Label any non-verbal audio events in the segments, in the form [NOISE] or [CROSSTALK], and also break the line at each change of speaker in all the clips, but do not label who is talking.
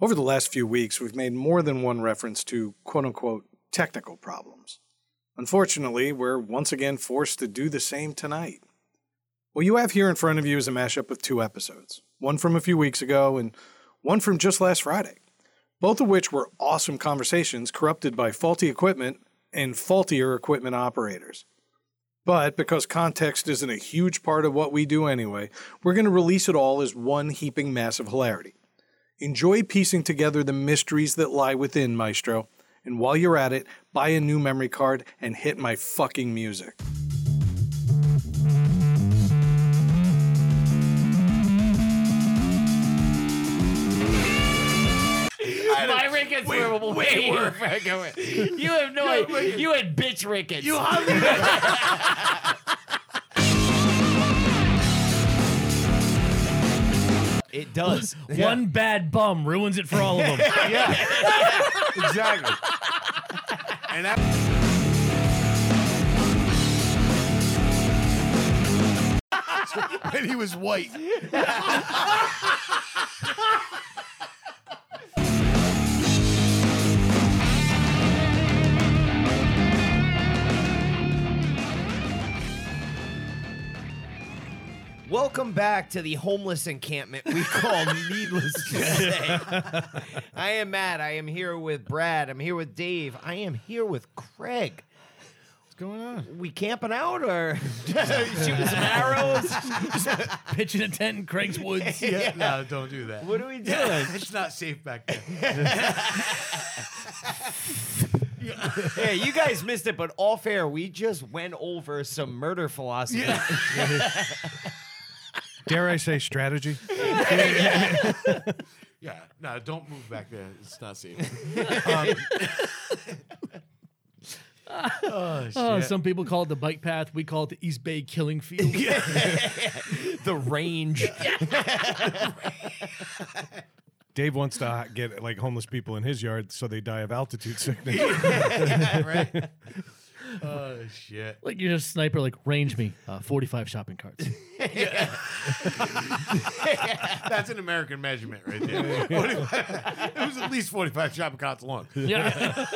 Over the last few weeks, we've made more than one reference to quote unquote technical problems. Unfortunately, we're once again forced to do the same tonight. What you have here in front of you is a mashup of two episodes one from a few weeks ago and one from just last Friday, both of which were awesome conversations corrupted by faulty equipment and faultier equipment operators. But because context isn't a huge part of what we do anyway, we're going to release it all as one heaping mass of hilarity. Enjoy piecing together the mysteries that lie within, Maestro. And while you're at it, buy a new memory card and hit my fucking music.
My rickets were
[LAUGHS]
way, way You have no idea. You had bitch rickets. You
[LAUGHS]
It does.
[LAUGHS] One bad bum ruins it for all of them.
exactly. and that, [LAUGHS] and he was white.
Welcome back to the homeless encampment we
[LAUGHS]
call Needless to Say. I am Matt. I am here with Brad. I'm here with Dave. I am here with Craig. What's going on? We camping out or [LAUGHS] shooting [LAUGHS] some arrows?
Pitching a tent in Craig's woods.
Yeah, no, don't do that.
What are we doing?
It's not safe back there.
[LAUGHS] Yeah, you guys missed it, but all fair, we just went over some murder philosophy.
Dare I say strategy?
Yeah, no, don't move back there. It's
[LAUGHS]
not safe.
Oh, some people call it the bike path. We call it the East Bay killing field.
The range.
Dave wants to get like homeless people in his yard so they die of altitude sickness.
[LAUGHS] oh shit.
Like you're just sniper, like range me uh, 45 shopping carts.
That's an American measurement
[LAUGHS]
right there. [LAUGHS] 45 it was at least 45 shopping carts long.
Yeah,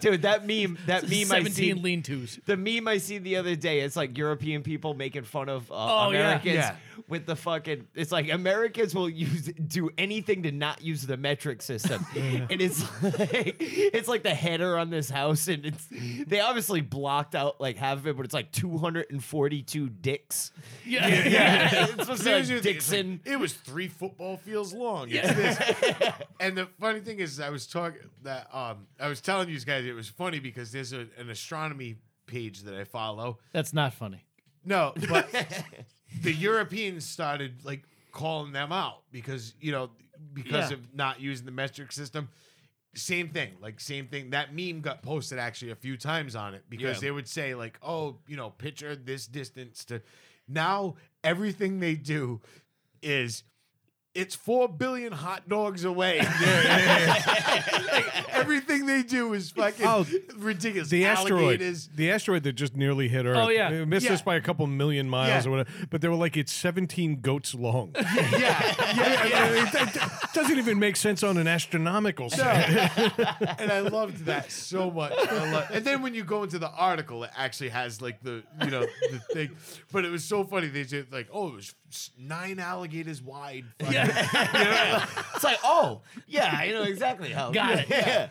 Dude, that meme, that meme I
17
see.
lean tos.
the meme I seen the other day, it's like European people making fun of uh,
Oh, yeah.
Americans
Yeah.
with the fucking. It's like Americans will use do anything to not use the metric
[LAUGHS]
system, and it's like [LAUGHS] it's like the header on this house, and it's they obviously blocked out like half of it, but it's like two hundred and forty two dicks.
Yeah,
it's supposed to be
Seriously,
like
it's like-
Dixon.
it was three football fields long. It's
[LAUGHS]
this. and the funny thing is, I was talking that um, I was telling you guys it was funny because there's a, an astronomy page that I follow.
[LAUGHS] that's not funny.
No,
[LAUGHS]
but the Europeans started like calling them out because you know because
Yeah.
of not using the metric system. Same thing, like same thing. That meme got posted actually a few times on it because
Yeah.
they would say like, "Oh, you know, picture this distance to." Now everything they do is it's four billion hot dogs
[LAUGHS]
away. Like, everything they do is fucking
Oh,
ridiculous.
The asteroid,
Alligators.
the asteroid that just nearly hit Earth.
Oh, yeah.
it missed
Yeah.
us by a couple million miles
Yeah.
or whatever. But they were like, it's 17 goats long. [LAUGHS]
yeah, yeah, yeah.
It doesn't even make sense on an
[LAUGHS]
astronomical sense.
and I loved that so much. I lo- and then when you go into the article, it actually has like the you know the thing, but it was so funny. They said like, oh, it was s- nine alligators wide. Yeah.
It's like, oh yeah, I know exactly how.
Got it.
[LAUGHS] Yeah.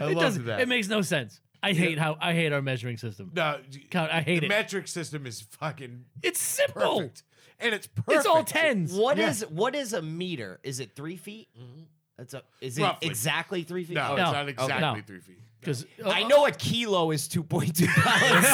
I
It
loved
doesn't.
that.
It makes no sense. I hate how I hate our measuring system.
no,
Count, I hate
the
it.
metric system is fucking
It's simple.
perfect, and it's perfect.
It's all tens.
What is what is a meter? Is it three feet? Mm-hmm. That's a. Is it
Roughly.
exactly three feet?
No,
Oh,
it's
No.
not exactly
No.
three feet.
Because uh,
I know a kilo is two point two
[LAUGHS]
pounds.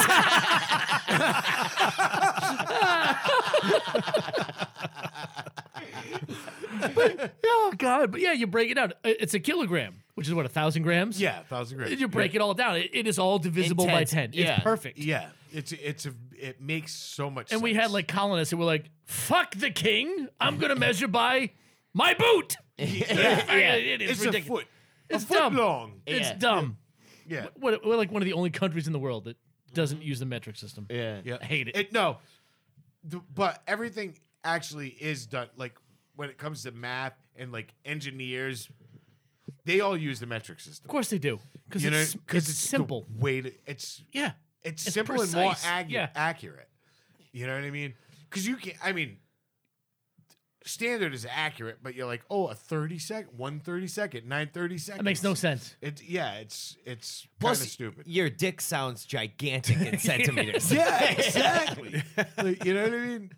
Oh God! But yeah, you break it down. I- It's a kilogram, which is what a thousand grams.
Yeah, thousand grams.
You break it all down. It, it is all divisible by
Intense.
ten.
Yeah.
It's perfect.
Yeah, it's it's a it makes so much.
And we
sense.
had like colonists who were like, "Fuck the king! I'm gonna measure by my boot." [LAUGHS] yeah, it is
it's a
ridiculous.
foot, a
It's
foot
dumb.
long.
It's
Yeah.
dumb.
Yeah,
What, we're like one of the only countries in the world that doesn't use the metric system. [LAUGHS]
yeah.
Yeah,
I hate it.
no, The- but everything actually is done. Like when it comes to math and like engineers, they all use the metric system.
Of course they do, because
You know,
it's, it's,
the
simple.
way to, it's
yeah,
it's,
It's
simple and more
precise,
ag-
yeah.
accurate. You know what I mean? Because you can, I mean, standard is accurate, but you're like, oh, a 30 second, 130 second, 930 seconds.
that makes no sense.
It, yeah, it's it's kind
Plus,
[LAUGHS]
of stupid.
your dick sounds gigantic in centimeters. [LAUGHS]
[LAUGHS] Yeah, exactly. like, you know what I mean?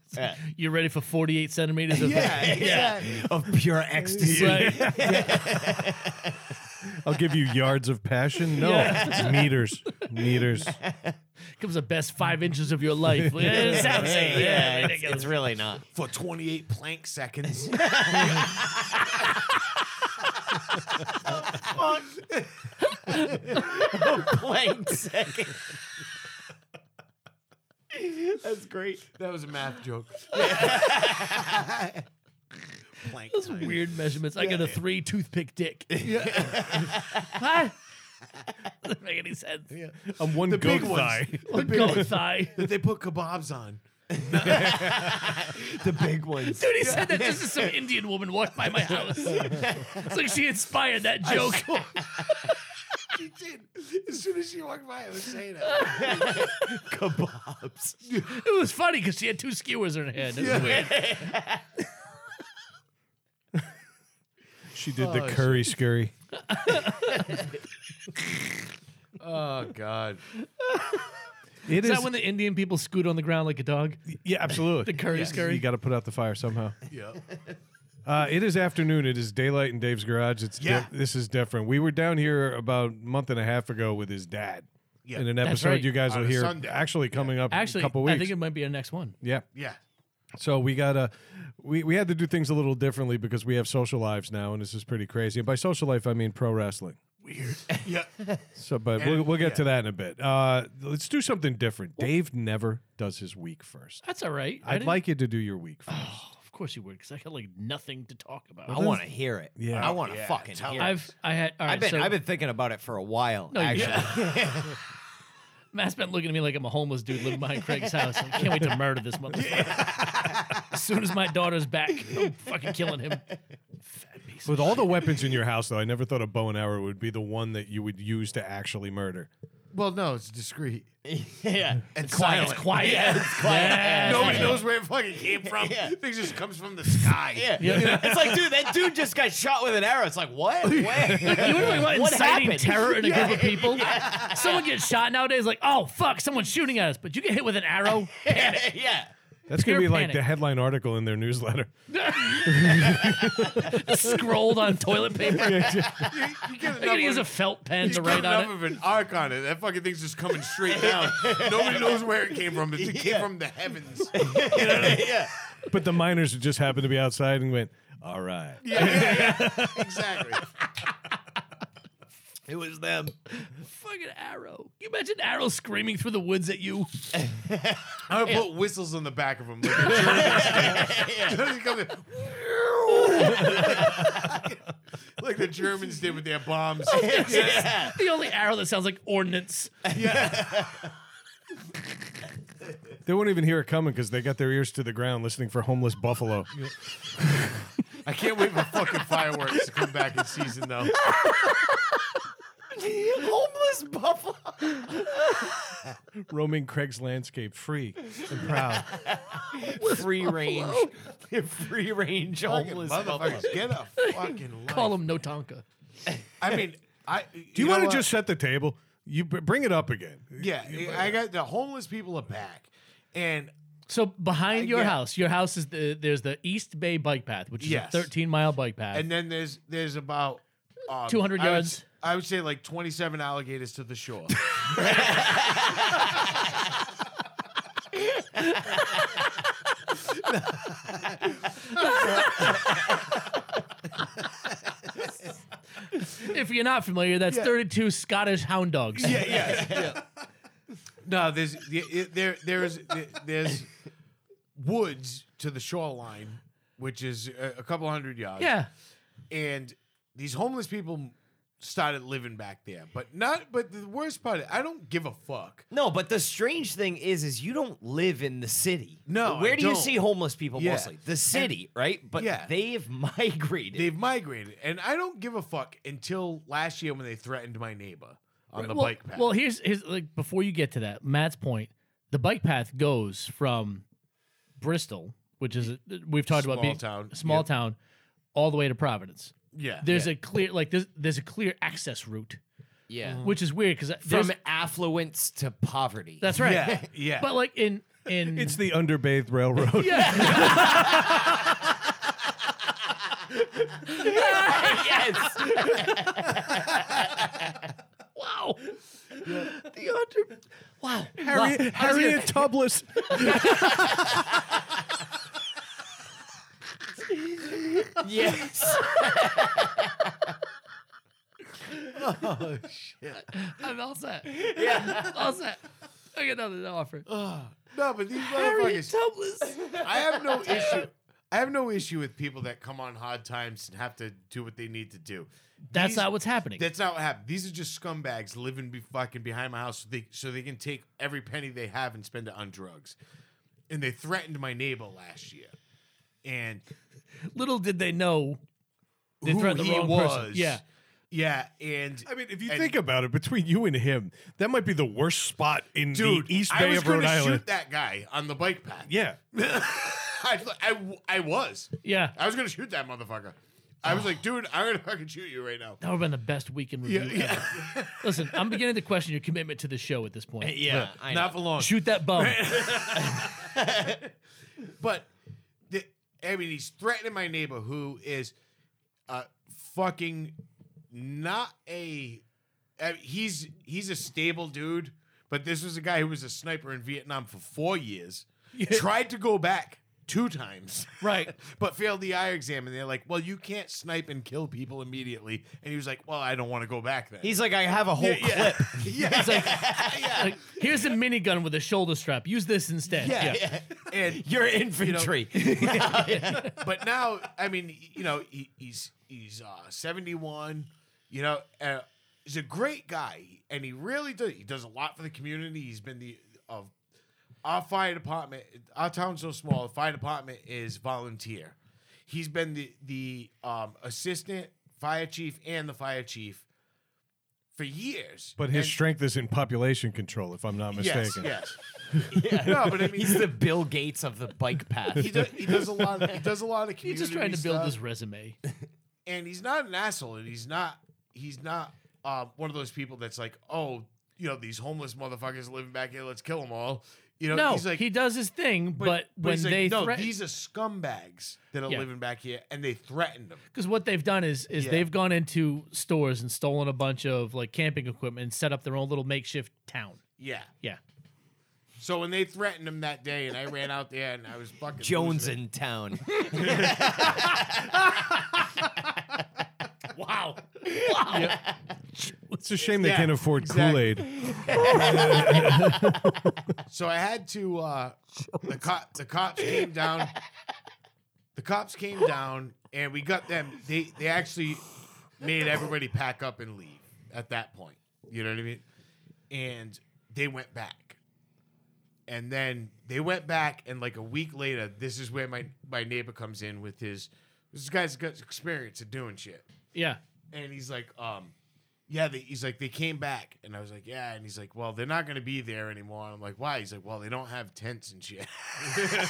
You're ready for 48 centimeters of
Yeah,
yeah.
exactly.
Of pure ecstasy.
[LAUGHS] Right.
I'll give you yards of passion. No, it's [LAUGHS] meters, meters.
Comes the best five inches of your life. It sounds
Yeah,
insane.
yeah, it's,
ridiculous.
it's really not.
For 28 plank [LAUGHS] seconds.
Blank second. That's great.
that was a math [LAUGHS] joke. plank
Those
time.
weird measurements. I got a three toothpick dick. Huh? Doesn't make any sense.
I'm one
The
goat
big ones.
thigh.
The big
Go
ones
thigh.
that they put kebabs on.
The big ones.
Dude, he said that just as some Indian woman walked by my house. it's like she inspired that joke.
She did. As soon as she walked by, I was saying it.
Kebabs.
It was funny because she had two skewers in her hand. It was weird.
She did the
Oh, shit.
curry scurry.
Oh God.
It
Is
is,
that when the Indian people scoot on the ground like a dog?
yeah, absolutely.
The curry scurry?
You got to put out the fire somehow.
Yeah.
[LAUGHS] Uh, it is afternoon. It is daylight in Dave's garage. It's
Yeah.
di- this is different. We were down here about a month and a half ago with his dad.
Yeah.
In an episode
right.
you guys
On
will
a
hear
Sunday.
actually coming up
Actually,
in a couple
I
weeks.
think it might be our next one.
yeah.
Yeah.
So we got to we, we had to do things a little differently because we have social lives now and this is pretty crazy. And by social life I mean pro wrestling.
Weird. Yeah.
So, but
And-
we'll, we'll get
yeah.
to that in a bit. Uh, let's do something different. Dave never does his week first.
That's all right. I
I'd
didn't-
like you to do your week first.
Oh, of course you would, because I got like nothing to talk about.
I want to hear it.
Yeah.
I want to fucking hear it.
I've I had. All right,
I've been
so
I've been thinking about it for a while.
No, you-
actually,
[LAUGHS] Matt's been looking at me like I'm a homeless dude living behind Craig's house. I can't wait to murder this motherfucker. as soon as my daughter's back, I'm fucking killing him. Fat piece. of
With all the weapons in your house, though, I never thought a bow and arrow would be the one that you would use to actually murder.
Well, no, it's discreet.
[LAUGHS] yeah.
And
quiet. It's quiet. it's quiet.
Nobody knows where it fucking came from.
Yeah.
It just comes from the sky.
Yeah. it's like, dude, that dude just got shot with an arrow. It's like,
[LAUGHS]
what?
You know what,
What
inciting
happened?
terror in a group of people? Someone gets shot nowadays, like, oh fuck, someone's shooting at us, but you get hit with an arrow.
[LAUGHS] yeah.
That's going to
Pure
be like
panic.
the headline article in their newsletter. [LAUGHS]
scrolled on toilet paper.
You, you get
I'm gonna use a
enough,
felt pen
you
to
get
write
enough
on it.
of an arc on it. That fucking thing's just coming straight down. Nobody knows where it came from. It came from the heavens.
yeah.
But the miners just happened to be outside and went, all right.
Yeah, yeah, yeah. Exactly.
It was them.
Fucking arrow. Can you imagine arrow screaming through the woods at you?
I would put whistles on the back of them. Like [LAUGHS] the Germans did. [LAUGHS] like the Germans did with their bombs.
Yeah.
The only arrow that sounds like ordnance.
They won't even hear it coming because they got their ears to the ground listening for homeless buffalo.
I can't wait for fucking fireworks to come back in season, though.
Homeless buffalo.
Roaming Craig's landscape [LAUGHS] free and proud.
Free range. [LAUGHS]
Oh,
Free range
Fucking
homeless buffalo.
motherfuckers, get a fucking life.
Call him no Tonka.
I mean, I.
Do you, want to
just?
just set the table? You br- bring it up again.
Yeah, I got the homeless people are back, and
So behind your
yeah.
house, your house is the there's the East Bay bike path, which is
Yes.
a 13 mile bike path.
and then there's there's about um,
200
I would
yards.
s- I would, say like 27 alligators to the shore.
if you're not familiar, that's 32 Scottish hound dogs.
yeah, yeah, No, there's there there's there's woods to the shoreline, which is a, a couple hundred yards.
Yeah.
and these homeless people started living back there. But not. But the worst part, I don't give a fuck.
No, but the strange thing is, is you don't live in the city.
No, I
where do you
don't.
see homeless people
Yeah.
mostly? The city, right? But
Yeah.
they've [LAUGHS] migrated.
They've migrated, and I don't give a fuck until last year when they threatened my neighbor on the
well,
bike path.
Well, here's here's like before you get to that, Matt's point. The bike path goes from Bristol, which is a, we've talked about
Small
being
town,
a small
yep.
town, all the way to Providence.
yeah, [LAUGHS]
There's
yeah.
a clear like there's there's a clear access route,
Yeah.
Mm.
which is weird because
From affluence to poverty.
that's right.
yeah, yeah.
But like in in
[LAUGHS]
It's the underbathed [LAUGHS]
[LAUGHS]
railroad.
yes.
[LAUGHS] wow, the under wow
Harry,
Wow.
Harry and Tubbless.
Yes.
Oh,
[LAUGHS] I'm all set. all set. I got nothing to offer.
Oh, no, but these motherfuckers. I have no issue. I have no issue with people that come on hard times and have to do what they need to do.
That's
These-
not what's happening.
That's not what happened. These are just scumbags living be fucking behind my house, so they so they can take every penny they have and spend it on drugs. And they threatened my neighbor last year, and
Little did they know they
who
threatened the
he
wrong
was.
person. Yeah.
yeah, and
[LAUGHS] I mean, if you
and-
think about it, between you and him, that might be the worst spot in
dude,
the East
I
Bay
was
of Rhode
gonna
Island.
shoot that guy on the bike path.
[LAUGHS] Yeah.
[LAUGHS] I, I, I was,
Yeah.
I was gonna shoot that motherfucker. I was like, dude, I'm gonna fucking shoot you right now.
That would have been the best weekend review
Yeah,
ever.
[LAUGHS]
Listen, I'm beginning to question your commitment to the show at this
Eh,
point.
Yeah. I know.
Not for long.
Shoot that bum.
But the, I mean, he's threatening my neighbor, who is uh, fucking not a. I mean, he's he's a stable dude, but this was a guy who was a sniper in Vietnam for four years. Tried to go back two times,
Right.
[LAUGHS] but failed the eye exam, and they're like, "Well, you can't snipe and kill people immediately." And he was like, "Well, I don't want to go back [LAUGHS] then."
He's like, I have a whole clip.
[LAUGHS]
It's like, like, here's a minigun with a shoulder strap. Use this instead.
yeah,
yeah.
[LAUGHS] and
You're infantry.
but now, I mean, you know, he, he's he's uh, seventy one. You know, uh, he's a great guy, and he really does. He does a lot for the community. He's been the of our fire department. Our town's so small. The fire department is volunteer. He's been the the um, assistant fire chief and the fire chief for years.
But his
And-
strength is in population control, if I'm not mistaken.
yes, yes.
[LAUGHS]
No, but I mean,
He's the Bill Gates of the bike path.
he, does, he does a lot. Of, he does a lot of community.
He's just trying to build
stuff.
his resume.
and he's not an asshole, and he's not he's not uh, one of those people that's like, oh, you know, these homeless motherfuckers living back here, let's kill them all. You know,
No,
he's like,
he does his thing, but, when
he's like,
they
no,
threaten,
these are scumbags that are
Yeah.
living back here, and they threatened them.
because what they've done is is
Yeah.
they've gone into stores and stolen a bunch of like camping equipment and set up their own little makeshift town.
Yeah.
Yeah.
So when they threatened him that day, and I ran out there, and I was fucking
Jones
losing it.
in town.
Wow.
It's a shame they
Yeah,
can't afford
exactly.
Kool Aid.
So I had to. Uh, the cop, the cops came down. The cops came down, and we got them. They they actually made everybody pack up and leave at that point. You know what I mean? And they went back, and then they went back, and like a week later, this is where my my neighbor comes in with his. This guy's got experience of doing shit
Yeah.
and he's like, um, yeah, they, he's like, they came back, and I was like, yeah, and he's like, well, they're not gonna be there anymore. And I'm like, why? He's like, well, they don't have tents and shit. [LAUGHS] and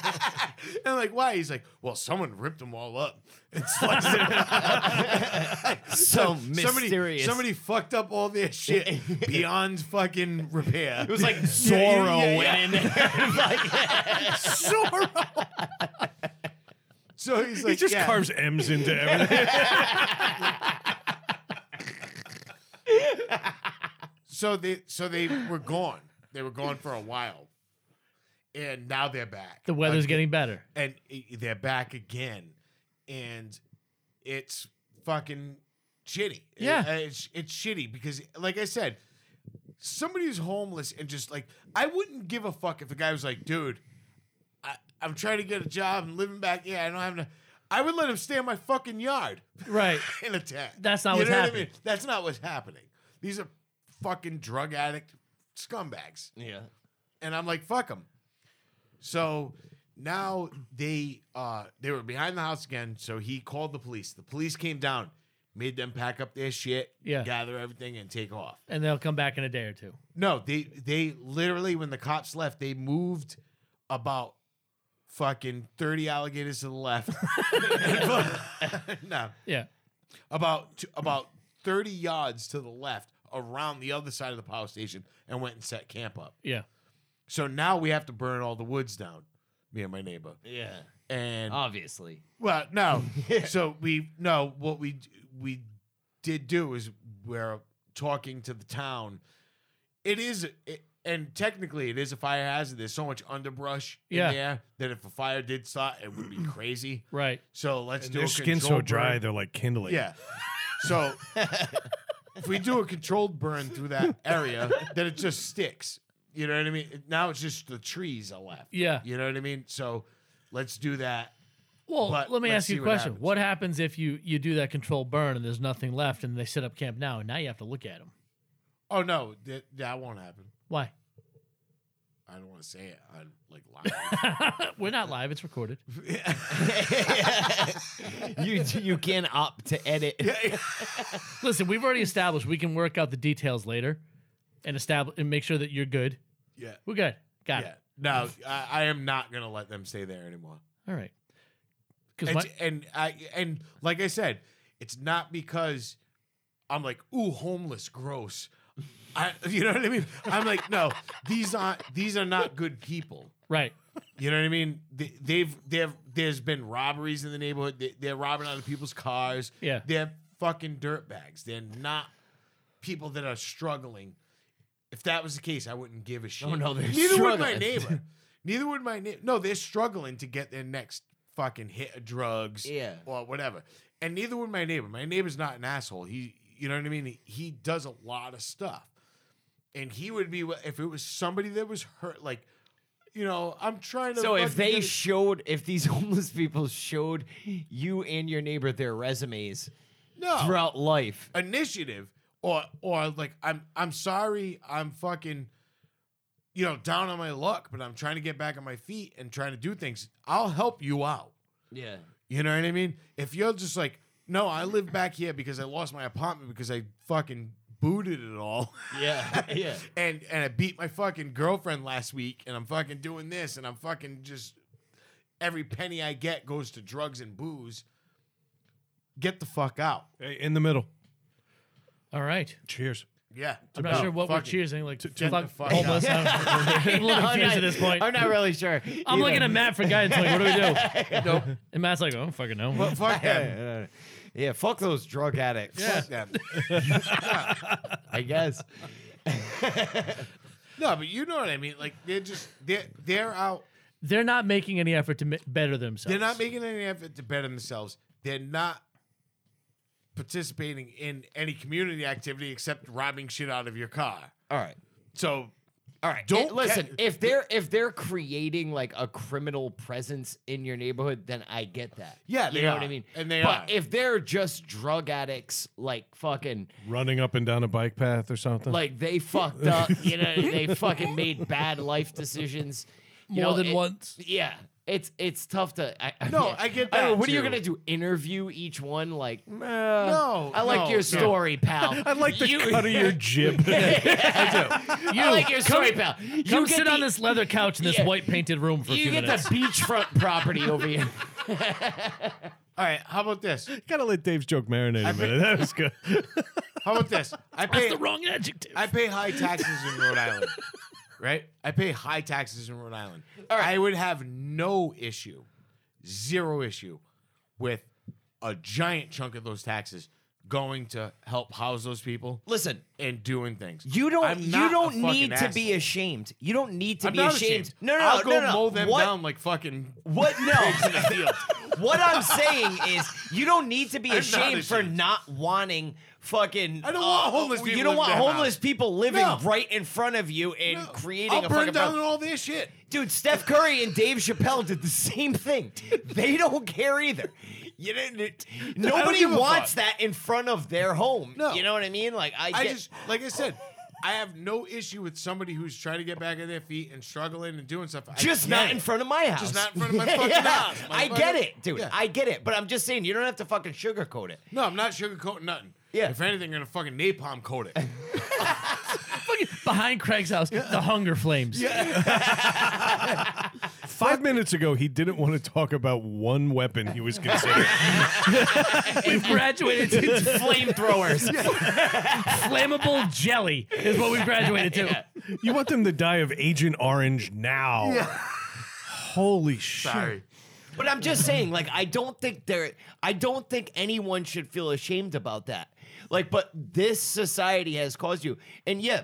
I'm like, why? He's like, well, someone ripped them all up. And sliced them up.
[LAUGHS] So
[LAUGHS] Somebody,
mysterious.
somebody fucked up all their
[LAUGHS]
shit beyond fucking repair.
It was
[LAUGHS]
like
Zorro
Zorro went in there.
[LAUGHS]
[LAUGHS]
Zorro. [LAUGHS] so he's like,
He just
yeah.
carves M's [LAUGHS] into everything.
So they so they were gone. They were gone for a while, and now they're back.
The weather's
Like,
getting better.
and i- they're back again, and it's fucking shitty.
Yeah.
Uh, it's it's shitty because, like I said, somebody who's homeless and just like I wouldn't give a fuck if the guy was like, dude, I, I'm trying to get a job and living back. Yeah, I don't have. No, I would let him stay in my fucking yard
Right.
[LAUGHS] and attack.
That's not
You
what's
know what I
happening.
mean? That's not what's happening. These are fucking drug addict scumbags.
Yeah.
and I'm like, fuck them. So now they uh, they were behind the house again. So he called the police. The police came down, made them pack up their shit,
Yeah.
gather everything, and take off.
And they'll come back in a day or two.
No, they they literally when the cops left, they moved about fucking thirty alligators to the left. [LAUGHS] no,
Yeah.
about t- about thirty yards to the left around the other side of the power station and went and set camp up.
Yeah.
So now we have to burn all the woods down. Me and my neighbor.
Yeah.
And
Ah.
Obviously.
well, no. so we no. What we d- we did do is we're talking to the town. It is, it, and technically, it is a fire hazard. There's so much underbrush
Yeah.
in there that if a fire did start, it would be crazy.
Right.
So let's
And
do
their
a
skin's so
controlled
dry
burn.
they're like kindling.
Yeah. So if we do a controlled burn through that area, then it just sticks. You know what I mean? It- Now it's just the trees are left.
Yeah.
You know what I mean? So let's do that.
Well,
But
let me
let's
ask you
see
a
what
question.
happens.
What happens. if you you do that control burn and there's nothing left and they set up camp now and now you have to look at them?
Oh no, that, that won't happen.
Why? [LAUGHS]
I don't want to say it. I'm like lying.
[LAUGHS]
[LAUGHS]
We're not live. It's recorded.
[LAUGHS] you you can opt to edit.
Listen, we've already established we can work out the details later and establish and make sure that you're good.
yeah.
We're good. Got
Yeah. No, I, I am not gonna let them stay there anymore.
it. All right. Because
And,
my
and I and like I said, it's not because I'm like, ooh, homeless, gross. I, [LAUGHS] you know what I mean? I'm like, no, these aren't these are not good people.
right.
You know what I mean? They, they've they've there's been robberies in the neighborhood. They, they're robbing other people's cars.
Yeah.
they're fucking dirtbags. They're not people that are struggling. If that was the case, I wouldn't give a shit.
Oh, no, they're
neither would my
struggling. [LAUGHS]
neighbor. neither would my neighbor. No, they're struggling to get their next fucking hit of drugs.
Yeah.
or whatever. And neither would my neighbor. My neighbor's not an asshole. He, you know what I mean? He, he does a lot of stuff, and he would be if it was somebody that was hurt, like. You know, I'm trying to.
So if
fucking
they
get a-
showed, if these [LAUGHS] homeless people showed you and your neighbor their resumes
no,
throughout life,
initiative or or like I'm I'm sorry, I'm fucking you know, down on my luck, but I'm trying to get back on my feet and trying to do things. I'll help you out.
yeah,
You know what I mean? If you're just like, no, I live back here because I lost my apartment because I fucking booted it all. [LAUGHS]
yeah,
[LAUGHS]
yeah,
and and I beat my fucking girlfriend last week and I'm fucking doing this and I'm fucking just every penny I get goes to drugs and booze. Get the fuck out.
Hey, in the middle.
All right.
Cheers.
Yeah.
I'm not sure what we're
Fuck it.
choosing. Like,
get
fuck-
the fuck
homeless.
out.
[LAUGHS] I'm a little
I'm
confused
not-
at this point.
I'm not really sure.
[LAUGHS] I'm looking at Matt for guidance. Like, what do we do?
Nope.
And Matt's like, I don't fucking know.
But [LAUGHS] fuck them.
[LAUGHS] Yeah, yeah, fuck those drug addicts.
Fuck them.
I
[LAUGHS]
guess.
No, but you know what I mean. Like they're just they're they're out.
They're not making any effort to m- better themselves.
They're not making any effort to better themselves. They're not participating in any community activity except robbing shit out of your car.
All right.
So
All right.
Don't
Don't listen.
ca-
if they're if they're creating like a criminal presence in your neighborhood, then I get that.
Yeah,
you
they
know
are,
what I mean.
and they
but
are.
if they're just drug addicts, like fucking,
Running up and down a bike path or something.
like they fucked up, you know, they fucking made bad life decisions. you
More
know,
than
it-
once.
Yeah, it's it's tough to. I, I
No,
mean,
I get
don't know,
that,
what are you
too.
gonna do? Interview each one? Like,
no,
I like
no,
your
no.
story, pal. I
like the cut of [LAUGHS] your jib.
[LAUGHS] I like your story, pal. You
Come
get
sit
the-
on this leather couch in this
Yeah.
white painted room for a
You
few
get
minutes.
the beachfront property over here.
All right, how about this?
Gotta let Dave's joke marinate a
think-
minute. That was good.
How about this? I
That's
pay
the wrong adjective.
I pay high taxes in Rhode Island. Right? I pay high taxes in Rhode Island. I would have no issue, zero issue, with a giant chunk of those taxes going to help house those people
Listen,
and doing things.
You don't.
I'm
You
not a
don't
fucking
need to be
asshole.
ashamed. You don't need to
I'm
be
not
ashamed. No, no, no,
I'll go
no, no.
mow them
what?
down like fucking [LAUGHS]
What?
in the
No.
field.
what I'm saying is, you don't need to be
I'm [LAUGHS]
[LAUGHS]
not
ashamed, for
ashamed.
not wanting fucking. uh,
I don't want homeless people
You don't
in
want
their
homeless
house.
people living
No.
right in front of you and creating
I'll
a
burn
fucking.
down
problem.
all this shit. [LAUGHS]
Dude, Steph Curry and Dave Chappelle did the same thing. They don't care either. You didn't. It, nobody
give a
wants
fuck.
that in front of their home.
No.
You know what I mean? Like I,
I
get,
just like I said, I have no issue with somebody who's trying to get back on their feet and struggling and doing stuff. I
just
get
not
it.
in front of my house.
not in front
[LAUGHS]
of my fucking house,
I get
motherfucker.
it, dude.
Yeah.
I get it. But I'm just saying, you don't have to fucking sugarcoat it.
No, I'm not sugarcoating nothing.
Yeah.
If anything, I'm gonna fucking napalm coat
[LAUGHS]
it.
Fucking behind Craig's house, the hunger flames.
Five minutes ago, he didn't want to talk about one weapon he was considering.
We've graduated to
[LAUGHS]
flamethrowers. Flammable jelly is what we've graduated to.
you want them to die of Agent Orange now. Holy shit.
Sorry.
But I'm just saying, like, I don't think there, I don't think anyone should feel ashamed about that. Like, but this society has caused you, and yeah,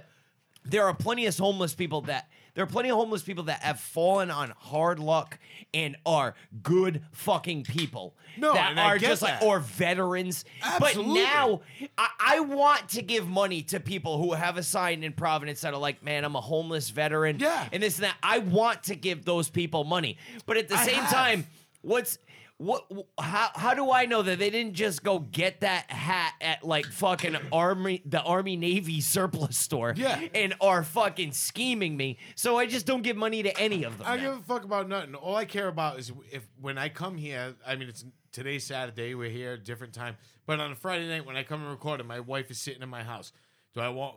there are plenty of homeless people that there are plenty of homeless people that have fallen on hard luck and are good fucking people
No,
that
and I
are
get
just like
that.
or veterans.
Absolutely.
But now I, I want to give money to people who have a sign in Providence that are like, man, I'm a homeless veteran.
Yeah.
And this and that. I want to give those people money. But at the same
have.
time, what's what wh- how how do I know that they didn't just go get that hat at like fucking army the army navy surplus store
Yeah.
and are fucking scheming me so I just don't give money to any of them
I
now.
don't give a fuck about nothing. All I care about is if when I come here. I mean, it's today's Saturday. We're here, different time. But on a Friday night when I come and record it, my wife is sitting in my house. Do I want?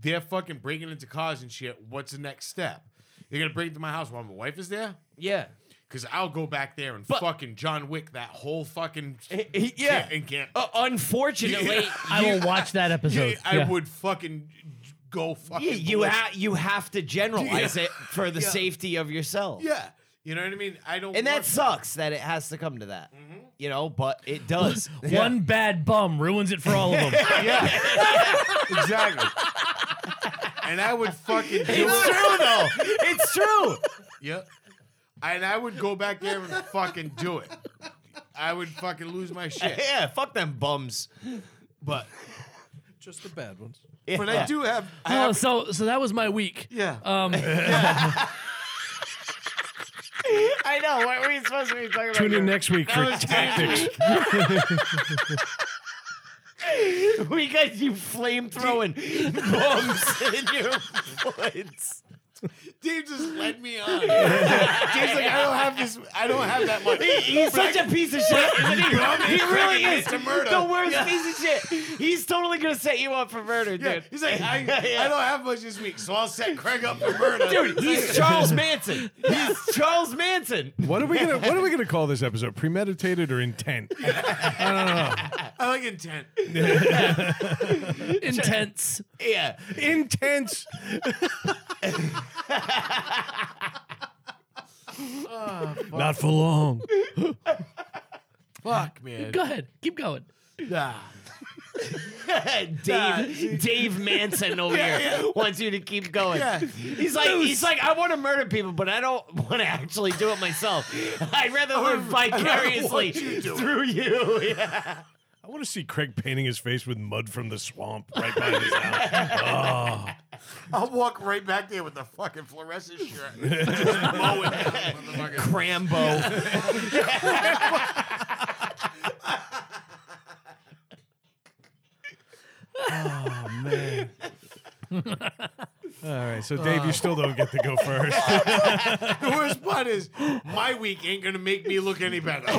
They're fucking breaking into cars and shit. What's the next step? You're gonna break into my house while my wife is there?
yeah
Cause I'll go back there and
But-
fucking John Wick that whole fucking
yeah
and can't.
Uh, unfortunately
I will watch that episode.
I
Yeah.
would fucking go fucking.
Yeah, [LAUGHS] you
ballistic.
have you have to generalize it for the safety of yourself.
Yeah, you know what I mean. I don't.
And that
want-
sucks that it has to come to that.
Mm-hmm.
You know, but it does.
One bad bum ruins it for all of them.
exactly.
[LAUGHS]
and I would fucking do
It's
it.
true though. It's true.
Yep. And I would go back there and fucking do it. I would fucking lose my shit.
[LAUGHS] [LAUGHS] Yeah, fuck them bums.
But
Just the bad ones.
but I do have. I
Oh,
have
so so that was my week.
yeah.
Um,
I know. What were you supposed to be talking about?
Tune in next week for tactics.
We got you flame throwing bums in your woods.
Dave just led me
[LAUGHS]
on. Dave's like, I don't have this. I don't have that much.
He- He's such a piece of shit. isn't he? He really is
It's a murder.
the worst piece of shit. He's totally gonna set you up for murder, dude.
Yeah. He's like, I,
[LAUGHS] Yeah.
I don't have much this week, so I'll set Craig up for murder.
Dude, he's Charles Manson. He's Charles Manson.
What are we gonna What are we gonna call this episode? Premeditated or intent?
I like intent.
intense.
Yeah.
Intense. Not for long.
Fuck, man.
Go ahead, keep going.
[LAUGHS] Dave Dave Manson over here wants you to keep going.
Yeah.
He's like he's like, I want to murder people, but I don't want to actually do it myself. [LAUGHS] I'd rather live vicariously through you. Yeah.
I want to see Craig painting his face with mud from the swamp right by his house.
I'll walk right back there with the fucking
[LAUGHS]
fluorescent shirt. Just mow it down, motherfucker.
Crambo.
[LAUGHS] All right, so Dave, you still don't get to go first.
The worst part is my week ain't gonna make me look any better. [LAUGHS]
Do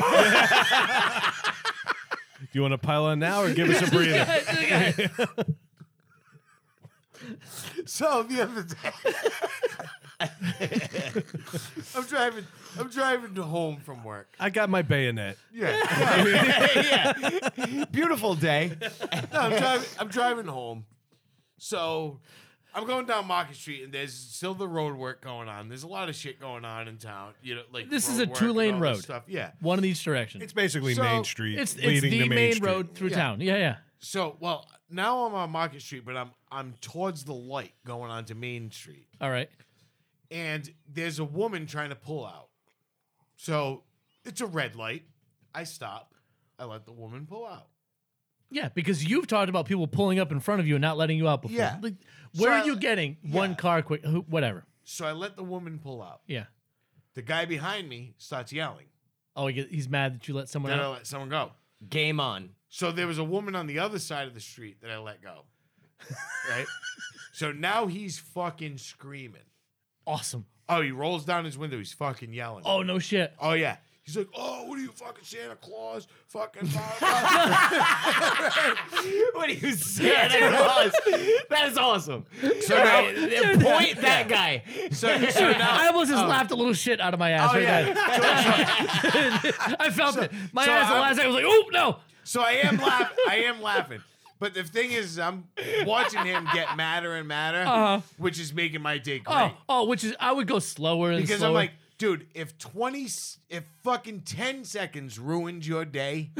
you want to pile on now or give us a breather?
so the other day, [LAUGHS] I'm driving. I'm driving home from work.
I got my bayonet.
Yeah.
Beautiful day.
No, I'm driving. I'm driving home. So I'm going down Market Street, and there's still the road work going on. There's a lot of shit going on in town. You know, like
This is
road
a
work and
two-lane
all this
road.
Stuff. Yeah.
One in each direction.
It's basically
So-
Main Street
It's it's
leading
the
to
main,
Main, Street.
road through town. Yeah, yeah.
So well, now I'm on Market Street, but I'm I'm towards the light going on to Main Street.
All right.
and there's a woman trying to pull out. So it's a red light. I stop. I let the woman pull out.
Yeah, because you've talked about people pulling up in front of you and not letting you out before.
Yeah.
Like, where
So I-
are you getting one
yeah.
car quick? who- Whatever.
So I let the woman pull out.
Yeah.
The guy behind me starts yelling.
Oh, he get, he's mad that you let someone
Then I
out.
let someone go.
[LAUGHS] Game on.
So there was a woman on the other side of the street that I let go.
[LAUGHS]
Right? so now he's fucking screaming.
Awesome.
Oh, he rolls down his window. He's fucking yelling.
Oh no shit.
Oh yeah. He's like, oh, what are you fucking Santa Claus? Fucking blah,
[LAUGHS]
blah."
What are you saying? That is, that is awesome.
so
All
now,
right,
[LAUGHS]
point that guy.
so, so now,
I almost just laughed a little shit out of my ass
oh
right
yeah.
there. I felt it. My
so
ass the
I'm-
last second was like, oh no.
So I am laughing. I am laughing. But the thing is, I'm watching him get madder and madder,
Uh-huh.
which is making my day great.
Oh, oh, which is I would go slower and
because
slower.
I'm like, dude, if 20, s- if fucking 10 seconds ruined your
[LAUGHS]
day,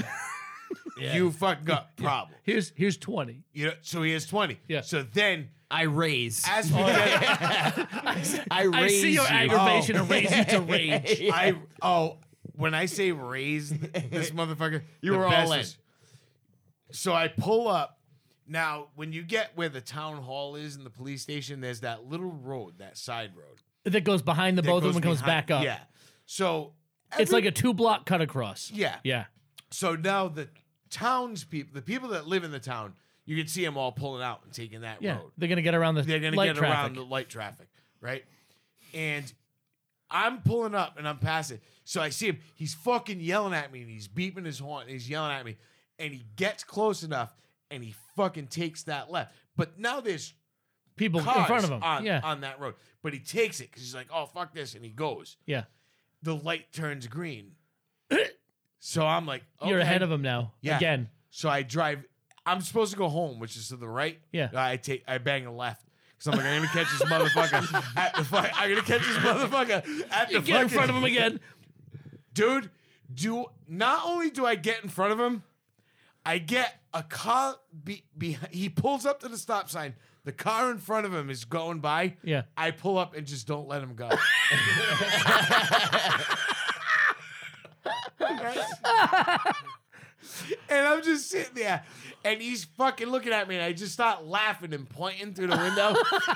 you fucking got problem.
here's here's twenty.
You know, so he has 20.
Yeah.
So then,
I raise.
[LAUGHS]
as we get,
I
I
raise
see your
you.
aggravation
Oh.
and raise you
[LAUGHS]
to rage.
I, oh, when I say raised
[LAUGHS]
this motherfucker,
You
the
were all
best
in.
is- so I pull up. Now, when you get where the town hall is and the police station, there's that little road, that side road.
that goes behind the
that
both of
goes
them and comes
behind-
back up.
Yeah. So
It's like a two block cut across.
Yeah.
Yeah.
So now the townspeople, the people that live in the town, you can see them all pulling out and taking that
Yeah.
road.
They're gonna get around the
Oh. They're gonna
light
get
traffic.
around the light traffic, right? And I'm pulling up and I'm passing. So I see him. He's fucking yelling at me and he's beeping his horn and he's yelling at me. And he gets close enough and he fucking takes that left. But now there's
People in
cars
front of them.
on,
yeah.
on that road. But he takes it because he's like, oh, fuck this. And he goes.
yeah.
The light turns green. [CLEARS THROAT] so I'm like,
You're
okay.
ahead of them now.
Yeah.
Again.
So I drive. I'm supposed to go home, which is to the right.
Yeah.
I take. I bang a left. So I'm like, I'm gonna catch this motherfucker. [LAUGHS] at the fuck, I'm gonna catch this motherfucker at the
You get
fucking
in front of them
[LAUGHS]
again.
dude. Do not only do I get in front of him, I get a car. Be, be, he pulls up to the stop sign. The car in front of him is going by.
Yeah.
I pull up and just don't let
[LAUGHS]
him go. [LAUGHS] and I'm just sitting there, and he's fucking looking at me, and I just start laughing and pointing through the window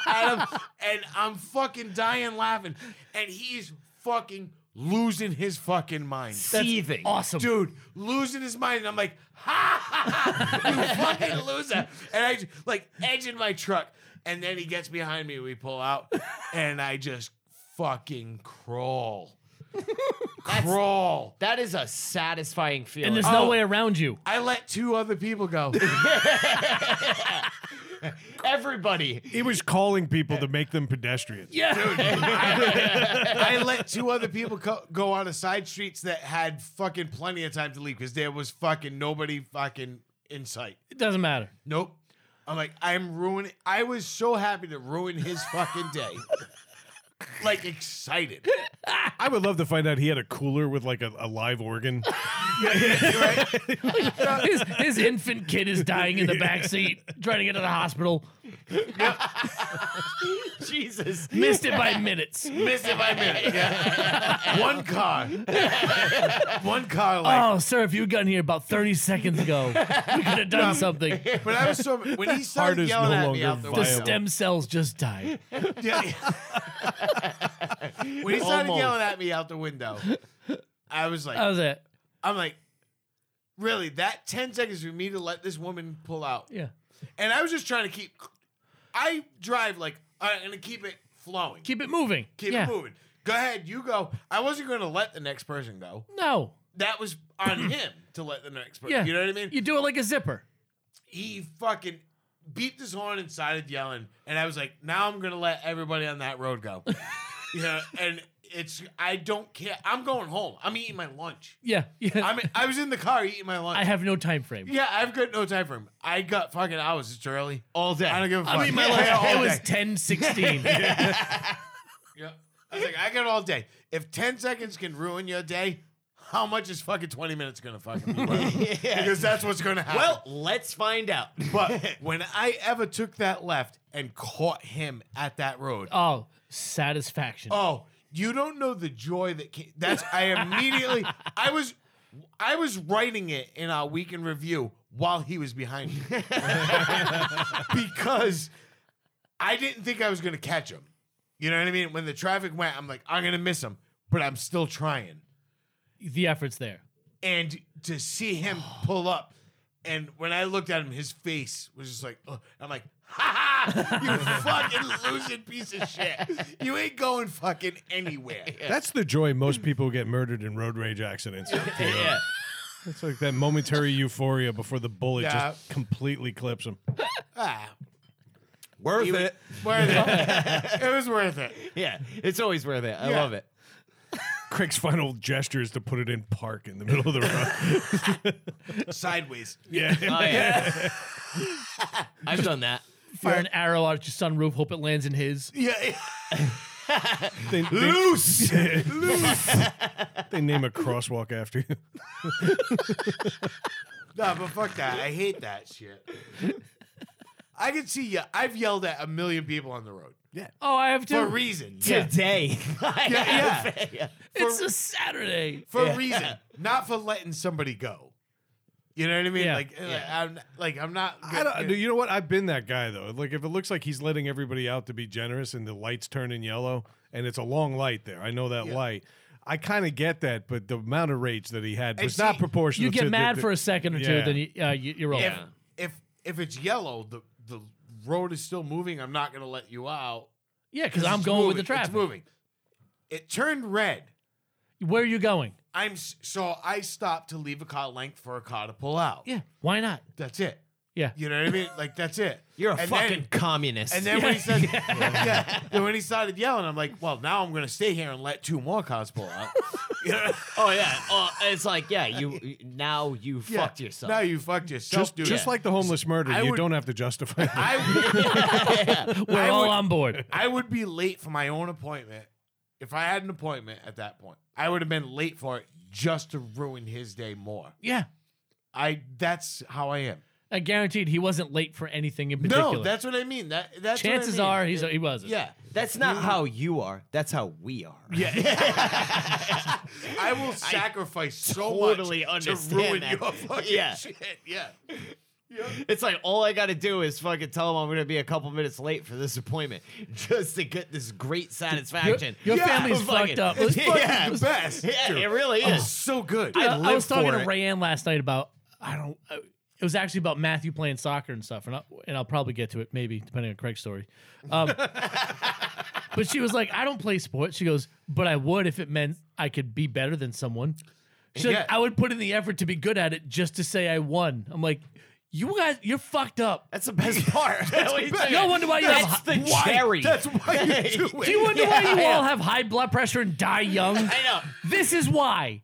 at him, and I'm fucking dying laughing, and he's fucking losing his fucking mind.
Seething.
Awesome.
Dude, losing his mind. And I'm like, [LAUGHS] ha, ha, ha, you fucking loser. And I, like, edging my truck. And then he gets behind me. We pull out. And I just fucking crawl. crawl.
That is a satisfying feeling.
And there's
Oh.
no way around you.
I let two other people go.
Oh, Everybody. [LAUGHS]
He was calling people to make them pedestrians.
I let two other people co- go on the side streets that had fucking plenty of time to leave because there was fucking nobody fucking in sight.
It doesn't
[LAUGHS]
matter.
Nope. I'm like, I'm ruining. I was so happy to ruin his fucking day. like, excited.
I would love to find out he had a cooler with like a, a live organ.
His, his infant kid is dying in the back seat, trying to get to the hospital.
Jesus.
Missed it
[LAUGHS]
by minutes.
Missed it by minute.
[LAUGHS]
Yeah. One car. One car. Like,
Oh, sir, if you had gotten here about 30 seconds ago, we could have done something.
but I was so when he
Heart
started
is
yelling
no
at me
longer
out the
The
viable.
window.
stem cells just died.
When he started
Almost.
yelling at me out the window, I was like,
That was it.
I'm like, really? That ten seconds for me to let this woman pull out?
Yeah.
And I was just trying to keep. I drive like all right, I'm gonna keep it flowing.
Keep it moving.
Keep
Yeah.
it moving. Go ahead, you go. I wasn't going to let the next person go.
No.
That was
[CLEARS THROAT]
on him to let the next person.
Yeah.
You know what I mean?
You do it like a zipper.
He fucking beeped his horn and started yelling, and I was like, now I'm going to let everybody on that road
[LAUGHS]
go. yeah, and it's I don't care. I'm going home. I'm eating my lunch.
Yeah. yeah.
I mean, I was in the car eating my
[LAUGHS]
lunch.
I have no time frame.
yeah, I've got no time for him. I got fucking hours. It's early.
All day.
I don't give a fuck.
I mean, my
Yeah, [LAUGHS]
life,
all
it was
day.
10
[LAUGHS]
16.
Yeah. I was like, I got all day. If 10 seconds can ruin your day, how much is fucking 20 minutes going to fucking be worth? [LAUGHS] Because that's what's going to happen.
Well, let's find out. [LAUGHS]
[LAUGHS] but when I ever took that left and caught him at that road,
Oh, satisfaction.
oh, you don't know the joy that came. That's, I immediately, I was, I was writing it in our weekend review while he was behind me. because I didn't think I was going to catch him. You know what I mean? When the traffic went, I'm like, I'm going to miss him, but I'm still trying.
the effort's there.
and to see him pull up, and when I looked at him, his face was just like, "Ugh." I'm like, ha ha, you fucking losing piece of shit. You ain't going fucking anywhere.
That's the joy most people get murdered in road rage accidents. yeah. It's like that momentary euphoria before the bullet
Yeah.
just completely clips him.
Ah,
[LAUGHS]
Worth
he was-
it.
worth
[LAUGHS]
it. It was worth it.
Yeah, it's always worth it. I
Yeah.
love it.
Craig's final gesture is to put it in park in the middle of the
[LAUGHS]
road.
Sideways.
yeah.
I've done that.
Fire an arrow out at your sunroof, hope it lands in his. [LAUGHS]
Yeah.
They, they,
Loose.
they [LAUGHS] name a crosswalk after you.
No, but fuck that. I hate that shit. I can see you. I've yelled at a million people on the road
Oh, I have
for
to.
reason.
[LAUGHS]
[LAUGHS] Today.
Yeah, yeah.
it's a Saturday.
[LAUGHS] for a reason, not for letting somebody go. You know what I mean?
Yeah.
Like, I'm like I'm not.
I don't, you know what? I've been that guy though. Like if it looks like he's letting everybody out to be generous and the lights turn in yellow and it's a long light there. I know that light. I kind of get that, but the amount of rage that he had
And
was not
see,
proportional.
You
to
get
the-
mad
the-
for a second or two,
Yeah.
then you, uh, you, you're over.
if, if if it's yellow, the the road is still moving. I'm not gonna let you out
Yeah, because
It's
I'm going with
moving,
the traffic.
It's moving. It turned red.
Where are you going?
I'm s- so I stopped to leave a car length for a car to pull out.
Yeah, why not?
that's it.
Yeah.
You know what I mean? Like that's it.
You're a
And then-
fucking communist.
And then when he said, yeah. and when he started yelling, I'm like, well, now I'm going to stay here and let two more cars pull out. You know?
oh yeah, oh, it's like yeah, you now you
Yeah.
fucked yourself.
Now you fucked yourself,
Just,
dude.
just like the homeless murder,
I
you
would-
don't have to justify. It.
[LAUGHS] I,
[LAUGHS]
We're
I
all
would-
on
[LAUGHS]
board.
I would be late for my own appointment if I had an appointment at that point. I would have been late for it just to ruin his day more.
Yeah,
I that's how I am.
I guaranteed he wasn't late for anything in particular.
No, that's what I mean. That that's what I
chances
mean.
are he's he wasn't.
yeah.
That's not how you are. That's how we are.
Yeah. [LAUGHS] I will sacrifice so
totally
much to
understand
ruin
that.
your fucking
Yeah.
shit. Yeah.
It's like all I got to do is fucking tell them I'm going to be a couple minutes late for this appointment [LAUGHS] just to get this great
Your,
satisfaction.
your
Yeah,
family's
fucking-
fucked
[LAUGHS]
up.
it's
Let's-
fucking
Yeah, the best.
yeah,
Dude,
it really
oh,
is.
so good.
I,
I
I
live
was talking
for
to
it.
Rayanne last night about I don't. Uh, it was actually about Matthew playing soccer and stuff, and I'll, and I'll probably get to it maybe depending on Craig's story.
[LAUGHS]
Um, but she was like, "I don't play sports." She goes, "But I would if it meant I could be better than someone." She's
Yeah.
like, "I would put in the effort to be good at it just to say I won." I'm like, "You guys, you're fucked up."
That's the
[LAUGHS]
best part.
No wonder why you have
That's
hi-
the cherry.
That's why
[LAUGHS]
you do it.
Do you wonder why you
Yeah.
all have high blood pressure and die young?
I know.
This is why.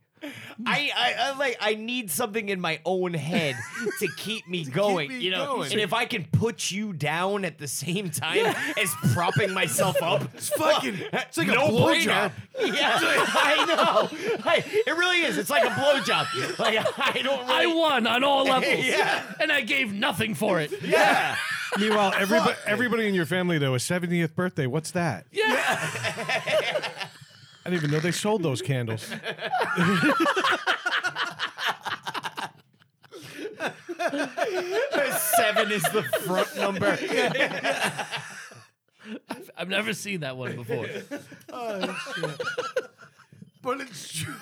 I, I, I like I need something in my own head to keep me going,
me
you know.
going.
And if I can put you down at the same time as propping myself up, it's
fucking- it's like a blowjob.
Yeah, I know. I, it really is. It's like a blowjob. Like I don't
I
really.
won on
[LAUGHS]
all levels,
Yeah.
and I gave nothing for it.
yeah.
Meanwhile, everybody, everybody in your family though, a seventieth birthday. What's that?
Yeah.
I didn't even know they sold those candles.
Seven is the front number.
I've never seen that one before.
But
[LAUGHS]
it's true.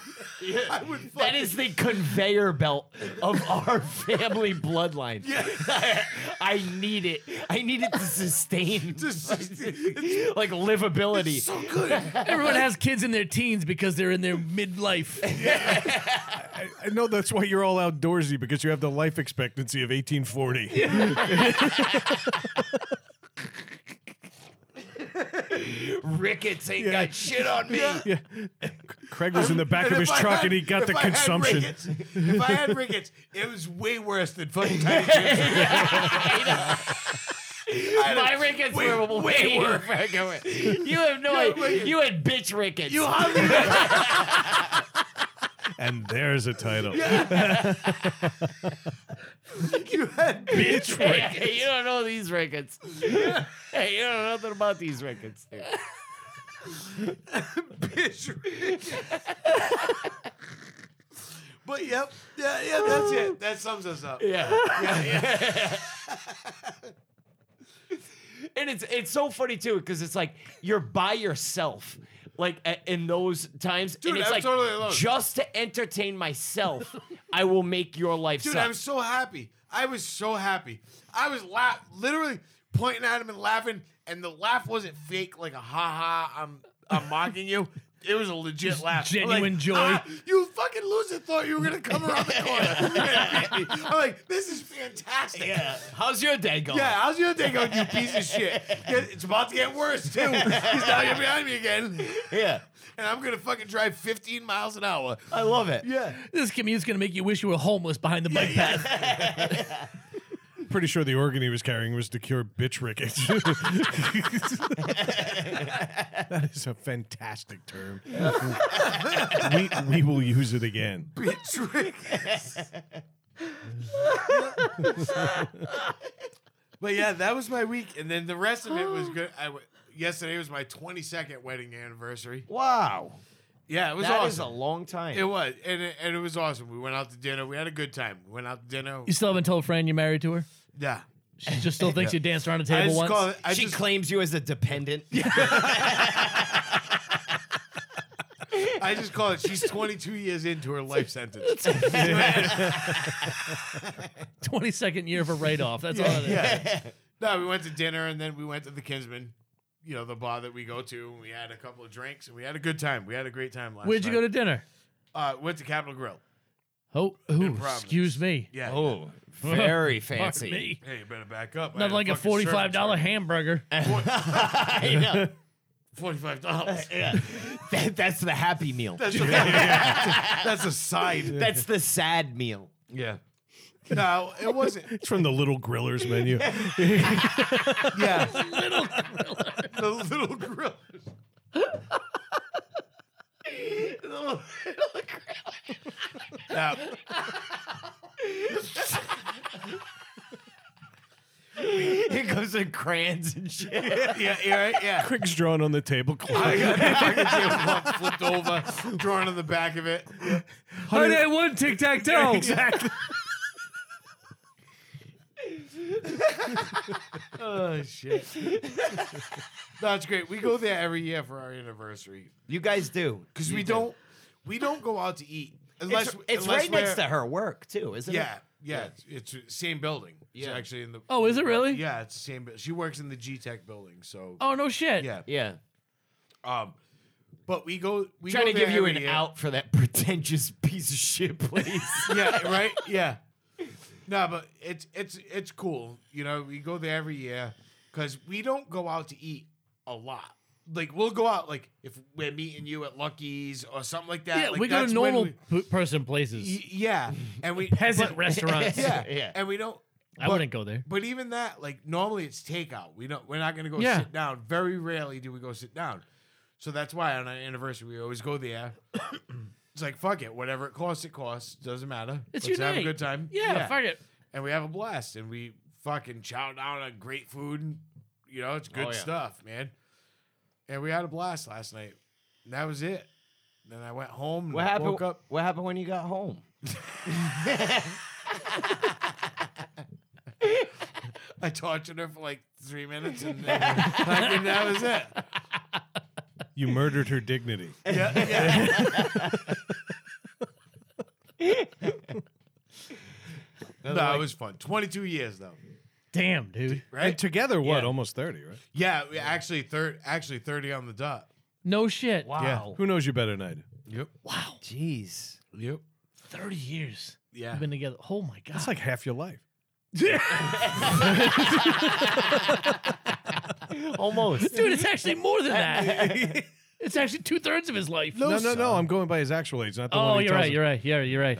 I would fucking,
That is the conveyor belt of [LAUGHS] our family bloodline. [LAUGHS] I need it. I need it to sustain [LAUGHS] like livability.
so good.
Everyone has kids in their teens because they're in their midlife.
I, I know that's why you're all outdoorsy because you have the life expectancy of 1840.
Rickets ain't got shit on me.
Yeah. Craig was in the back of
if
his
I
truck
had-
and he got
if
the
I had
consumption.
rickets- if I had rickets, it was way worse than
[LAUGHS]
fucking tiny chips. I'd
My
have-
rickets
way-
were
way
way,
worse.
worse. You have no idea. You had bitch rickets.
You hardly
And there's a title.
you had bitch
Hey, you don't know these
[LAUGHS]
rickets. hey, you don't know nothing about these rickets.
bitch rickets. but yep, yeah, yeah, that's it. That sums us up.
Yeah.
And it's it's so funny too because it's like you're by yourself.
like a- in those times.
Dude,
and it's
I'm
like,
totally alone.
just to entertain myself, I will make your life
Dude,
suck.
I'm so happy. I was so happy. I was la- literally pointing at him and laughing, and the laugh wasn't fake, like a ha ha, I'm I'm mocking you. It was a legit laugh. I'm
genuine
like,
joy.
"Ah, you fucking loser thought you were gonna come around the corner. You're gonna
[LAUGHS]
beat me." I'm like, this is fantastic. Yeah.
How's your day going?
how's your day going, you piece of shit? Yeah, It's about to get worse too. Because now you're behind me again,
yeah.
and I'm gonna fucking drive 15 miles an hour.
I love it.
Yeah,
This commute's gonna make you wish you were homeless behind the bike path.
Pretty sure the organ he was carrying was to cure bitch rickets. [LAUGHS] that is a fantastic term. we, we will use it again.
bitch, But yeah, that was my week, and then the rest of it was good. I w- yesterday was my 22nd wedding anniversary.
Wow.
Yeah, it was
that
awesome.
is a long time.
it was, and it, and it was awesome. We went out to dinner. We had a good time. We went out to dinner.
You still haven't told Fran you're married to her?
Yeah,
She just still thinks you danced around a
I
table
just
once.
call it. I
she
just,
claims you as a dependent.
I just call it. She's 22 years into her life sentence.
22nd year of a write off. That's all it is.
[LAUGHS] yeah. No, we went to dinner and then we went to the Kinsman, you know, the bar that we go to, and we had a couple of drinks and we had a good time. We had a great time last
Where'd you go to dinner?
go to? Uh, went to Capitol Grill.
Oh,
In
ooh,
Providence.
excuse me.
Yeah.
Oh, [LAUGHS] very
Fuck
fancy.
me.
Hey, you better back up. I had
Not like a
fucking
$45
service [LAUGHS]
hamburger.
I know.
charge. [LAUGHS] $45.
Yeah. That- [LAUGHS] that's the happy meal.
That's a, [LAUGHS] that's a side.
That's the sad [LAUGHS] meal.
Yeah. No, it wasn't.
It's from the Little Grillers menu.
Yeah. the little grill. [LAUGHS] the little, little grill. Now,
Here comes the crayons and shit.
yeah, yeah, right, yeah.
Crick's drawn on the tablecloth.
I got the fucking tablecloth flipped over, drawn on the back of it.
Honey, I won tic tac toe.
Exactly.
Oh shit. [LAUGHS] That's great. We go there every year for our anniversary
You guys do.
because we don't we don't go out to eat unless
it's it's
unless
right next to
we're-
her work, too, isn't
Yeah,
it?
yeah. It's, it's same building. It's
Yeah.
actually in the.
Oh, is it really?
Yeah, it's the same. bu- She works in the G Tech building, so
Oh, no shit.
yeah.
Yeah.
Um, but we go. We
Trying
go
to give
there
you
every
an
year.
out for
[LAUGHS]
that pretentious piece of shit place.
[LAUGHS] yeah, right? Yeah. No, but it's it's it's cool. You know, we go there every year because we don't go out to eat a lot. Like we'll go out like if we're meeting you at Lucky's or something like that.
Yeah,
like,
we go to
that's when
normal
we-
p- person places.
y- yeah, and we
[LAUGHS] Peasant
but-
restaurants.
[LAUGHS] Yeah,
[LAUGHS] Yeah.
and we don't.
I
but-
wouldn't go there.
But even that, like normally it's takeout. We don't. We're not gonna go
Yeah.
sit down. Very rarely do we go sit down. So that's why on our anniversary we always
[COUGHS]
go there. it's like fuck it, whatever it costs, it costs. Doesn't matter.
It's
Let's
your
have
night.
a good time.
Yeah, fuck it.
and we have a blast and we fucking chow down on great food and you know it's good
Oh, yeah.
stuff man and we had a blast last night and that was it then i went home and
What happened?
woke up
What happened when you got home?
i tortured her for like three
[LAUGHS]
minutes and then fucking that was it
You murdered her dignity.
no it was fun 22 years though
Damn, dude.
And
right
together, what?
Yeah.
Almost 30, right?
yeah we actually third actually 30 on the dot
No shit.
Wow.
Who knows you better than I do?
yep
Wow.
Jeez.
yep
30 years.
yeah
We've been together. Oh, my
[LAUGHS]
God.
That's like half your life.
Almost.
Dude, it's actually more than that. [LAUGHS] it's actually two thirds of his life.
No, no, no, I'm going by his actual age, not the one.
Oh,
he
you're
tells
right. You're right. Yeah, you're right.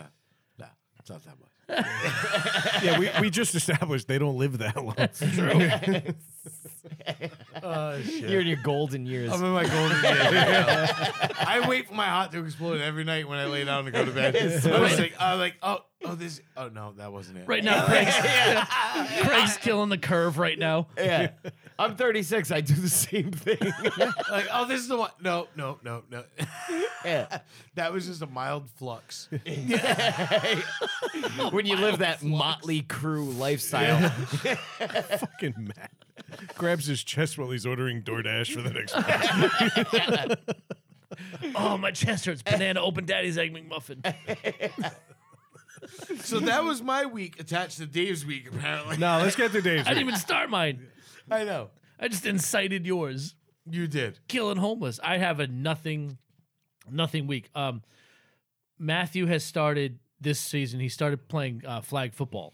nah, it's not that much
us. Yeah, we,
[LAUGHS]
we just established they don't live that long. [LAUGHS]
You're in your golden years.
Oh, I'm in my golden years. yeah. I wait for my heart to explode every night when I lay down to go to
[LAUGHS]
bed. I'm just like, I'm like, oh, oh, this, oh no, that wasn't it.
Right now, Craig's, Craig's killing the curve right now.
yeah. I'm 36. I do the same
[LAUGHS]
thing.
Like, oh, this is the one. No, no, no, no. [LAUGHS]
Yeah.
that was just a mild
[LAUGHS]
flux.
when you live that motley crew
[LAUGHS]
lifestyle.
Fucking
[LAUGHS]
mad. Grabs his chest while he's ordering DoorDash for the next one.
oh, my chest hurts. Banana open daddy's egg McMuffin.
So that was my week attached to Dave's week, apparently.
No, let's get to Dave's.
I didn't
week.
even start mine.
[LAUGHS] I know.
I just incited yours.
You did.
Killing homeless. I have a nothing, nothing week. Um, Matthew has started this season. He started playing uh, flag football.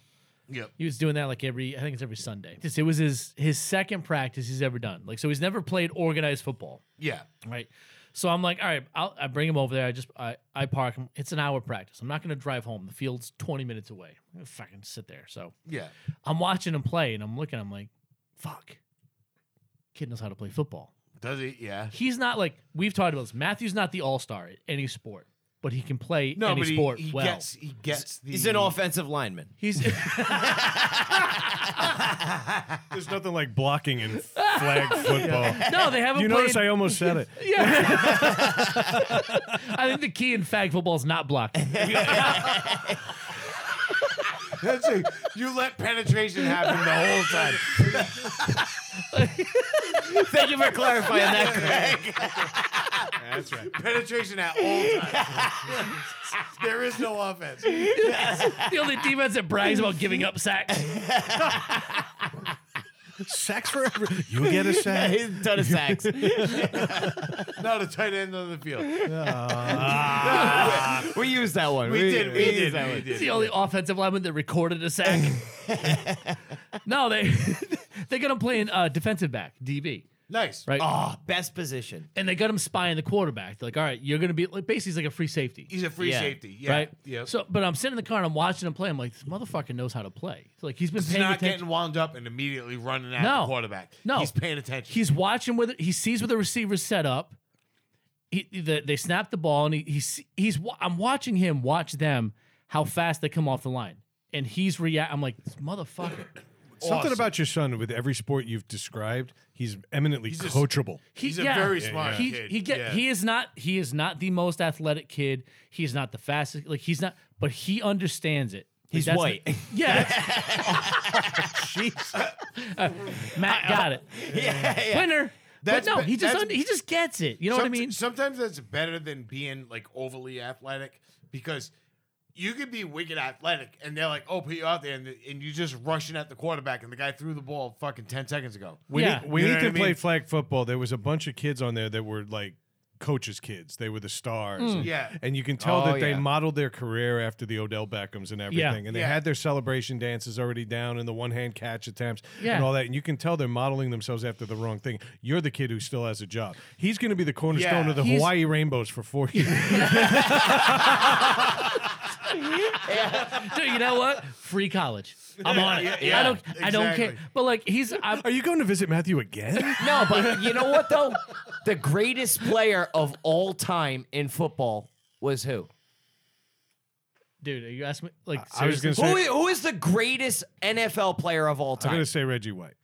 Yep.
He was doing that like every, I think it's every Sunday. This- It was his his second practice he's ever done. Like so, he's never played organized football.
Yeah.
Right. So I'm like, all right, I'll, I bring him over there. I just I, I park him. It's an hour practice. I'm not gonna drive home. The field's 20 minutes away. I'm gonna fucking sit there. So
Yeah.
I'm watching him play and I'm looking. I'm like, fuck. Kid knows how to play football.
Does he? Yeah.
He's not like we've talked about this. Matthew's not the all star at any sport, but he can play any
he,
sport
he
well.
gets he gets the
He's an offensive lineman.
He's
There's nothing like blocking
[LAUGHS]
in flag football.
[LAUGHS] no, they haven't.
You
played,
notice I almost said it.
Yeah. [LAUGHS] I think the key in fag football is not blocking.
That's it. you let penetration happen the whole time.
Thank you for clarifying that, Greg.
That's right.
Penetration at all times. there is no offense.
the only defense that brags about giving up sacks.
Sacks forever. You
[LAUGHS]
get a sack.
He's done his sacks.
Not a tight end on the field.
We used that one.
[LAUGHS] We did. We
used
did.
that
We
one.
did.
Ah. It's the only offensive lineman that recorded a sack. no, they [LAUGHS] they got him playing uh, defensive back DB,
Nice.
right?
Oh, best position.
And they got him spying the quarterback. They're like, all right, you're gonna be like basically he's like a free safety,
He's a free
Yeah.
safety. Yeah.
right?
Yeah.
So, but I'm sitting in the car and I'm watching him play. I'm like, this motherfucker knows how to play. So, like he's been
He's
paying
not
attention.
getting wound up and immediately running at
No.
the quarterback.
No.
He's paying attention.
he's watching where the, he sees where the receiver's set up. He the, they snap the ball and he, he's he's wa- I'm watching him watch them how fast they come off the line and he's react. I'm like this motherfucker.
Something about your son with every sport you've described, he's eminently
a s-
coachable.
He-
He's a very smart
he,
kid,
He get
yeah.
he is not he is not the most athletic kid. He's not the fastest. Like he's not, but he understands it. Like,
He's
that's
white.
the- yeah.
[LAUGHS]
Jeez. Uh, [LAUGHS] Matt got it.
Yeah, yeah.
Winner.
That's
but no,
be-
he just
that's-
un- he just gets it. You know what I
Somet-
mean?
Sometimes that's better than being like overly athletic because you could be wicked athletic and they're like, oh, put you out there and, and you're just rushing at the quarterback and the guy threw the ball fucking 10 seconds ago.
When,
Yeah.
he, when
You know what
he
I
could play
mean?
flag football, there was a bunch of kids on there that were like coaches' kids. They were the stars.
Mm.
And,
Yeah.
and you can tell
Oh,
that they
yeah.
modeled their career after the Odell Beckhams and everything. And they
Yeah.
had their celebration dances already down and the one hand catch attempts
Yeah.
and all that. And you can tell they're modeling themselves after the wrong thing. You're the kid who still has a job. He's going to be the cornerstone
Yeah.
of the
He's-
Hawaii Rainbows for four years.
[LAUGHS]
Dude, you know what? Free college. I'm on it.
yeah,
I don't. I don't
exactly.
care. But like he's. I'm,
Are you going to visit Matthew again?
No, but you know what though? The greatest player of all time in football was who?
dude, are you asking me? Like
I was going to
seriously?
say.
Who, who is the greatest NFL player of all
I'm
time?
going to say Reggie White.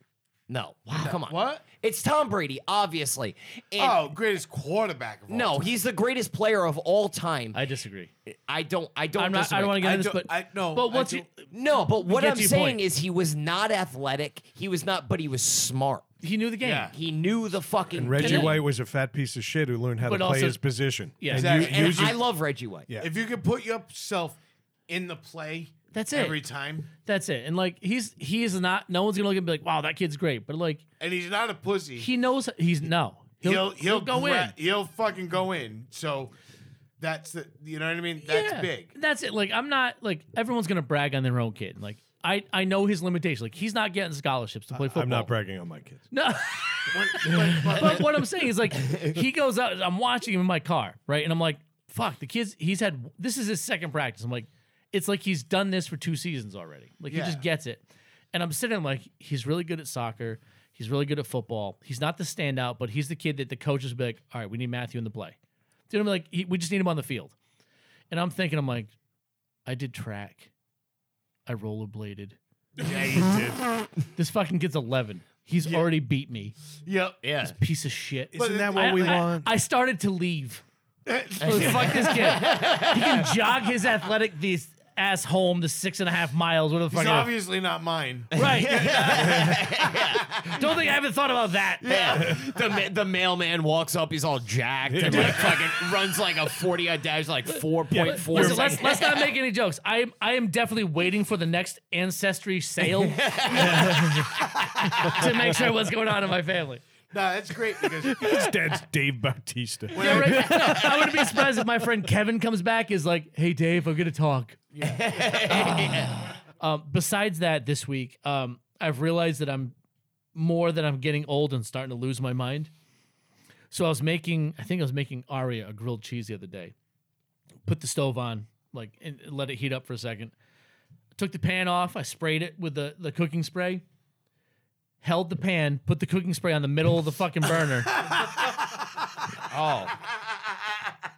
No. Wow, come on.
What?
It's Tom Brady, obviously. And
Oh, greatest quarterback of all
no,
time.
he's the greatest player of all time. I,
I disagree.
don't I don't
I'm not. I
disagree.
don't want to get
I
into this.
don't-
But
I- no,
But
I
once you,
No, but what
get
I'm
to your
saying
point.
is he was not athletic. He was not but he was smart.
he knew the game.
Yeah.
He knew the fucking
Reggie
game.
White was a fat piece of shit who learned how
But
to play
also-
his position.
Yeah.
And
Exactly.
you,
And
use your
I love Reggie White.
Yeah.
If you could put yourself in the play
That's it.
every time,
That's it. And like he's he is not. No one's gonna look and be like, "Wow, that kid's great." But like
and he's not a pussy,
he knows he's no.
he'll,
He'll he'll, go
gra-
in.
He'll fucking go in. So that's the, you know what I mean? That's
Yeah.
big.
That's it. Like I'm not like everyone's gonna brag on their own kid. Like I I know his limitations. Like he's not getting scholarships to play football.
I'm not bragging on my kids.
No.
[LAUGHS]
[LAUGHS] but what I'm saying is like he goes out. I'm watching him in my car, right? And I'm like, fuck, the kids. He's had this is his second practice. I'm like, it's like he's done this for two seasons already. Like he just
Yeah.
gets it. And I'm sitting there, like, he's really good at soccer. He's really good at football. He's not the standout, but he's the kid that the coaches be like, all right, we need Matthew in the play. Do you know what I mean? Like he, we just need him on the field. And I'm thinking, I'm like, I did track. I rollerbladed.
Yeah, [LAUGHS] he
This fucking kid's 11. He's already beat me.
did. yep. Yeah.
Piece of shit.
Isn't that
I- I,
[LAUGHS]
I started to leave. Fuck this kid. He can jog his athletic these ass home the six and a half miles. What the fuck?
It's
it is.
obviously not
[LAUGHS]
mine.
Right. Don't think I haven't thought about that.
Yeah. [LAUGHS] the ma- the mailman walks up. He's all jacked and like fucking runs like a forty odd dash, like four point four.
Listen, let's, let's not make any jokes. I am I am definitely waiting for the next ancestry sale [LAUGHS] to make sure what's going on in my family.
No, that's great because
His dad's Dave Bautista.
Yeah, right? No, I wouldn't be surprised if my friend Kevin comes back is like, "Hey Dave, I'm gonna talk." [LAUGHS] um, besides that, this week, um, I've realized that I'm more that I'm getting old and starting to lose my mind. So I was making, I think I was making aria a grilled cheese the other day. Put the stove on, like, and let it heat up for a second. Took the pan off. I sprayed it with the the cooking spray. Held the pan, put the cooking spray on the middle of the fucking burner.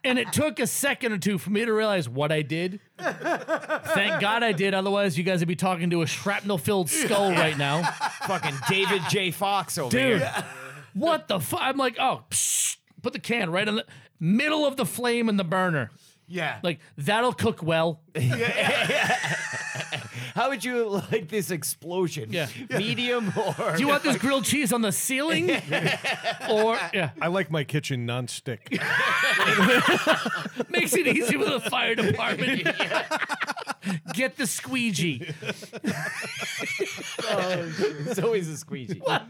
And it took a second or two for me to realize what I did. Thank God I did. Otherwise, you guys would be talking to a shrapnel filled skull right
[LAUGHS]
now.
fucking David
[LAUGHS]
J. Fox over
Dude,
here.
what the fuck? I'm like, oh, psh, put the can right in the middle of the flame in the burner.
yeah,
[LAUGHS] Like, that'll cook well.
How would
[LAUGHS]
you like this explosion?
Yeah.
Medium or
Do you
[LAUGHS]
want this grilled cheese on the ceiling? or, yeah,
I like my kitchen non-stick.
makes it easy for the fire
[LAUGHS]
department. Get the squeegee.
Oh,
it's always a squeegee.
uh,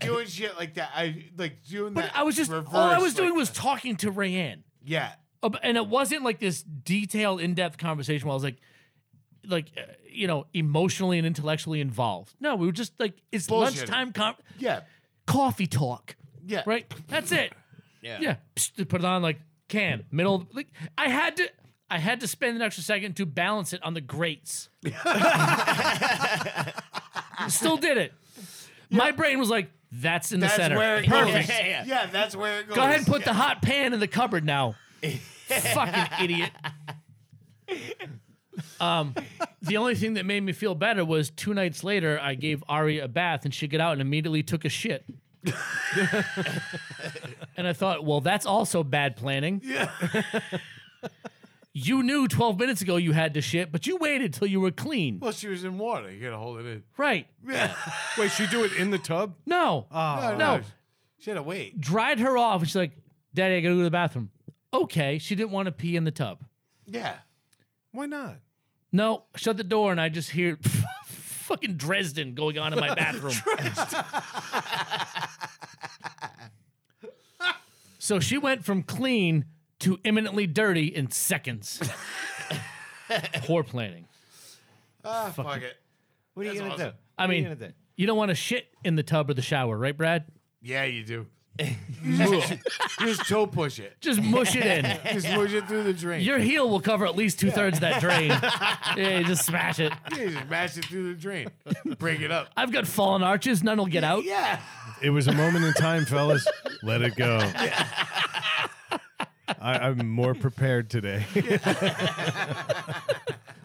doing shit like that. I like doing
But
that.
I was just,
reverse,
all I was
like
doing was
that.
talking to Rayanne.
yeah.
Uh, and it wasn't like this detailed, in-depth conversation. Where I was like, like uh, you know, emotionally and intellectually involved. No, we were just like it's
Bullshit.
lunchtime com-
Yeah.
coffee talk,
Yeah.
right? That's it. yeah, Psst, they put it on like can middle. Like I had to, I had to spend an extra second to balance it on the
[LAUGHS]
grates. Still did it. My brain was like, "That's in the
That's
center.
where it goes.
Perfect.
Yeah, that's where it goes.
Go ahead and
[LAUGHS]
put
yeah.
the hot pan in the cupboard now. Fucking idiot. Um, the only thing that made me feel better was two nights later, I gave Ari a bath and she got out and immediately took a shit. and I thought, well, that's also bad planning. Yeah. [LAUGHS] you knew 12 minutes ago you had to shit, but you waited till you were clean.
Well, she was in water. You gotta hold it in. [LAUGHS]
Right. [LAUGHS]
Wait, she do it in the tub?
No.
Ah.
Oh. no.
She had to wait.
Dried her off and she's like, Daddy, I gotta go to the bathroom. Okay. She didn't want to pee in the tub.
Yeah.
Why not?
No, shut the door, and I just hear [LAUGHS] fucking Dresden going on in my
[LAUGHS]
bathroom. so she went from clean to imminently dirty in
[LAUGHS]
seconds. Poor planning.
Ah, fuck, it.
What are you
That's
gonna
awesome.
do?
I
What are you
mean-
gonna do?
You don't want to shit in the tub or the shower, right, Brad?
Yeah, you do. you just, you just toe push it.
[LAUGHS] Just mush it in.
Just push it through the drain.
Your heel will cover at least two thirds of that
[LAUGHS]
drain. yeah, you just smash it.
Yeah, you just mash it through the drain. Break
[LAUGHS]
it up.
I've got fallen arches. None will get out.
Yeah.
It was a moment in time, fellas. Let it go. I, I'm more prepared today.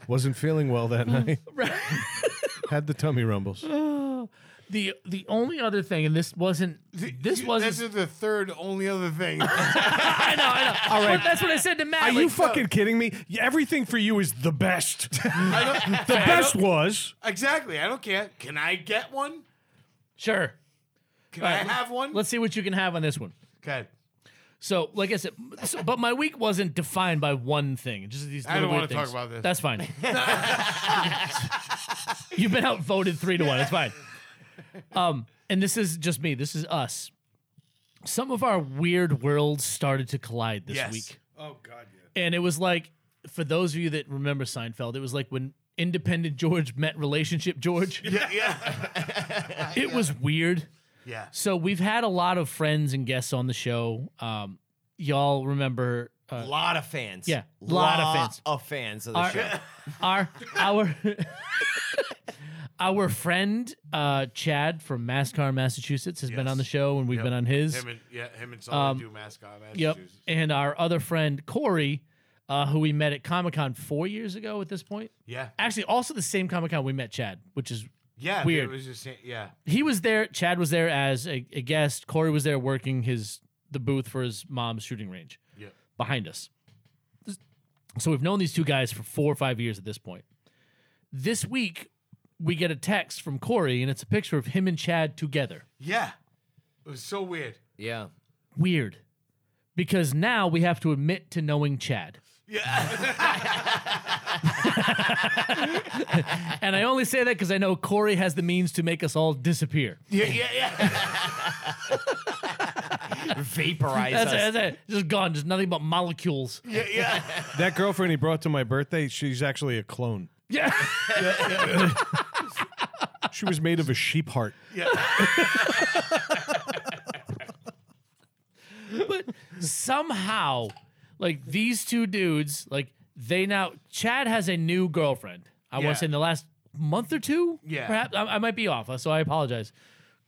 Wasn't feeling well that night. [LAUGHS] Had the tummy rumbles.
The the only other thing, and this wasn't this
You-
wasn't
This is the third only other thing. [LAUGHS]
I know, I know. All right. that's what I said to Matt.
Are
like,
you fucking kidding me? Y- Everything for you is the best. the best was.
exactly. I don't care. Can I get one?
sure.
Can
All
I
right,
have one?
Let's see what you can have on this one. [LAUGHS]
Okay.
So, like I said, so- but my week wasn't defined by one thing. Just these.
I don't
want
wanna talk about this.
That's
[LAUGHS]
fine. You've been outvoted three to one. It's fine. Um, and this is just me. This is us. Some of our weird worlds started to collide this
Yes.
week. Oh God! Yeah. And it was like, for those of you that remember Seinfeld, it was like when Independent George met Relationship George.
Yeah. Yeah.
[LAUGHS] it was weird.
yeah.
So we've had a lot of friends and guests on the show. Um, y'all remember
A
uh,
lot of fans.
Yeah, lot of fans.
of fans of the
our,
show.
[LAUGHS]
our our our friend uh, Chad from Mascar, Massachusetts, has been
Yes.
on the show, and we've
Yep.
been on his.
Him and yeah, him and someone
Um,
do mascot
yep,
Massachusetts.
and our other friend Corey, uh, who we met at Comic Con four years ago. At this point,
Yeah.
actually, also the same Comic Con we met Chad, which is
Yeah.
Weird.
It was just yeah.
he was there. Chad was there as a, a guest. Corey was there working his the booth for his mom's shooting range.
Yep.
behind us. This- So we've known these two guys for four or five years at this point. This week, we get a text from Corey, and it's a picture of him and Chad together.
Yeah. It was so weird.
Yeah.
Weird. Because now we have to admit to knowing Chad. Yeah. [LAUGHS] and I only say that because I know Corey has the means to make us all disappear.
Yeah, yeah,
[LAUGHS]
yeah.
Vaporize
That's
us.
it, that's it. Just gone. Just nothing but molecules.
Yeah, yeah.
That girlfriend he brought to my birthday, she's actually a clone.
Yeah.
[LAUGHS] She was made of a sheep heart.
but somehow, like these two dudes, like they now Chad has a new girlfriend. I
Yeah.
want to say in the last month or two.
Yeah.
perhaps I, I might be off, so I apologize.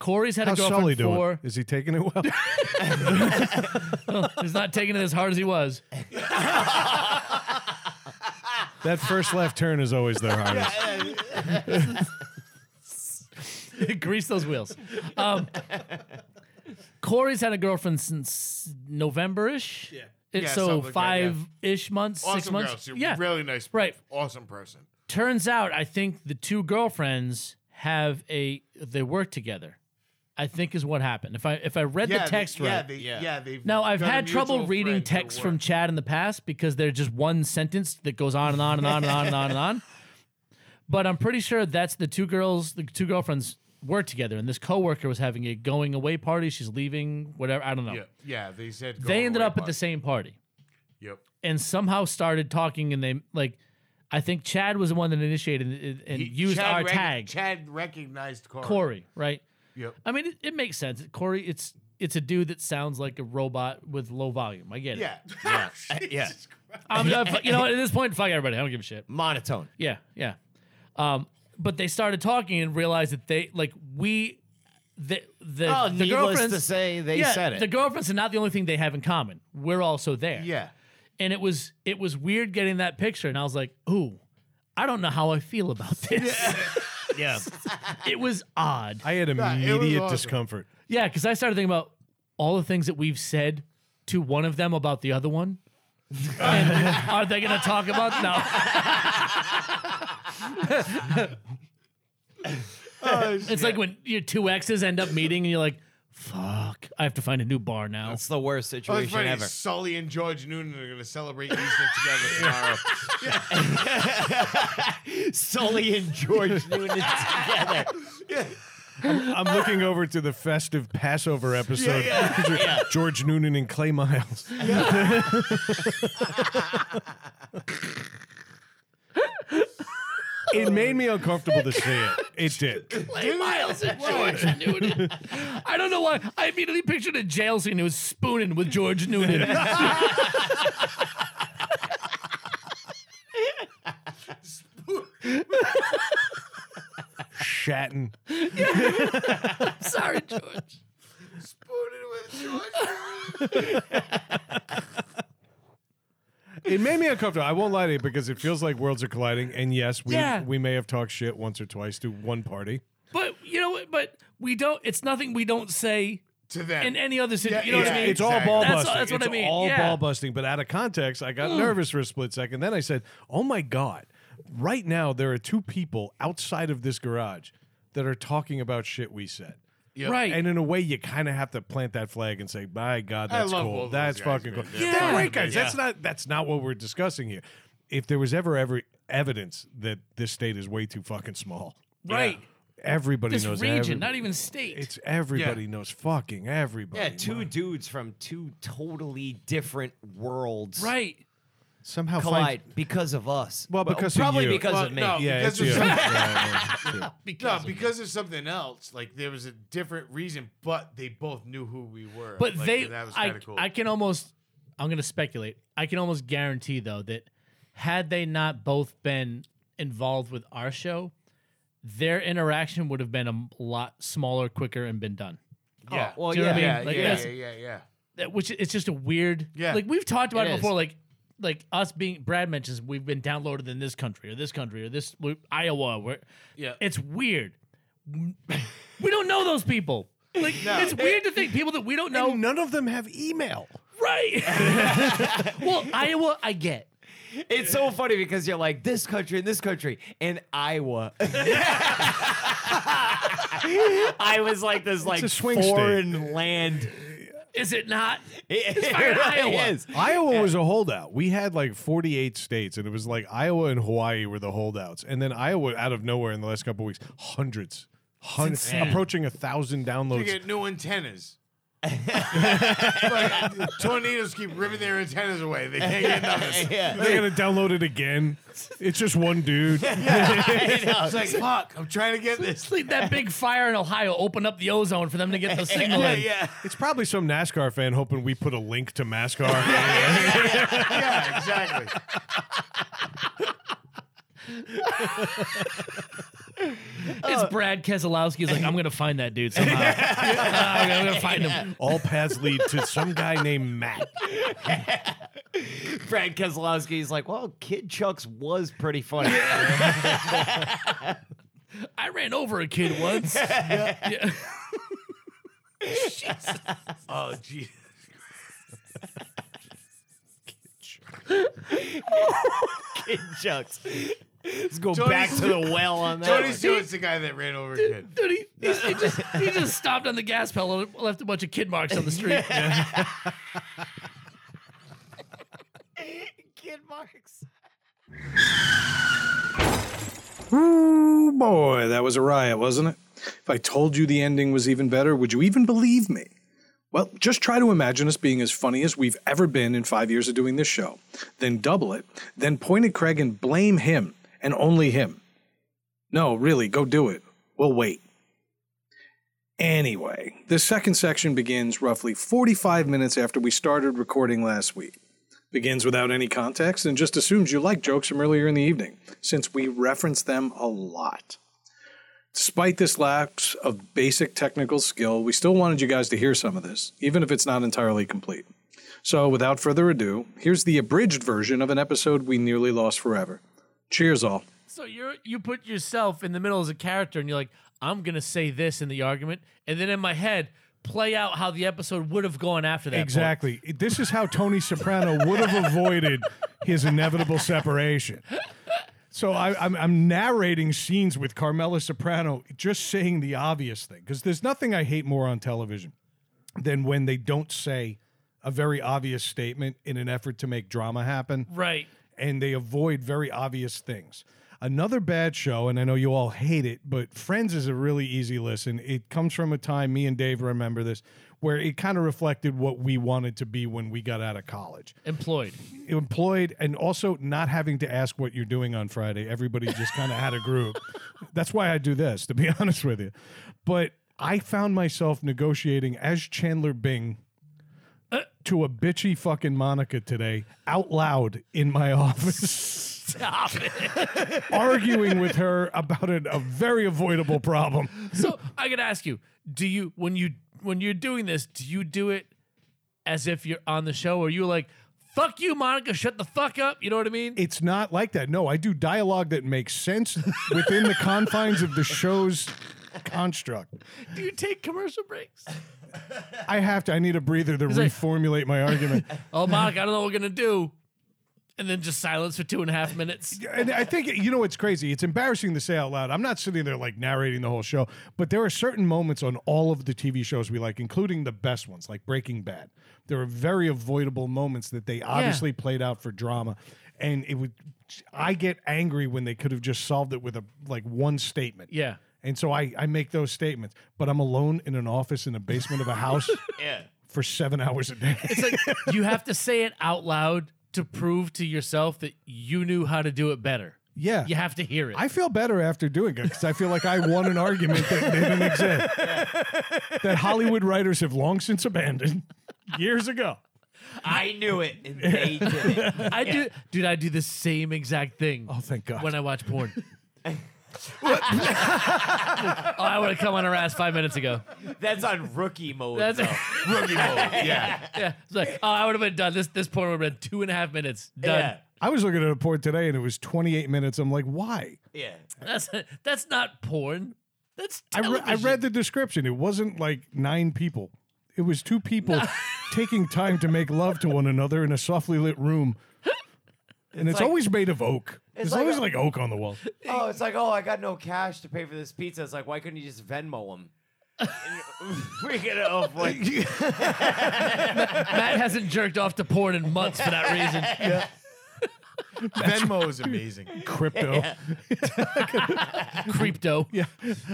Corey's had
How's
a
Sully
girlfriend for.
doing? Is he taking it well?
He's not taking it as hard as he was. [LAUGHS]
that first left turn is always their hardest.
Grease those wheels. Um, Corey's had a girlfriend since November-ish. Yeah.
Yeah,
so
something like that, yeah.
five-ish months, six
Awesome
months.
girl. She's a
yeah.
Really nice.
Right.
Awesome person.
turns out I think the two girlfriends have a they work together. I think is what happened. If I if I read
yeah,
the text
they,
right.
Yeah, they, yeah.
Yeah.
they've
now I've
got a
had trouble
mutual
reading
friend for
texts from
work.
Chad in the past because they're just one sentence that goes on and on and on and on and on and
[LAUGHS]
on. But I'm pretty sure that's the two girls, the two girlfriends work together, and this coworker was having a going away party. She's leaving, whatever. I don't know.
Yeah, yeah, they said
they ended up at the
this.
same party
Yep.
and somehow started talking, and they like. I think Chad was the one that initiated it and
He-
used
Chad
our
rec-
tag.
Chad recognized Corey.
Corey, right?
Yep.
I mean, it, it makes sense. Corey, it's it's a dude that sounds like a robot with low volume. I get it. [LAUGHS]
Yeah.
yeah.
I'm
[LAUGHS]
not, fu- you know, what, at this point, fuck everybody. I don't give a shit.
Monotone.
Yeah, yeah. Um, but they started talking and realized that they like we, the the,
Oh,
the
needless
girlfriends.
to say, they
yeah,
said it.
the girlfriends are not the only thing they have in common. We're also there.
[LAUGHS] Yeah.
and it was it was weird getting that picture, and I was like, ooh, I don't know how I feel about this. [LAUGHS]
yeah.
it was odd.
I had
Yeah, it was
immediate
awesome.
discomfort.
Yeah, because I started thinking about all the things that we've said to one of them about the other one. And [LAUGHS] are they going to talk about no?
Oh,
[LAUGHS] It's like when your two exes end up meeting and you're like, "Fuck, I have to find a new bar now."
[LAUGHS] That's the worst
Oh, it's
situation
funny.
ever.
Sully and George Noonan are going to celebrate Easter
[LAUGHS]
together
[LAUGHS]
tomorrow.
Sully and George Noonan together.
I'm looking over to the festive Passover episode. [LAUGHS] George Noonan and
[LAUGHS]
Clay Miles. it made me uncomfortable to see it. It did.
Miles and [LAUGHS] George Noonan. I don't know why. I immediately pictured a jail scene. It was spooning with George Noonan.
Shatting.
[LAUGHS] Sorry, George.
It made me uncomfortable. I won't lie to you because it feels like worlds are colliding. And yes, we
Yeah.
we may have talked shit once or twice to one party.
But you know, what? but we don't. It's nothing we don't say
to them.
in any other situation.
Yeah,
you know what I
yeah,
mean?
It's all
Exactly.
ball
That's-
busting.
that's what
it's
I mean,
All
yeah. Hmm.
ball busting, but out of context, I got nervous for a split second. Then I said, "Oh my god! Right now, there are two people outside of this garage that are talking about shit we said."
Yep.
Right.
And in a way, you kind of have to plant that flag and say, "My God,
I
that's
love
cool.
both of
That's
those guys,
fucking cool."
man.
Yeah.
They're
They're
fucking
great guys.
amazing.
That's not that's not what we're discussing here. If there was ever ever evidence that this state is way too fucking small,
Right.
Everybody
This
knows.
region,
every-
not even state.
It's everybody knows fucking everybody.
Yeah, two
My-
dudes from two totally different worlds
right.
somehow find
collide because of us.
Well, because of
probably
you.
because
Well,
of me.
no.
Yeah,
Because
it's
[LAUGHS]
you.
of-
Yeah, yeah, yeah.
No, because of something else. Like there was a different reason, but they both knew who we were.
But
Like,
they,
that was
I,
kind of cool.
I can almost, I'm going to speculate. I can almost guarantee though that had they not both been involved with our show, their interaction would have been a m- lot smaller, quicker, and been done.
yeah.
Oh, well,
Do you know what I
yeah.
yeah,
mean, like,
yeah,
that's-
yeah, yeah, yeah.
That- Which it's just a weird.
Yeah.
Like we've talked about
It
it,
is.
before. Like. Like us being, Brad mentions we've been downloaded in this country or this country or this we- Iowa. Where,
Yeah.
it's weird. we don't know those people. Like it's weird to think people that we don't know
[LAUGHS]
none of them have email.
Right. well, Iowa, I get.
It's so funny because you're like this country and this country and
[LAUGHS]
Iowa. [LAUGHS] I was like this like
a swing state.
foreign land.
Is it not?
It's [LAUGHS]
fucking Iowa.
Iowa was a holdout. We had like 48 states, and it was like Iowa and Hawaii were the holdouts. And then Iowa, out of nowhere, in the last couple of weeks, hundreds, hundreds approaching a thousand
to
downloads.
get
[LAUGHS]
new antennas. Like, tornadoes keep ripping their antennas away. They can't get nothing.
They're gonna download it again. It's just one dude.
[LAUGHS]
It's like, fuck, I'm trying to get this.
Sleep that big fire in Ohio opened up the ozone for them to get the signal. in.
yeah.
It's probably some NASCAR fan hoping we put a link to NASCAR.
Yeah, exactly.
It's
Oh.
Brad Keselowski. He's like, I'm gonna find that dude somehow.
[LAUGHS]
[LAUGHS] I'm gonna- I'm gonna find him.
All paths lead to some guy named Matt.
Brad Keselowski's like, well, Kid Chucks was pretty funny.
I ran over a kid
[LAUGHS]
once. Yeah.
Oh, gee.
[LAUGHS] Kid Chucks. Let's go
Tony's-
back to the well on that.
Tony
one.
Stewart's the guy that ran over a kid.
Dude, he, he, he just, [LAUGHS] he just stopped on the gas pedal and left a bunch of kid marks on the street.
Kid Marks.
Ooh, boy, that was a riot, wasn't it? If I told you the ending was even better, would you even believe me? Well, just try to imagine us being as funny as we've ever been in five years of doing this show. Then double it. Then point at Craig and blame him, and only him. No, really, go do it. We'll wait. Anyway, this second section begins roughly 45 minutes after we started recording last week begins without any context and just assumes you like jokes from earlier in the evening, since we reference them a lot. Despite this lack of basic technical skill, we still wanted you guys to hear some of this, even if it's not entirely complete. So, without further ado, here's the abridged version of an episode we nearly lost forever. Cheers, all.
[LAUGHS] So you you put yourself in the middle as a character, and you're like, I'm gonna say this in the argument, and then in my head, play out how the episode would have gone after that. point.
Exactly. This is how Tony Soprano would have avoided his inevitable separation. So I, I'm, I'm narrating scenes with Carmela Soprano, just saying the obvious thing because there's nothing I hate more on television than when they don't say a very obvious statement in an effort to make drama happen
Right.
and they avoid very obvious things. Another bad show, and I know you all hate it, but Friends is a really easy listen. It comes from a time, me and Dave remember this, where it kind of reflected what we wanted to be when we got out of college.
Employed.
Employed and also not having to ask what you're doing on Friday. Everybody just kind of had a group. That's why I do this, to be [LAUGHS] honest with you. But I found myself negotiating as Chandler Bing to a bitchy fucking Monica today out loud in my [LAUGHS] office.
[LAUGHS] Stop it.
arguing with her about an, a very avoidable problem.
So I gotta ask you, do you when you when you're doing this, do you do it as if you're on the show or you like, fuck you, Monica, shut the fuck up? You know what I mean?
It's not like that. No, I do dialogue that makes sense within the confines of the show's construct.
do you take commercial breaks?
I have to, I need a breather to
like-
reformulate my argument.
Oh Monica, I don't know what we're gonna do. And then just silence for two and a half minutes.
And I think, you know, it's crazy. It's embarrassing to say out loud. I'm not sitting there like narrating the whole show, but there are certain moments on all of the TV shows we like, including the best ones, like Breaking Bad. There are very avoidable moments that they obviously played out for drama. And it would, I get angry when they could have just solved it with a like one statement.
Yeah.
And so I, I make those statements, but I'm alone in an office in the basement of
[LAUGHS]
a house for seven hours a day.
It's like you have to say it out loud to prove to yourself that you knew how to do it better.
[LAUGHS] yeah.
You have to hear it.
I feel better after doing it because I feel like I won an argument that didn't exist. That Hollywood writers have long since abandoned years ago.
I knew it. And they did it.
I do, dude. I do the same exact thing.
Oh, thank God.
when I watch
[LAUGHS]
porn. [LAUGHS] oh, I would have come on her ass five minutes ago.
That's on rookie mode.
That's
though.
Rookie mode. Yeah.
[LAUGHS] yeah. It's like, oh, I would have been done. This this porn would have been two and a half minutes. Done.
Yeah.
I was looking at a report today and it was 28 minutes. I'm like, why?
Yeah.
That's that's not porn. That's
I, re- I read the description. It wasn't like nine people, it was two [LAUGHS] people taking time to make love to one another in a softly lit room and it's,
like-
always made of oak. There's
like
always
a-
like oak on the wall.
Oh, it's like, oh, I got no cash to pay for this pizza. It's like, why couldn't you just Venmo him? we get it off like
Matt hasn't jerked off to porn in months for that reason.
Venmo is amazing. [LAUGHS]
[LAUGHS]
Crypto.
Crypto.
Yeah.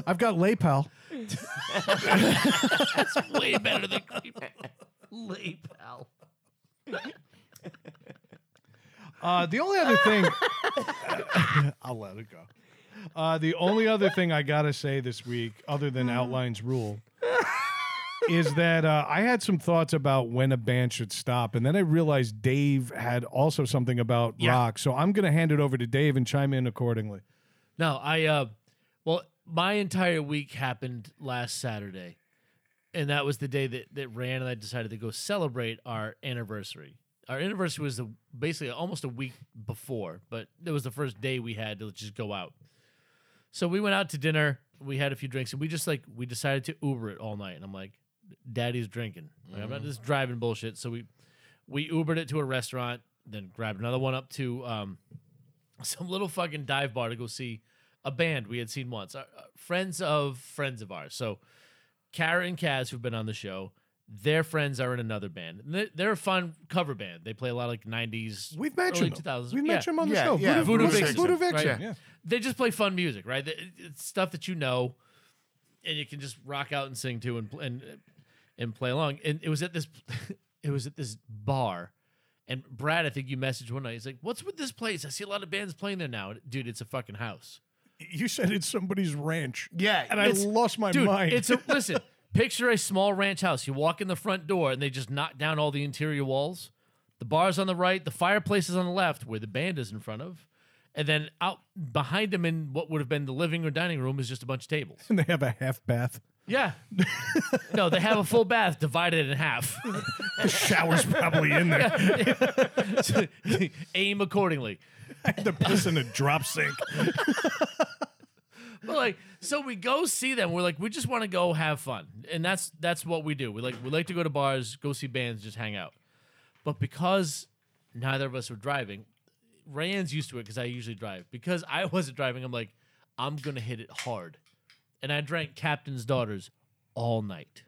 I've got LayPal.
Way better than crypto. Lay pal.
Uh, the only other thing, [LAUGHS] I'll let it go. Uh, the only other thing I gotta say this week, other than
Mm.
outlines rule, is that uh, I had some thoughts about when a band should stop, and then I realized Dave had also something about
Yeah.
rock. So I'm gonna hand it over to Dave and chime in accordingly.
No, I uh well, my entire week happened last Saturday. And that was the day that, that ran and I decided to go celebrate our anniversary. Our anniversary was the, basically almost a week before, but it was the first day we had to just go out. So we went out to dinner, we had a few drinks, and we just like we decided to Uber it all night. And I'm like, Daddy's drinking. Like, I'm not just driving bullshit. So we we Ubered it to a restaurant, then grabbed another one up to um, [LAUGHS] some little fucking dive bar to go see a band we had seen once. Uh, uh, friends of friends of ours. So Kara and Kaz, who've been on the show, their friends are in another band. And They're, they're a fun cover band. They play a lot of like 90s.
We've
early
mentioned
2000s.
them. We've
Yeah.
mentioned them on the
Yeah,
show.
yeah.
Voodoo
Voodoo
Vixen,
Voodoo
right?
Vixen. Yeah.
They just play fun music, right? It- It's stuff that you know, and you can just rock out and sing to and and and play along. And it was at this, [LAUGHS] it was at this bar, and Brad, I think you messaged one night. He's like, "What's with this place? I see a lot of bands playing there now, dude. It's a fucking house."
You said it's somebody's ranch.
Yeah,
And I
It's-
lost my
Dude,
mind.
it's a listen. Picture a small ranch house. You walk in the front door, and they just knock down all the interior walls. The bar's on the right, the fireplace is on the left, where the band is in front of, and then out behind them in what would have been the living or dining room is just a bunch of tables.
[LAUGHS] and they have a half
[LAUGHS]
bath.
Yeah. no, they have a full bath divided in half. [LAUGHS]
The shower's probably in there.
Aim accordingly.
the piss in a drop [LAUGHS] sink.
But like, so we go see them. We're like, we just want to go have fun, and that's that's what we do. We like we like to go to bars, go see bands, just hang out. But because neither of us were driving, Ryan's used to it because I usually drive. Because I [LAUGHS] wasn't driving, I'm like, I'm gonna hit it hard, and I drank Captain's Daughters all night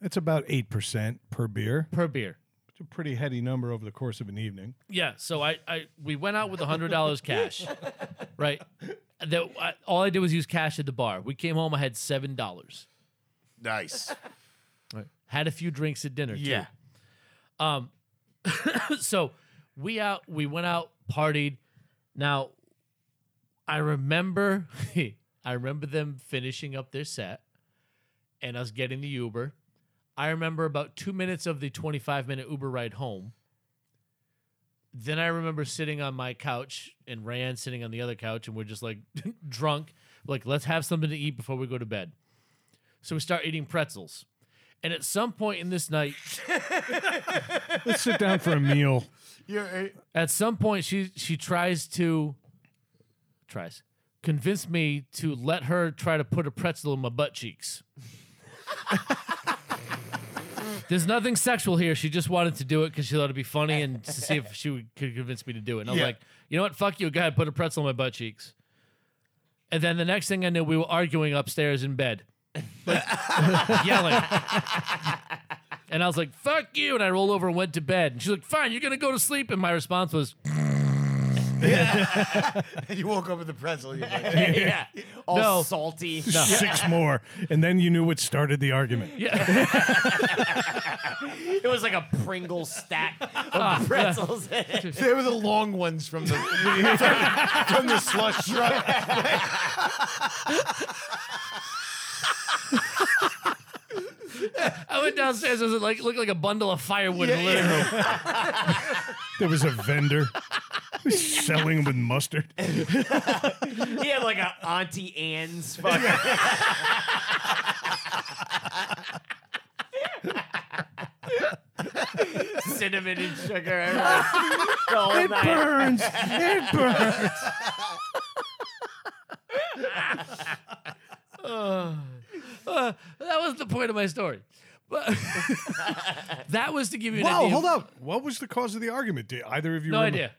That's about eight percent per beer.
per beer.
It's a pretty heady number over the course of an evening.
Yeah, so I, I we went out with hundred dollars cash, right? That I, all I did was use cash at the bar. We came home, I had seven dollars.
nice.
Had a few drinks at dinner. Um,
Yeah,
[COUGHS] so we out we went out partied now i remember [LAUGHS] i remember them finishing up their set and us getting the uber i remember about two minutes of the 25 minute uber ride home then i remember sitting on my couch and ryan sitting on the other couch and we're just like [LAUGHS] drunk like let's have something to eat before we go to bed so we start eating pretzels and at some point in this night
Let's sit down for a meal.
yeah. eh,
At some point, she she tries to tries convince me to let her try to put a pretzel in my butt cheeks. [LAUGHS] There's nothing sexual here. She just wanted to do it because she thought it'd be funny and to see if she would, could convince me to do it. And I was
Yeah.
like, you know what? Fuck you. Go ahead, put a pretzel in my butt cheeks. And then the next thing I knew, we were arguing upstairs in bed, like, [LAUGHS] yelling. And I was like, fuck you. And I rolled over and went to bed. And she's like, fine, you're going to go to sleep. And my response was,
You woke up with the pretzel. You're like,
[LAUGHS] yeah, all
No.
salty.
[LAUGHS] Six more, and then you knew what started the argument.
yeah.
It was like a
[LAUGHS]
Pringle stack
Ah.
of pretzels.
They were the long ones from the from, the slush truck.
I went downstairs. It was like, looked like a bundle of firewood in the living room.
There was a vendor selling them with mustard.
he had like a
[LAUGHS]
Auntie Anne's fucking. Cinnamon and sugar. everywhere. The whole night.
Burns! It burns!
Uh, [LAUGHS] that was the point of my story. But [LAUGHS] that was to give you an
Wow,
idea.
hold up. What was the cause of the argument? Did either of you
No
remember?
idea.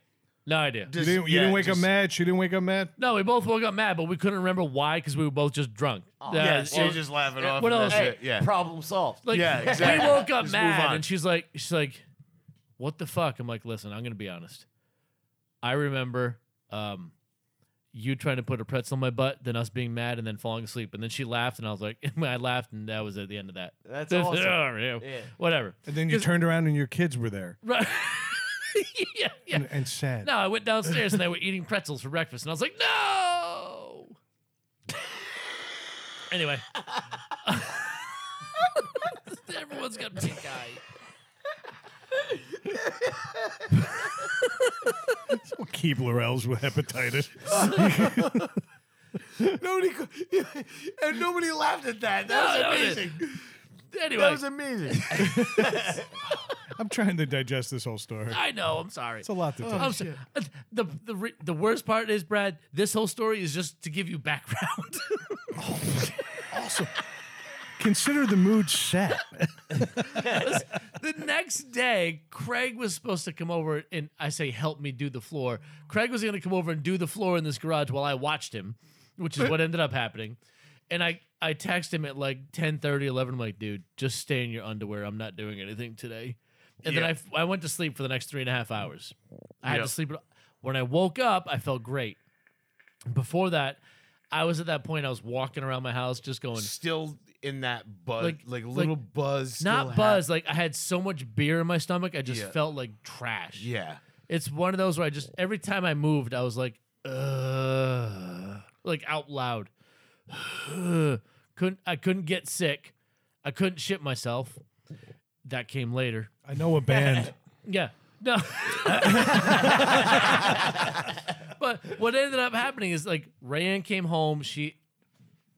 No idea.
You didn't, you
yeah,
didn't wake
just-
up mad. She didn't wake up mad.
No, we both woke up mad, but we couldn't remember why because we were both just drunk. Uh,
yeah,
so-
she's just laughing off.
eh, what
and
else?
that's it, Yeah.
[LAUGHS] Problem solved.
Like,
Yeah, exactly.
We woke up
Just move
mad,
on.
and she's like, she's like, "What the fuck?" I'm like, "Listen, I'm gonna be honest. I remember um, you trying to put a pretzel in my butt, then us being mad, and then falling asleep. And then she laughed, and I was like, [LAUGHS] I laughed, and that was at the end of that. [LAUGHS]
That's awesome.
Yeah,
Yeah.
Whatever.
And then you turned around and your kids were there
Right. [LAUGHS] yeah, yeah.
and, and sad.
No, I went downstairs and they were eating pretzels for breakfast, and I was like, no. [LAUGHS] anyway, [LAUGHS] everyone's got pink eye.
Keep Laurels with hepatitis.
Nobody, co- [LAUGHS] and nobody laughed at that. That
No, [LAUGHS]
was
that was
amazing.
Anyway,
That was amazing.
I'm trying to digest this whole story.
I know. I'm sorry.
It's a lot to take.
I'm sorry. The the re- the worst part is Brad. This whole story is just to give you background.
Consider the mood set.
the next day, Craig was supposed to come over and I say, help me do the floor. Craig was going to come over and do the floor in this garage while I watched him, which is what ended up happening. And I, I text him at like 10 11. I'm like, dude, just stay in your underwear. I'm not doing anything today. And then I, f- I went to sleep for the next three and a half hours. I had
Yeah.
to sleep. When I woke up, I felt great. Before that, I was at that point, I was walking around my house just going,
Still in that buzz, like,
Like-
little
like-
buzz. still
not
hap-
buzz. Like I had so much beer in my stomach, I just
Yeah.
felt like trash.
[LAUGHS]
Yeah.
It's one of those where I just every time I moved, I was like, Ugh, like out loud. [SIGHS] couldn't I couldn't get sick. I couldn't shit myself. That came later.
I know a band. [LAUGHS]
Yeah. No. [LAUGHS] but what ended up happening is like Rayanne came home. She,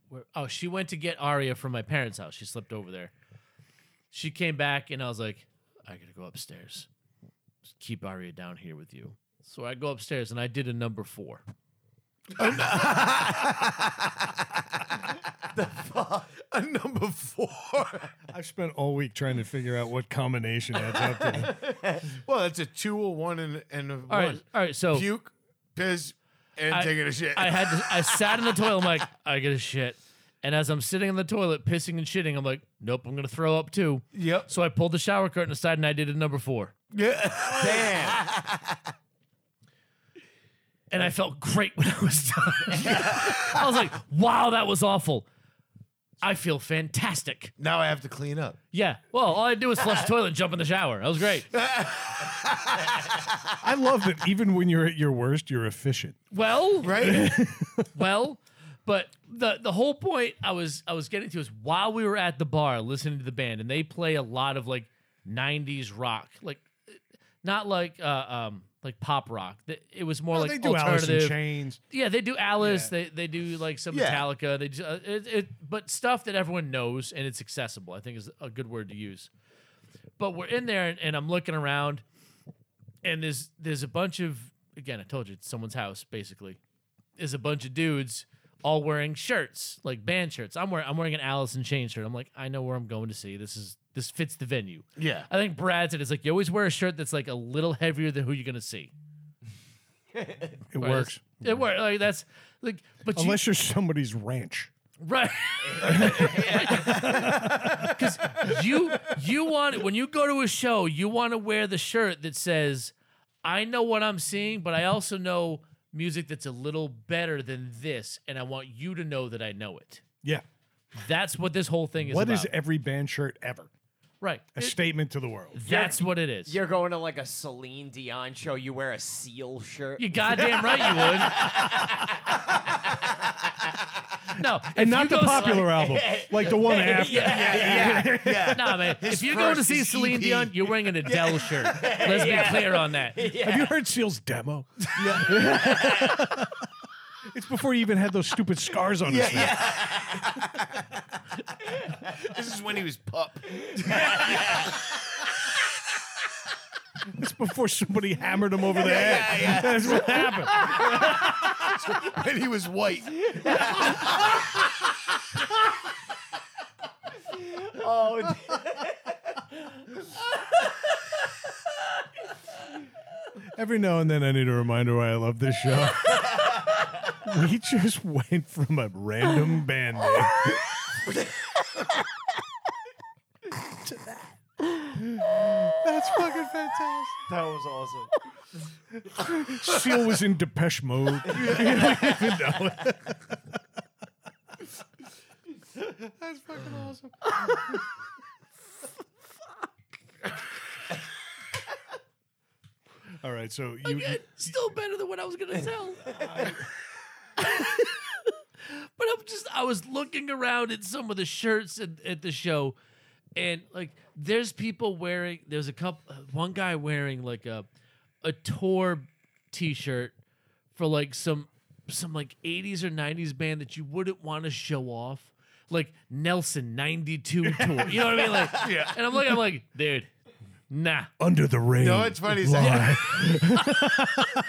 where, oh, she went to get Aria from my parents' house. She slept over there. She came back and I was like, I gotta go upstairs. Just keep Aria down here with you. So I go upstairs and I did a number four.
A number four. [LAUGHS]
I've spent all week trying to figure out what combination adds up to that.
well, that's a two, a one, and, and a
All right,
one.
all right. So
Puke, piss, and
I-
taking a shit.
I had to, I sat in the toilet. I'm like, I gotta shit. And as I'm sitting in the toilet, pissing and shitting, I'm like, nope, I'm gonna throw up too.
[LAUGHS] yep.
So I pulled the shower curtain aside and I did a number four.
Yeah. Damn.
And I felt great when I was done. [LAUGHS] I was like, wow, that was awful. I feel fantastic.
[LAUGHS] now I have to clean up.
Yeah. Well, all I do is flush the toilet and jump in the shower. That was great.
I love that even when you're at your worst, you're efficient.
Well,
[LAUGHS] Right?
well, but the the whole point I was I was getting to is while we were at the bar listening to the band and they play a lot of like 90s rock. Like not like uh, um like pop rock. Th- It was more like
they do Alice in
alternative.
Chains.
Yeah, they do Alice. They they do like some
Yeah.
Metallica. They just, uh, it, it, but stuff that everyone knows and it's accessible. I think is a good word to use. But we're in there and, and I'm looking around, and there's there's a bunch of again I told you it's someone's house basically. There's a bunch of dudes all wearing shirts like band shirts. I'm wearing I'm wearing an Alice in Chains shirt. I'm like I know where I'm going to see. This is this fits the venue.
Yeah.
I think Brad said it's like you always wear a shirt that's like a little heavier than who you're gonna see.
It
Right,
works.
that's- It works. Like that's like, but you,
Unless you're somebody's ranch.
right? [LAUGHS] Because you you want when you go to a show, you want to wear the shirt that says, "I know what I'm seeing, but I also know music that's a little better than this, and I want you to know that I know it."
Yeah.
That's what this whole thing is.
What
about.
is every band shirt ever?
right?
A
It-
statement to the world.
that's what it is.
You're going to like a Celine Dion show. You wear a seal shirt.
You goddamn right
[LAUGHS]
you would. no, if
And
you
not the
go- [LAUGHS]
popular album, like the
[LAUGHS]
one after. [LAUGHS]
Yeah. Yeah.
Nah, man. if you go to
first
see
is E
Celine
EP.
Dion, you're wearing an
[LAUGHS]
Adele shirt. Let's be clear on that.
Have you heard Seal's demo? [LAUGHS] it's before you even had those stupid scars on his face.
This is when he was pup.
It's before somebody hammered him over the head. That's what happened.
When he was white.
Oh,
Every now and then, I need a reminder why I love this show. we just went from a random band name to that. That's fucking fantastic.
That was awesome.
Seal was in Depeche
[LAUGHS]
Mode.
That's fucking awesome.
All right, so you
Still better than what I was gonna
[LAUGHS]
tell. but I'm just I was looking around at some of the shirts at, at the show, and like there's people wearing there's a couple one guy wearing like a a tour t-shirt for like some some like 80s or 90s band that you wouldn't want to show off like Nelson 92 tour you know what I mean
[LAUGHS]
like yeah. and I'm like I'm like dude nah
under the rain.
No, it's funny. It's like-
lie.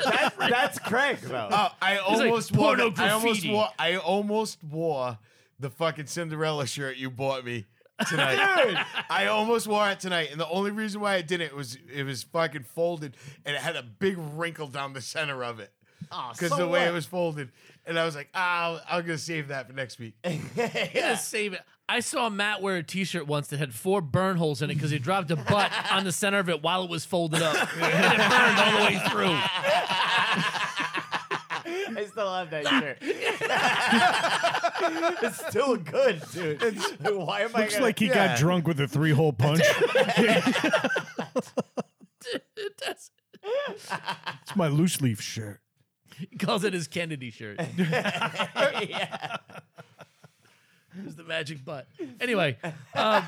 That, that's Craig, though.
[LAUGHS]
Oh, I
like
almost wore.
porno
the- I almost
graffiti.
wore. I almost wore the fucking Cinderella shirt you bought me [LAUGHS] tonight. I almost wore it tonight, and the only reason why I didn't was it was fucking folded, and it had a big wrinkle down the center of it because the way it was folded. And I was like, ah, I'm gonna save that for next week.
gonna save it. I saw Matt wear a T-shirt once that had four burn holes in it because he dropped a butt on the center of it while it was folded up, and it burned all the way through.
I still love
[LAUGHS]
that shirt. it's still good, dude. Why am I?
Looks
gonna-
like he got drunk with a
[LAUGHS]
three hole punch.
It does.
it's my loose leaf shirt.
He calls it his Kennedy shirt. yeah.
[LAUGHS]
It was the magic butt. Anyway, um,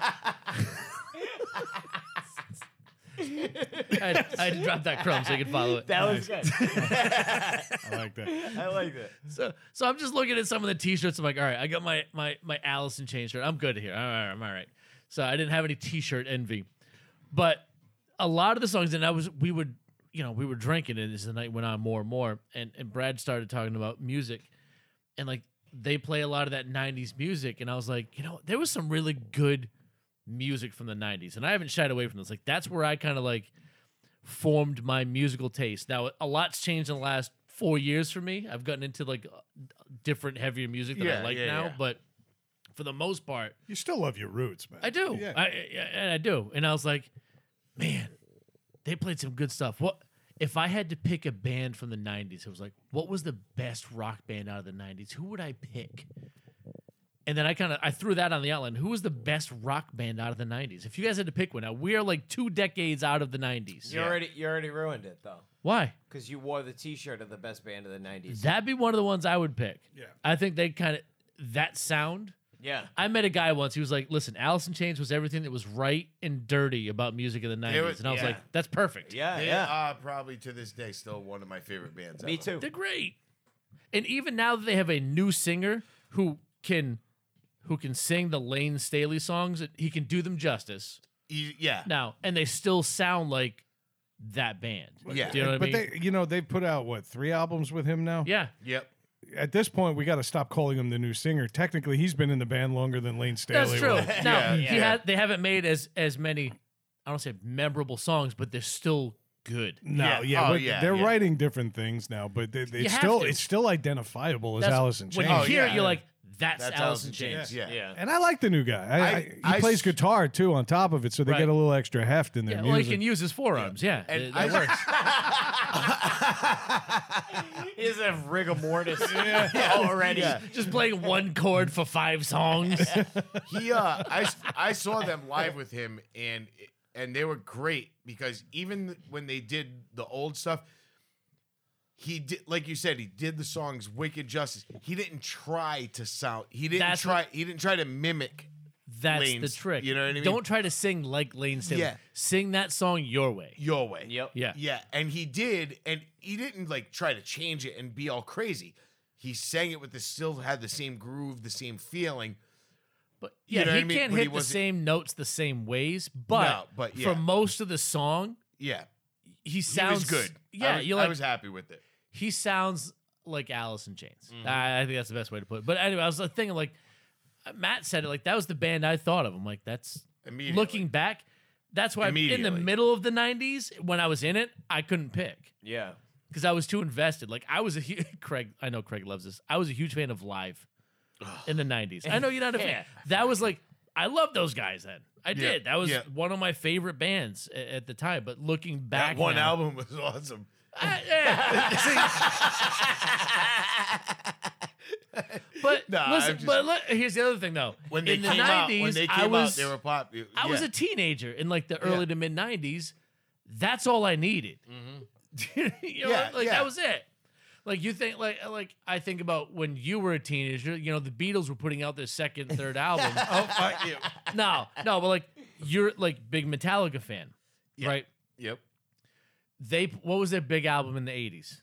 [LAUGHS] I, I had to drop that crumb so you could follow it.
that was good.
I like that.
I like that.
So, so I'm just looking at some of the t-shirts. I'm like, all right, I got my my my Allison chain shirt. I'm good here. All right, I'm all right. So I didn't have any t-shirt envy, but a lot of the songs, and I was we would you know we were drinking, and as the night went on more and more, and and Brad started talking about music, and like they play a lot of that '90s music, and I was like, you know, there was some really good music from the '90s, and I haven't shied away from this. Like that's where I kind of like formed my musical taste. Now a lot's changed in the last four years for me. I've gotten into like uh, different heavier music that I
Yeah,
like
yeah,
now,
yeah.
but for the most part,
You still love your roots, man.
I do.
Yeah.
I, I and I do. And I was like, man, they played some good stuff. What if I had to pick a band from the '90s? It was like, what was the best rock band out of the '90s? Who would I pick? And then I kind of I threw that on the outline. Who was the best rock band out of the '90s? If you guys had to pick one, now we are like two decades out of the '90s.
[LAUGHS] You already you already ruined it though,
Why?
because you wore the T-shirt of the best band of the '90s.
That'd be one of the ones I would pick.
Yeah.
I think they kind of that sound.
yeah.
I met a guy once. He was like, "Listen, Allison Chains was everything that was right and dirty about music in the '90s,"
was-
and I was
yeah.
like, "That's perfect.
Yeah,
They
yeah.
are uh, probably to this day still one of my favorite bands.
Me
ever.
too.
they're great." And even now that they have a new singer who can, who can sing the Lane Staley songs, he can do them justice
E- yeah,
now, and they still sound like that band.
Yeah.
do you know what
but
I mean?
they, you know, they put out what three albums with him now.
yeah,
yep.
At this point, we got to stop calling him the new singer. Technically, he's been in the band longer than Lane Staley.
that's true.
was.
Now
Yeah,
he
yeah.
had- they haven't made as as many. I don't say memorable songs, but they're still good.
No, yeah,
Yeah. Oh,
but
yeah,
they're
yeah.
writing different things now, but they, they-
You
it's
have
still
to.
it's still identifiable as
That's-
Allison
When
Chains.
you
Oh,
hear it,
yeah.
you're like, that's,
That's
Allison
Allison
Chains.
Chains. Yeah.
yeah.
and I like the new guy. I,
I-
I- he
I
plays
s-
guitar too on top of it, so they
Right.
get a little extra heft in their
Yeah,
music.
well, he can use his forearms. Yeah,
And
that
I-
works.
[LAUGHS]
He doesn't have rigor mortis already.
[LAUGHS] Just playing one chord for five
[LAUGHS]
songs.
he uh I, s- I saw them live with him and and they were great because even when they did the old stuff he did like you said he did the songs wicked justice he didn't try to sound he didn't
That's
try he didn't try to mimic
That's
Lane's,
the trick.
you know what I mean?
Don't try to sing like Lane Staley.
Yeah.
Sing that song your way.
your way
Yep.
Yeah.
yeah and he did and he didn't like try to change it and be all crazy he sang it with the still had the same groove the same feeling
But
You
yeah,
know what
he
I mean?
can't
But he
hit the
wasn't-
same notes the same ways. But,
No, but yeah.
for most of the song,
yeah
he
he
sounds
was good
Yeah,
I was,
you're like
I was happy with it
he sounds like Allison Chains.
Mm-hmm.
I, I think that's the best way to put it. But anyway, I was like, thinking like Matt said it like that was the band I thought of. I'm like that's
immediately
looking back, That's why in the
Immediately.
middle of the 90s, when I was in it, I couldn't pick
Yeah.
because I was too invested. Like I was a huge [LAUGHS] Craig. I know Craig loves this. I was a huge fan of Live in the '90s.
[LAUGHS]
I know you're not a fan. That was like I loved those guys then. I did. That was
yeah.
one of my favorite bands a- at the time. But looking back,
That one
now-
album was awesome.
I-
[LAUGHS]
yeah. but
Nah,
listen.
I'm just-
but look, here's the other thing though.
When they
in the
came out, when
90s,
they
I
came
was
out, they were popular.
I was a teenager in like the early to mid '90s. That's all I needed. [LAUGHS] you know,
Mm-hmm. Yeah,
like
yeah.
that was it. Like you think, like like I think about when you were a teenager. You know, the Beatles were putting out their second, third album.
[LAUGHS] oh fuck you.
no, no, but like you're like big Metallica fan,
Yeah.
right?
Yep.
They what was their big album in the '80s?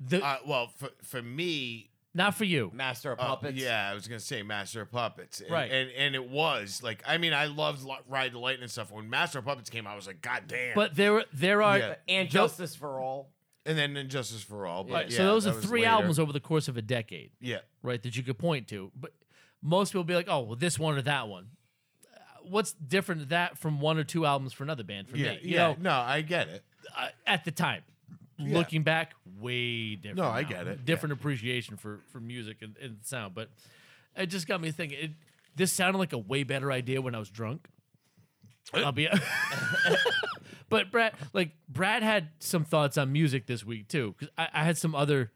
The,
Uh, well, for for me,
not for you.
Master of
Uh,
Puppets.
yeah, I was gonna say Master of Puppets, and,
Right.
And and it was like I mean I loved Lo- Ride the Lightning and stuff. When Master of Puppets came, out, I was like, God damn!
But there there are
Yeah.
And
Nope.
Justice for All.
and then Injustice for All. But
right,
yeah,
so those are
that was
three
later.
albums over the course of a decade.
Yeah,
right, that you could point to. But most people be like, oh, well, this one or that one. Uh, What's different that from one or two albums for another band for
yeah,
me? You
yeah.
know,
no, I get it.
uh, at the time, looking back, way different.
No, I
now.
get it,
Different appreciation for for music and, and sound, but it just got me thinking. It, this sounded like a way better idea when I was drunk.
Eh.
I'll be, [LAUGHS] but Brad, like Brad, had some thoughts on music this week too, because I, I had some other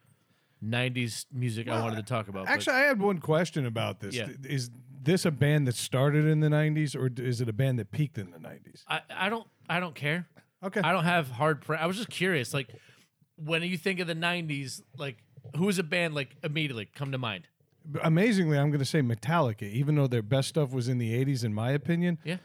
'90s music I wanted to talk about. but-
Actually, I had one question about this.
Yeah.
Th- Is this a band that started in the 90s or d- is it a band that peaked in the 90s?
I, I don't I don't care.
Okay.
I don't have hard pre- I was just curious like when you think of the 90s like who is a band like immediately come to mind?
B- Amazingly, I'm going to say Metallica, even though their best stuff was in the 80s, in my opinion.
Yeah.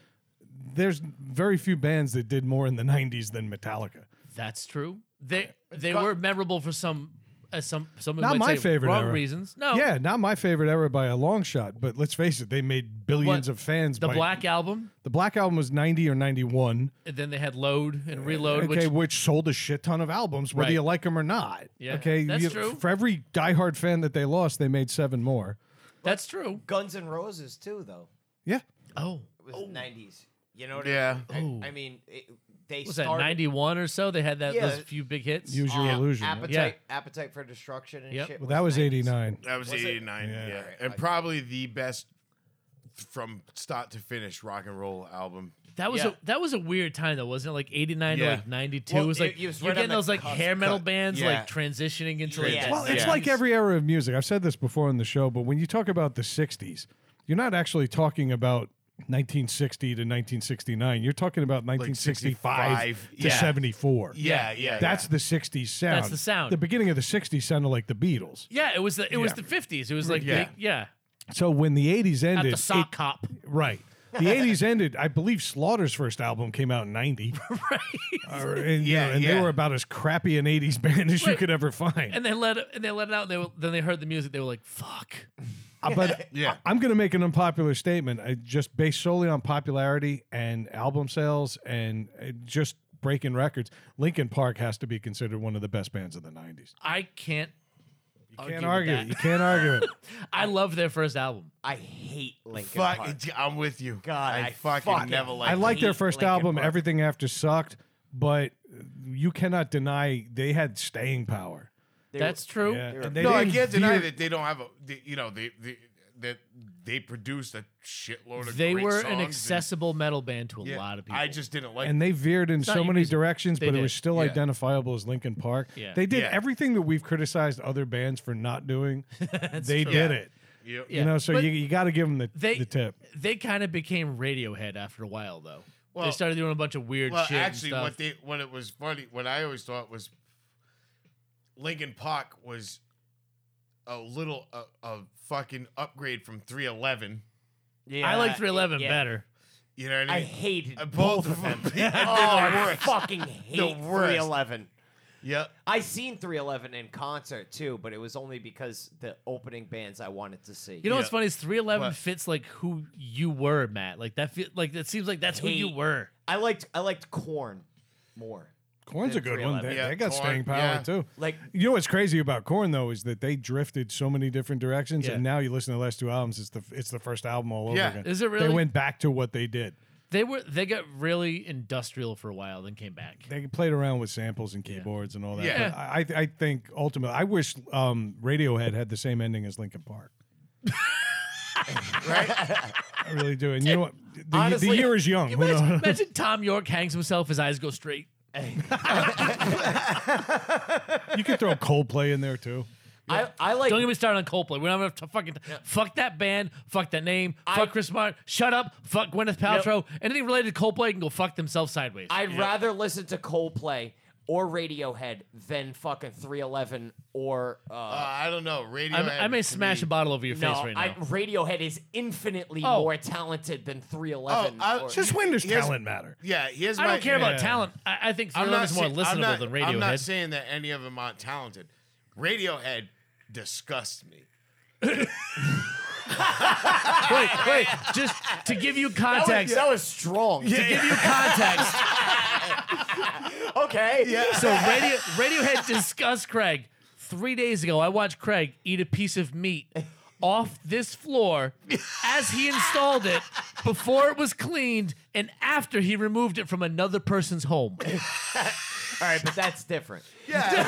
There's very few bands that did more in the 90s than Metallica.
That's true. They they were memorable for some uh, some some
Not
might
my
say
favorite
wrong
era.
reasons. No.
Yeah, not my favorite era by a long shot, but let's face it, they made billions
What?
of fans.
The
by-
Black Album,
the Black Album was 90 or 91.
and then they had Load and Reload
okay,
which
which sold a shit ton of albums, whether
Right.
you like them or not.
Yeah,
okay,
that's
you-
true.
For every diehard fan that they lost, they made seven more.
that's true.
Guns N' Roses too, though.
Yeah,
Oh.
It was nineties. You know what
Yeah.
I mean? I, I mean, it, they
Was that
started
91 or so they had that
Yeah.
those few big hits?
use your
on
illusion. right?
Appetite, appetite for destruction and
Yep.
shit.
Well, that was
90s.
'89.
That was,
Was it?
eighty nine.
Yeah.
Yeah,
Right,
and
I-
probably the best from start to finish rock and roll album.
That was
Yeah.
a, that was a weird time though, wasn't it? Like eighty nine
Yeah.
to like ninety two.
Well,
it was
it-
like
it was
you're
right on
getting
the
those like
cusp.
hair metal bands
Yeah.
like transitioning into
Yeah.
like
Well, it's
Yeah.
like every era of music. I've said this before on the show, but when you talk about the '60s, you're not actually talking about 1960 to 1969. You're talking about 1965
65,
to
yeah.
'74.
Yeah, yeah.
That's the '60s sound.
That's the sound.
The beginning of the '60s sounded like the Beatles.
Yeah, it was the it was the fifties. It was like
Yeah.
yeah, yeah.
So when the '80s
at
ended,
the sock
it-
hop.
Right.
[LAUGHS]
The 80s ended. I believe Slaughter's first album came out
[LAUGHS]
in 90. right. and you
Yeah,
know, and they
yeah.
were about as crappy an 80s band as you
Right.
could ever find.
And they let it, and they let it out. And they were, then they heard the music. They were like, "Fuck." [LAUGHS]
Uh, but
Yeah.
I, am going to make an unpopular statement. I just based solely on popularity and album sales and uh, just breaking records. Linkin Park has to be considered one of the best bands of the 90s.
I can't.
Can't
with
argue it.
that.
You can't argue it.
I love their first album.
I hate Lincoln
Fuck,
Park.
it- I'm with you.
God, I
fucking
fucking-
never
I
liked.
like their
hate
first
Linkin
album.
Park.
Everything after sucked, but you cannot deny they had staying power.
They were-
That's true.
Yeah.
were-
And they
no, I
didn't
can't deny
veer-
that they don't have a. They, you know, they they that they produced a shitload of.
They
great
were
songs
an
and-
accessible metal band to a
Yeah,
lot of people. [LAUGHS]
I just didn't like.
and they veered in
not
so
your
many
music.
directions,
They
but it
did.
was still
Yeah.
identifiable as Linkin Park.
Yeah.
They did
Yeah.
everything that we've criticized other bands for not doing. they
Yeah.
did it.
you.
Yeah.
You know, so
But
you, you got to give them the,
they
the tip.
they kind of became Radiohead after a while, though.
Well-
they started doing a bunch of weird
Well,
shit. and
actually,
stuff.
what they what it was funny, what I always thought was Lincoln Park was a little a, a fucking upgrade from 311.
Yeah,
I
uh,
like 311
yeah.
better.
You know what I
I
mean?
hated
Uh,
both, of them.
[LAUGHS]
oh,
They're the
I
worst.
fucking hate
The worst.
311.
Yep.
I seen 311 in concert too, but it was only because the opening bands I wanted to see.
You know
Yeah.
what's funny is 311
What?
fits like who you were, Matt. Like that feel like that seems like that's who you
Hate.
were.
I liked I liked Corn more.
Corn's
They're
a good one.
311.
They,
Yeah,
they got
Korn,
staying power
yeah.
too.
Like
You know what's crazy about Corn though is that they drifted so many different directions,
Yeah.
and now you listen to the last two albums. It's the it's the first album all over
Yeah.
again.
Is it
They
really?
went back to what they did.
They were they got really industrial for a while, then came back.
They played around with samples and keyboards and all that.
Yeah.
but I, I I think ultimately, I wish um, Radiohead had the same ending as Linkin Park. right? I really do. And you know what? The, the
Honestly,
year is young. Who
Imagine,
knows?
imagine Tom York hangs himself, his eyes go straight.
you could throw Coldplay in there too.
I, I like
Don't even start on Coldplay. We don't have to fucking fuck that band, fuck that name, fuck Chris Martin. Shut up, fuck Gwyneth Paltrow. Anything related to Coldplay can go fuck themselves sideways.
I'd rather listen to Coldplay or Radiohead than fucking 311 or uh,
Uh, I don't know. Radio.
I, may- I may smash a bottle over your
no.
face right now.
I, Radiohead is infinitely
Oh.
more talented than 311.
Oh, I-
or-
Just when does
Here's-
talent matter?
Yeah, here's
I
my.
don't care
Yeah.
about talent. I, I think
I'm
311 is more
say-
listenable
I'm not,
than
I'm not
Radiohead.
saying that any of them aren't talented. Radiohead disgusts me.
wait, wait. Just to give
[LAUGHS]
you
that, was,
context.
that was strong.
to give you context,
Okay. Yeah.
so Radio, Radiohead discussed Craig three days ago. I watched Craig eat a piece of meat off this floor as he installed it before it was cleaned and after he removed it from another person's home.
All right, but that's different. [LAUGHS]
Yeah,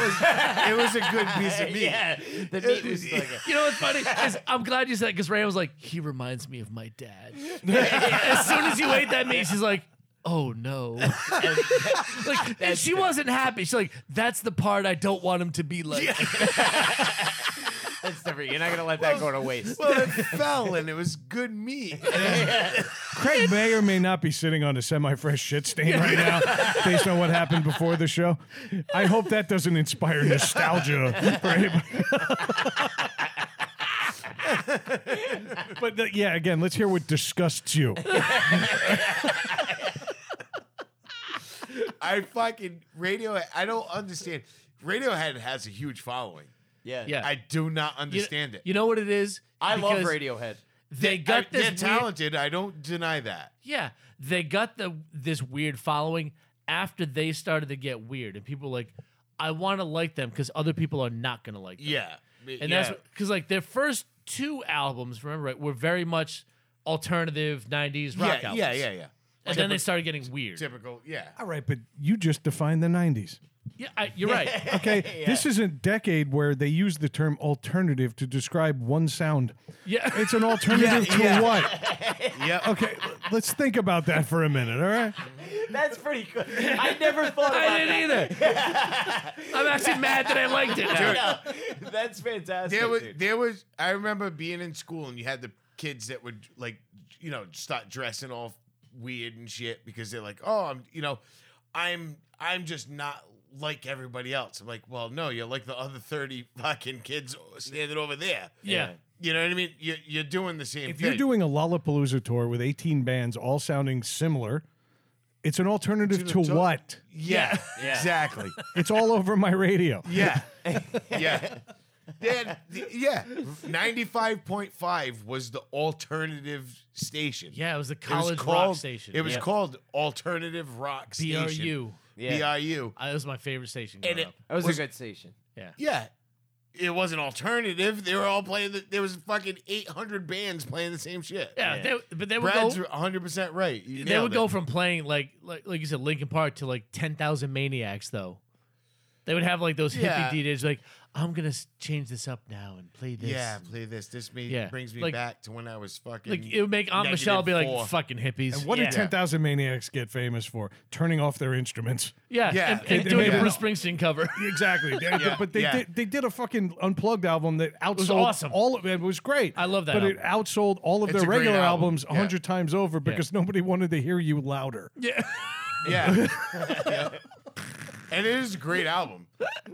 it was, it was a good piece of meat.
Yeah. The meat was like a-
You know what's funny? Is I'm glad you said because Ray was like, he reminds me of my dad. as soon as you ate that meat, she's like, oh no. like, and she wasn't happy. She's like, that's the part I don't want him to be like.
that's different. You're not gonna let that go to waste.
Well, [LAUGHS] it fell and it was good meat.
Craig may or may not be sitting on a semi-fresh shit stain
[LAUGHS]
right now, based on what happened before the show. I hope that doesn't inspire nostalgia for anybody. but uh, yeah, again, let's hear what disgusts
[LAUGHS]
you.
I fucking radio. I don't understand. Radiohead has a huge following.
Yeah.
Yeah.
I do not
You-
understand it.
You know what it is?
I love
Because
Radiohead.
They got
I-
this
they're
weird-
talented. I don't deny that.
Yeah, they got the this weird following after they started to get weird, and people were like, I want to like them because other people are not gonna like them.
Yeah,
and that's because like their first two albums, remember right, were very much alternative '90s rock
yeah,
albums.
yeah, yeah, yeah.
And then they started getting weird.
Typical. Yeah.
All right, but you just defined
[LAUGHS]
the '90s.
Yeah, I, you're right.
Okay, this is a decade where they use the term alternative to describe one sound.
Yeah,
It's an alternative
[LAUGHS]
to
yeah.
what?
Yep.
Okay, l- let's think about that for a minute. All right.
That's pretty good. I never thought about
I
that.
didn't
[LAUGHS]
either. I'm actually mad that I liked it. now.
No, that's fantastic.
There was
dude.
there was I remember being in school and you had the kids that would like you know start dressing all weird and shit because they're like, "Oh, I'm you know, I'm I'm just not like everybody else." I'm like, "Well, no, you're like the other 30 fucking kids standing over there."
Yeah.
You know what I mean? You you're doing the same
If
thing.
you're doing a Lollapalooza tour with 18 bands all sounding similar, it's an alternative to
to-
what?
yeah,
Yeah.
Exactly.
[LAUGHS] It's all over my radio.
[LAUGHS] Yeah.
[LAUGHS]
yeah. Then, yeah, 95.5 was the alternative station.
Yeah, it was the college
called,
rock station.
It was
yeah.
called Alternative Rock Station.
BRU.
Yeah.
BRU.
I, Uh, it was my favorite station.
And
growing
it,
up.
that was, a good station.
yeah, it wasn't alternative. They were all playing, the, there was fucking 800 bands playing the same shit.
Yeah, They, but they would
Brad's
go.
100% right. You
They
nailed
would
it.
go from playing like like like you said, Linkin Park to like ten thousand maniacs though. They would have like those hippie
Yeah.
DJs like, I'm gonna s- change this up now and play this.
Yeah, play this. This me,
Yeah.
brings me
Like-
back to when I was fucking.
Like it would make Aunt
Negative
Michelle be like,
four.
fucking hippies.
What
yeah.
did 10,000 Maniacs get famous for? Turning off their instruments. [LAUGHS]
yeah,
Yeah.
and,
They-
and
they
doing
made
a
it
Bruce
up.
Springsteen
[LAUGHS]
cover. [LAUGHS]
Exactly. They-
Yeah,
but they,
yeah.
did, they did a fucking unplugged album that outsold
awesome.
all of it. was great.
I love that
But it outsold all of
It's
their
a great
regular
album.
albums
Yeah.
100 times over because nobody wanted to hear you louder.
[LAUGHS]
Yeah. [LAUGHS] Yep. And it is a great album.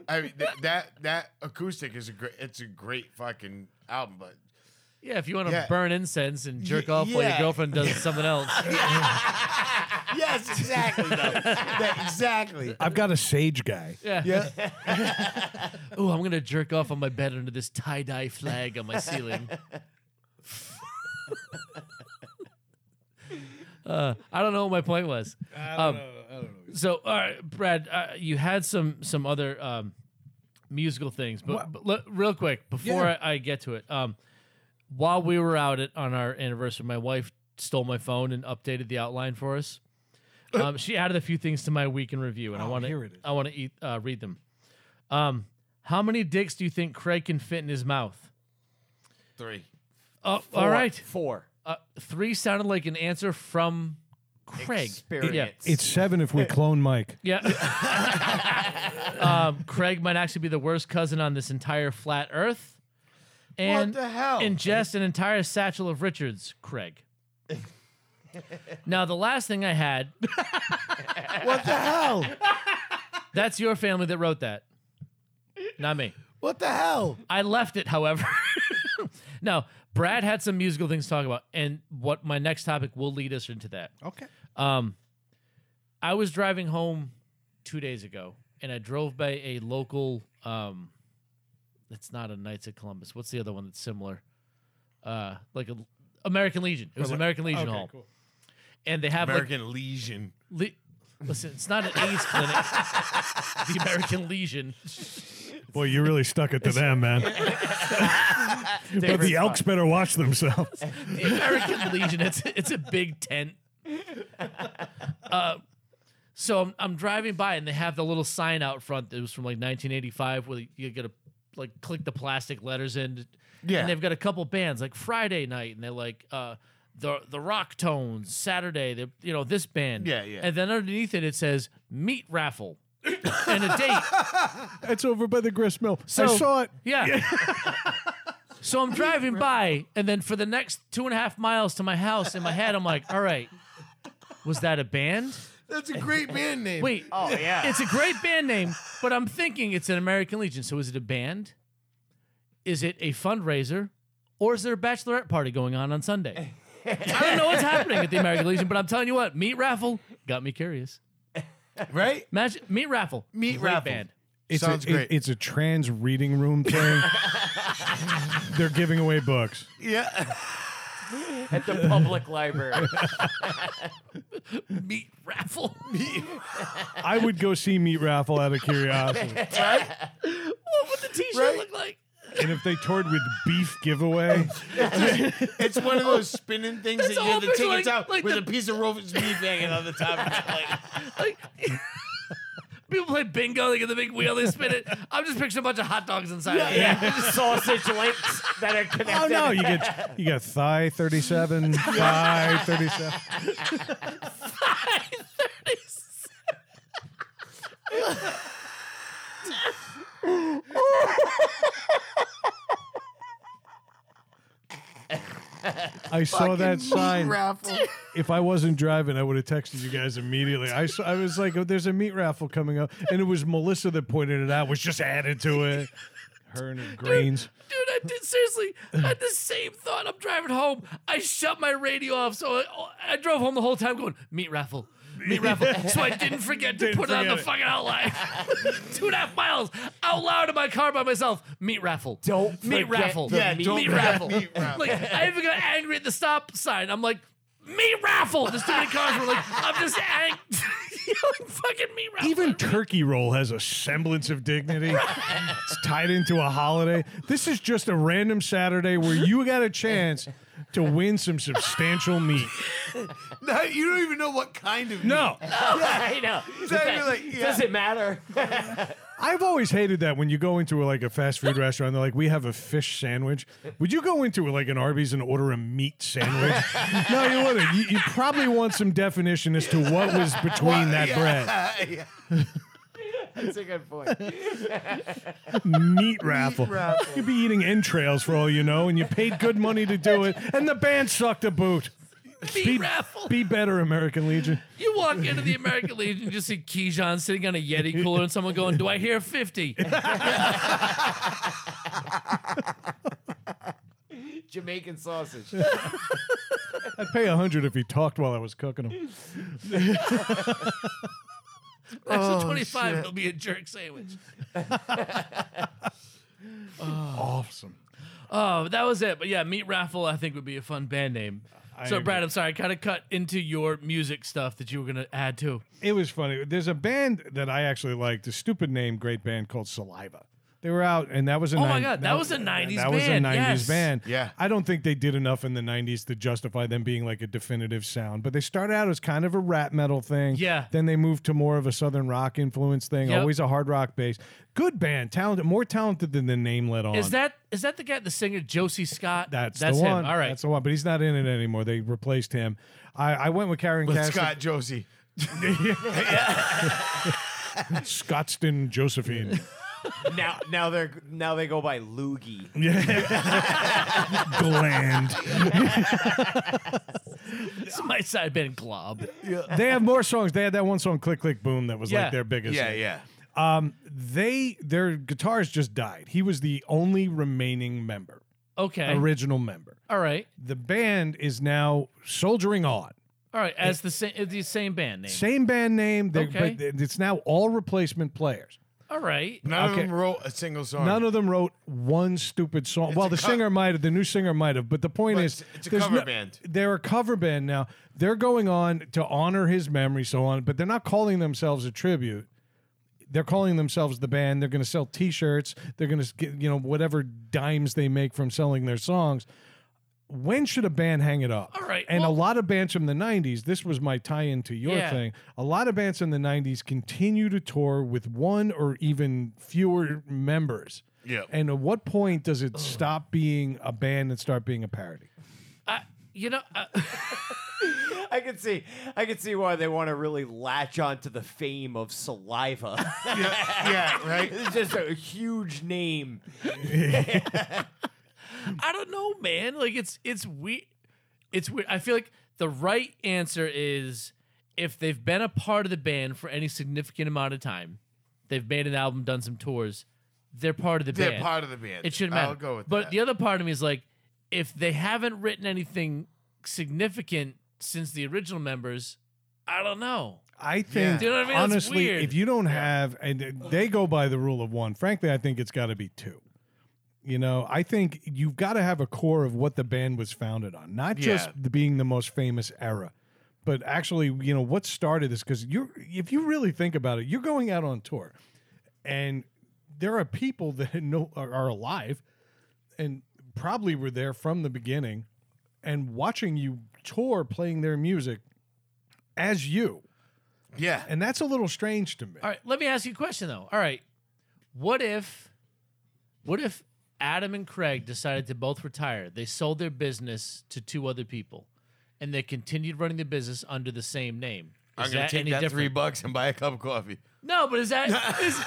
I mean th- that that acoustic is a great it's a great fucking album, but
yeah, if you want to
Yeah.
burn incense and jerk
Y-
off while your
yeah.
girlfriend
[LAUGHS]
does something else.
Yes, exactly
[LAUGHS]
though. That- exactly.
I've got a sage guy.
Yeah. yeah. oh, I'm gonna jerk off on my bed under this tie dye flag on my
[LAUGHS]
ceiling. uh, I don't know what my point was. I don't, know, I don't know. So, all right, Brad, uh, you had some some other um, musical things, but, but le- real quick before I, I get to it, um, while we were out at on our anniversary, my wife stole my phone and updated the outline for us. Um, she added a few things to my week in review, and I want
Uh. Oh, here it
to
is.
I want to eat uh, read them. Um, how many dicks do you think Craig can fit in his mouth?
Three.
Oh,
Four-
all right.
Four.
Uh, three sounded like an answer from Craig. Yeah.
Experience.
It's seven if we clone Mike.
Yeah. [LAUGHS] um, Craig might actually be the worst cousin on this entire flat earth. And
the hell?
ingest an entire satchel of Richards, Craig. [LAUGHS] now, the last thing I had. what the hell? That's your family that wrote that. Not me.
What the hell?
I left it, however. [LAUGHS] now, Brad had some musical things to talk about, and what my next topic will lead us into that.
Okay.
Um, I was driving home two days ago, and I drove by a local. Um, it's not a Knights of Columbus. What's the other one that's similar? Uh, like a American Legion. It was American Legion Hall, and they have
American Legion.
like. Le- Listen, it's not an AIDS clinic.
[LAUGHS]
the American Legion.
Boy, you really stuck it to
[LAUGHS]
them, man. but the Elks better watch themselves.
the American Legion. It's it's a big tent. Uh, so I'm, I'm driving by and they have the little sign out front that was from like 1985 where you gotta like click the plastic letters in.
Yeah.
And they've got a couple bands like Friday night and they're like uh, the the rock tones Saturday. They you know this band.
Yeah, yeah.
And then underneath it it says meat raffle and a date.
It's over by the grist mill. I
So-
saw it.
Yeah. [LAUGHS] so I'm driving by, and then for the next two and a half miles to my house, in my head, I'm like, all right, was that a band?
That's a great band name. [LAUGHS]
Wait,
oh yeah.
it's a great band name, but I'm thinking it's an American Legion. So is it a band? Is it a fundraiser? Or is there a bachelorette party going on on Sunday? I don't know what's happening at the American Legion, but I'm telling you what, Meat Raffle got me curious.
right?
Imagine Meat Raffle.
Meat
great
Raffle.
Band.
It's
Sounds
a,
great.
it's a trans reading
[LAUGHS]
room thing. They're giving away books.
Yeah.
At the public
[LAUGHS]
library.
Meat Raffle.
I would go see Meat Raffle out of
[LAUGHS]
curiosity.
what would the t shirt
Right?
look like?
And if they toured with beef giveaway,
It's one of those spinning things that you
That's
have the
all like-
tickets out
like
with
the-
a piece of roast beef hanging on the top. It's like,
[LAUGHS]
like people play bingo, they get the big wheel, they spin it. [LAUGHS] I'm just picturing a bunch of hot dogs inside. of it.
Sausage links that are
[LAUGHS] oh
connected.
no, you get you got thigh thirty seven, thigh thirty seven. I saw that sign. If I wasn't driving, I would have texted you guys immediately. I saw, I was like, oh, "There's a meat raffle coming up," and it was Melissa that pointed it out. Was just added to it. Her and her greens.
Dude, I did seriously. I had the same thought. I'm driving home. I shut my radio off, so I, I drove home the whole time going meat raffle, meat
[LAUGHS]
raffle. So I didn't forget to
Didn't
put it on the
forget it.
fucking outline. [LAUGHS] Two and a half miles out loud in my car by myself. Meat raffle.
Don't
meat
forget
raffle.
the Yeah, meat don't
meat
forget
raffle. Like I even got angry at the stop sign. I'm like. Meat raffle. There's too many cars. We're like, I'm just ang- [LAUGHS] yelling, fucking meat raffle.
Even turkey roll has a semblance of dignity. it's tied into a holiday. This is just a random Saturday where you got a chance to win some substantial meat.
no, you don't even know what kind of
No,
I know.
Exactly, like, yeah.
Does it
[LAUGHS]
matter?
I've always hated that when you go into like a fast food restaurant, they're like, "We have a fish sandwich." Would you go into like an Arby's and order a meat sandwich? no, you wouldn't. You, you probably want some definition as to what was between that
bread. Yeah.
That's a good point.
bread. Meat raffle. You'd be eating entrails for all you know, and you paid good money to do it, and the band sucked a boot.
meat
be,
raffle.
be better, American Legion.
You walk into the American Legion, you just see Keyshawn sitting on a Yeti cooler, and someone going, "Do I hear
[LAUGHS]
50?
Jamaican sausage.
I'd pay a hundred if he talked while I was cooking him. Oh,
Actually, 25, it'll be a jerk sandwich."
[LAUGHS] Awesome.
Oh, that was it. But yeah, Meat Raffle, I think would be a fun band name. so,
agree.
Brad, I'm sorry, I kind of cut into your music stuff that you were gonna add to.
It was funny. There's a band that I actually like. The stupid name, great band called Saliva. They were out, and that was a
Oh my
nine-
God, that was a 90s
That was a
band,
90s
yes.
band.
Yeah.
I don't think they did enough in the 90s to justify them being like a definitive sound, but they started out as kind of a rap metal thing.
Yeah.
Then they moved to more of a southern rock influence thing,
Yep.
always a hard rock base. Good band, talented, more talented than the name let on.
Is that is that the guy, the singer Josie Scott?
That's,
that's
the
him.
one.
All right.
That's the one, but he's not in it anymore. They replaced him. I, I went with Karen
But
Cassidy.
Scott Josie.
Scottston
[LAUGHS]
Josephine.
now, now they're now they go by Loogie.
[LAUGHS] Gland.
This is my side band glob.
[LAUGHS] they have more songs. They had that one song, Click Click Boom, that was
Yeah.
like their biggest.
Yeah,
hit.
yeah.
they their guitars just died. He was the only remaining member,
Okay.
original member.
All right.
The band is now soldiering on.
All right. As the same the same band name.
Same band name, they,
Okay.
but it's now all replacement players.
All right.
None
Okay.
of them wrote a single song.
None of them wrote one stupid song. well,
a
the
co-
singer might have, the new singer might have, but the point
But
is,
it's- it's a
there's
cover
no-
band.
They're a cover band now. They're going on to honor his memory, so on, but they're not calling themselves a tribute. They're calling themselves the band. They're going to sell T-shirts. They're going to get you know whatever dimes they make from selling their songs. When should a band hang it up?
All right,
And
well-
a lot of bands from the '90s. This was my tie-in to your
Yeah.
thing. A lot of bands in the '90s continue to tour with one or even fewer members.
Yeah.
And at what point does it stop being a band and start being a parody?
I, you know. I, [LAUGHS]
I can see, I can see why they want to really latch on to the fame of Saliva.
[LAUGHS]
[LAUGHS]
yeah, right.
it's just a huge name.
I don't know, man. Like it's it's weird. It's weird. I feel like the right answer is if they've been a part of the band for any significant amount of time, they've made an album, done some tours, they're part of the
They're
band.
part of the band.
it shouldn't matter.
I'll go with
but
that.
the other part of me is like, if they haven't written anything significant since the original members, I don't know.
I think
Do you know what I mean? That's
honestly,
weird.
if you don't have and they go by the rule of one, frankly, I think it's got to be two. You know, I think you've got to have a core of what the band was founded on, not just
Yeah.
the, being the most famous era, but actually, you know, what started this? Because you're, if you really think about it, you're going out on tour, and there are people [LAUGHS] that know are, are alive, and probably were there from the beginning, and watching you tour playing their music as you
yeah,
and that's a little strange to me.
All right, let me ask you a question though. All right. What if what if Adam and Craig decided to both retire? They sold their business to two other people and they continued running the business under the same name. Is
I'm gonna
that
take
any
that
different?
three bucks and buy a cup of coffee.
no, but is
[LAUGHS]
that is,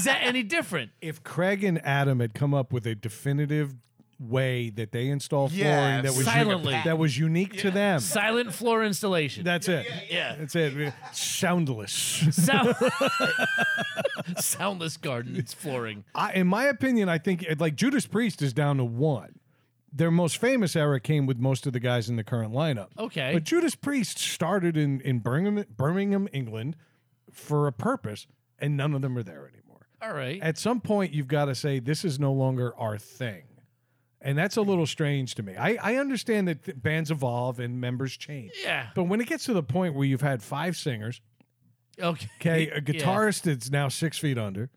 is that any different?
If Craig and Adam had come up with a definitive way that they install
Yeah,
flooring that was
silently.
that was unique to them,
Silent floor installation.
that's it.
yeah.
That's it. Soundless.
Sound-
[LAUGHS]
soundless garden. It's flooring.
I, in my opinion, I think like Judas Priest is down to one. Their most famous era came with most of the guys in the current lineup.
Okay.
But Judas Priest started in, in Birmingham, Birmingham, England for a purpose, and none of them are there anymore.
All right.
at some point you've got to say this is no longer our thing and that's a little strange to me i, I understand that th- bands evolve and members change
Yeah.
but when it gets to the point where you've had five singers
Okay.
okay a
Yeah.
guitarist that's now six feet under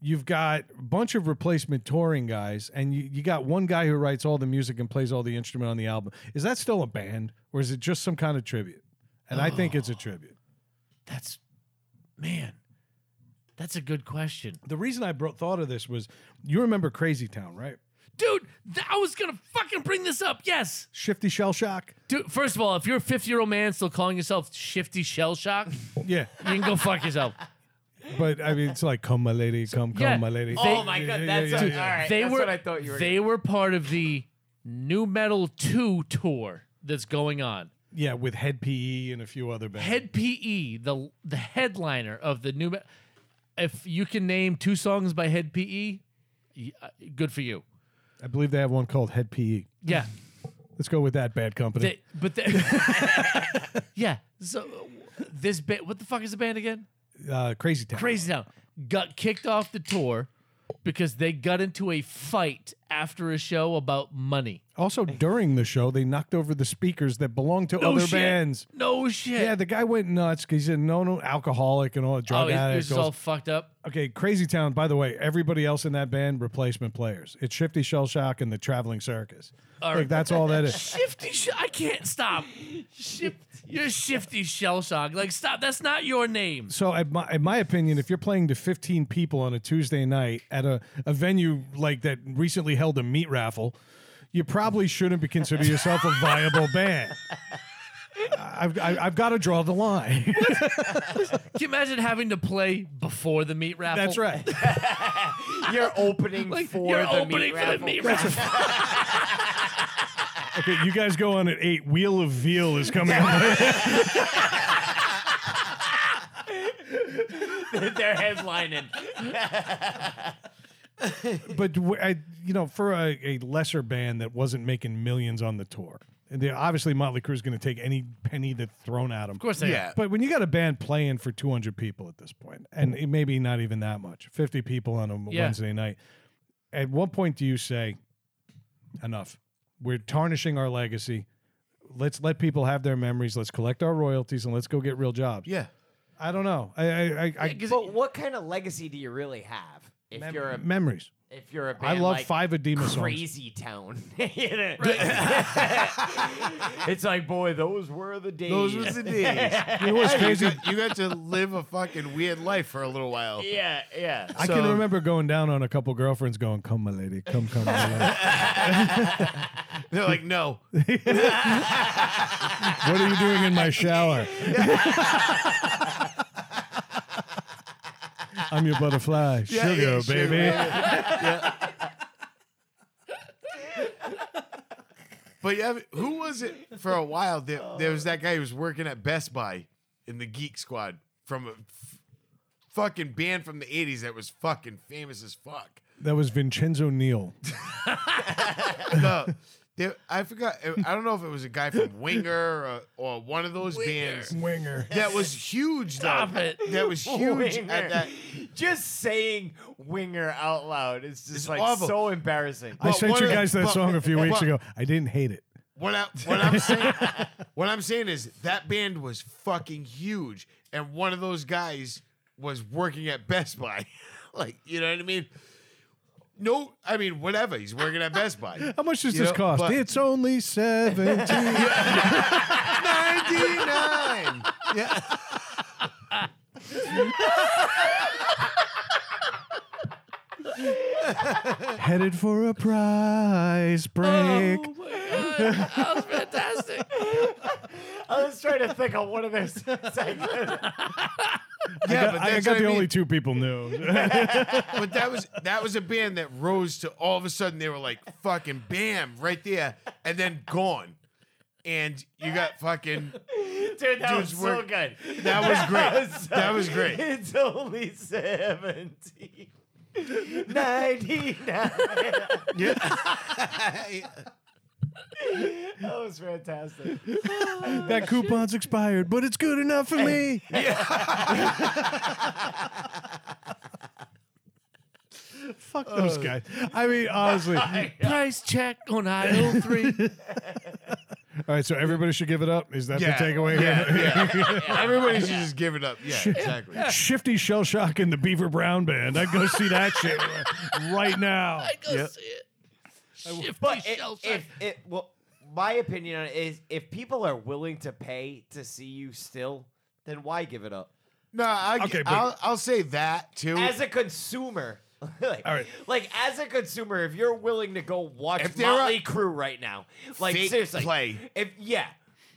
you've got a bunch of replacement touring guys and you, you got one guy who writes all the music and plays all the instrument on the album is that still a band or is it just some kind of tribute and i think it's a tribute
That's man. That's a good question.
the reason i bro- thought of this was you remember crazy town right
Dude, th- I was gonna fucking bring this up. Yes,
shifty shell shock
dude. First of all, if you're a 50 year old man still calling yourself shifty shell shock, you
yeah
can [LAUGHS] go fuck yourself.
But I mean, it's like, come, my lady, come, come,
Yeah.
my lady.
oh my god, that's
yeah,
a-
yeah.
all right.
They
that's
were
what I thought you were.
they were part of the new metal two tour that's going on.
Yeah, with Head PE and a few other bands.
Head PE, the the headliner of the new. Me- if you can name two songs by Head PE, y- uh, good for you.
I believe they have one called Head PE.
Yeah,
Let's go with that bad company.
they, but [LAUGHS] they, yeah. So uh, this band, what the fuck is the band again?
uh, Crazy Town.
Crazy Town got kicked off the tour because they got into a fight after a show about money.
Also, during the show, they knocked over the speakers that belonged to
No
Oh,
other
shit.
bands.
No shit.
Yeah, the guy went nuts because he said, no, no, alcoholic and all
oh,
that, drug
he's,
addict.
he's just
goes-
all fucked up.
Okay, Crazy Town. By the way, everybody else in that band replacement players. It's Shifty Shell Shock and the Traveling Circus. Like that's all
[LAUGHS]
that is.
Shifty, sh- I can't stop. Shift, you're shifty shell shock. Like stop. That's not your name.
So, at my, in my opinion, if you're playing to 15 people on a Tuesday night at a, a venue like that recently held a meat raffle, you probably shouldn't be consider yourself a viable
[LAUGHS]
band. I've, I- I've got to draw the line. [LAUGHS]
Can you imagine having to play before the meat raffle?
That's right.
You're opening
Like
for
you're
the
opening
meat
for the
raffle.
meat raffle.
[LAUGHS] Okay, you guys go on at eight. Wheel of Veal is coming up.
[LAUGHS] They're headlining.
but w- I, you know, for a, a lesser band that wasn't making millions on the tour, and they, obviously Motley Crue's going to take any penny that's thrown at them. Of
course they are.
Yeah.
But when you got a band playing for 200 people at this point, and it maybe not even that much, 50 people on a
Yeah.
Wednesday night, at what point do you say, enough? We're tarnishing our legacy. Let's let people have their memories. Let's collect our royalties and let's go get real jobs.
Yeah.
I don't know. I, I, I, I
'Cause
But what kind of legacy do you really have if you're a
memories.
if you're a
I
band
love
like
five Edema songs.
Crazy Town? You know? it's like, boy, those were the days.
Those was the days.
It was
you,
crazy.
got, you got to live a fucking weird life for a little while.
[LAUGHS] yeah, yeah.
I can
So-
remember going down on a couple girlfriends going, come, my lady, come, come, my lady.
They're like, no.
what are you doing in my shower? I'm your butterfly.
Yeah,
sugar,
yeah,
baby.
But yeah, who was it for a while? There, there was that guy who was working at Best Buy in the Geek Squad from a f- fucking band from the 80s that was fucking famous as fuck.
That was Vincenzo Neal.
No, there, I forgot. I don't know if it was a guy from Winger or, or one of those bands
Winger.
that was huge, though.
Stop it.
That was huge
Winger.
at that.
Just saying "winger" out loud is just
It's
like
awful.
so embarrassing.
I
But
sent
one
you
of the-
guys that
but-
song a few weeks
but-
ago. I didn't hate it.
What
[LAUGHS]
I what I'm saying what I'm saying is that band was fucking huge, and one of those guys was working at Best Buy, [LAUGHS] like you know what I mean. No, I mean whatever. He's working at Best
[LAUGHS]
Buy.
How much does
You
this
know,
cost?
but-
it's only 17.
Ninety nine. Yeah.
[LAUGHS] Headed for a prize break.
Oh my god, that was fantastic.
I was trying to think of one of those. [LAUGHS] It's like,
Yeah,
I-
but
I
that's
got
what
the
I
only
mean.
two people knew.
But that was that was a band that rose to all of a sudden they were like fucking bam right there, and then gone, and you got fucking
dude, that was
Dude's
so
work-
good.
that was great.
was so-
That was great.
It's only [LAUGHS] 17. [LAUGHS] 99. That was fantastic.
that coupon's expired, but it's good enough for me. [LAUGHS] Fuck those guys. I mean, [LAUGHS] honestly. All
Price check on aisle
[LAUGHS]
three.
right, so everybody should give it up. Is that
Yeah.
the takeaway?
Yeah, Everybody should just give it up. Yeah, exactly.
[LAUGHS] Shifty Shell Shock and the Beaver Brown Band. I'd go see that [LAUGHS] shit right now.
Go see it. Shifty
But i-
shell shock.
if it, well, my opinion on it is if people are willing to pay to see you still, then why give it up?
No, I,
Okay, but-
I'll, I'll say that too.
As a consumer, [LAUGHS] like,
All right.
like as a consumer, if you're willing to go watch
If there are-
Motley Crue right now, like
Fake
seriously,
play.
if yeah,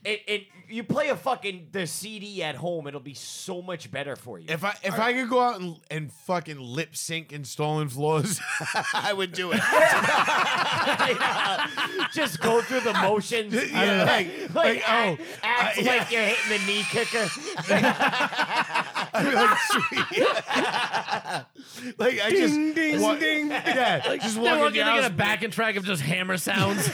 it, it you play a fucking the CD at home, it'll be so much better for you.
if I if I could go out and, and fucking lip sync in stolen floors, [LAUGHS] I would do
[LAUGHS]
it.
just go through
[LAUGHS]
the motions.
Yeah, like,
Like,
like,
act,
oh,
act
I- yeah.
like you're hitting the knee kicker.
I'd be like, sweet. like I just
Ding, ding,
wa-
ding.
yeah, just
They're
walking
looking to
down,
get a backing track of just hammer
[LAUGHS]
sounds.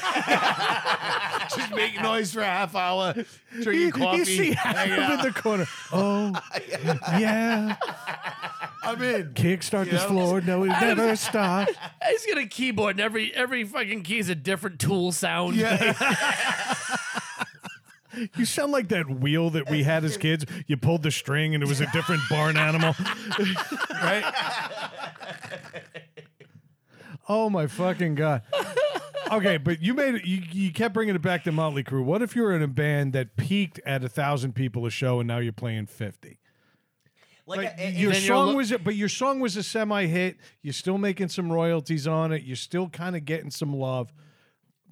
[LAUGHS]
just make noise for a half hour, drinking
You,
coffee,
you see [LAUGHS]
hanging
Adam
out.
in the corner. Oh, yeah.
I'm in.
Kickstart this floor, no, it never stops.
He's got a keyboard, and every every fucking key is a different tool sound. [LAUGHS]
Yeah.
You sound like that wheel that we had as kids. You pulled the string and it was a different barn animal. [LAUGHS] right? Oh my fucking god. Okay, but you made it, you, you kept bringing it back to Motley Crue. What if you were in a band that peaked at a thousand people a show and now you're playing fifty?
Like, a- a-
Your
uh, then you're
song
lo-
was it, but your song was a semi-hit. You're still making some royalties on it. You're still kind of getting some love.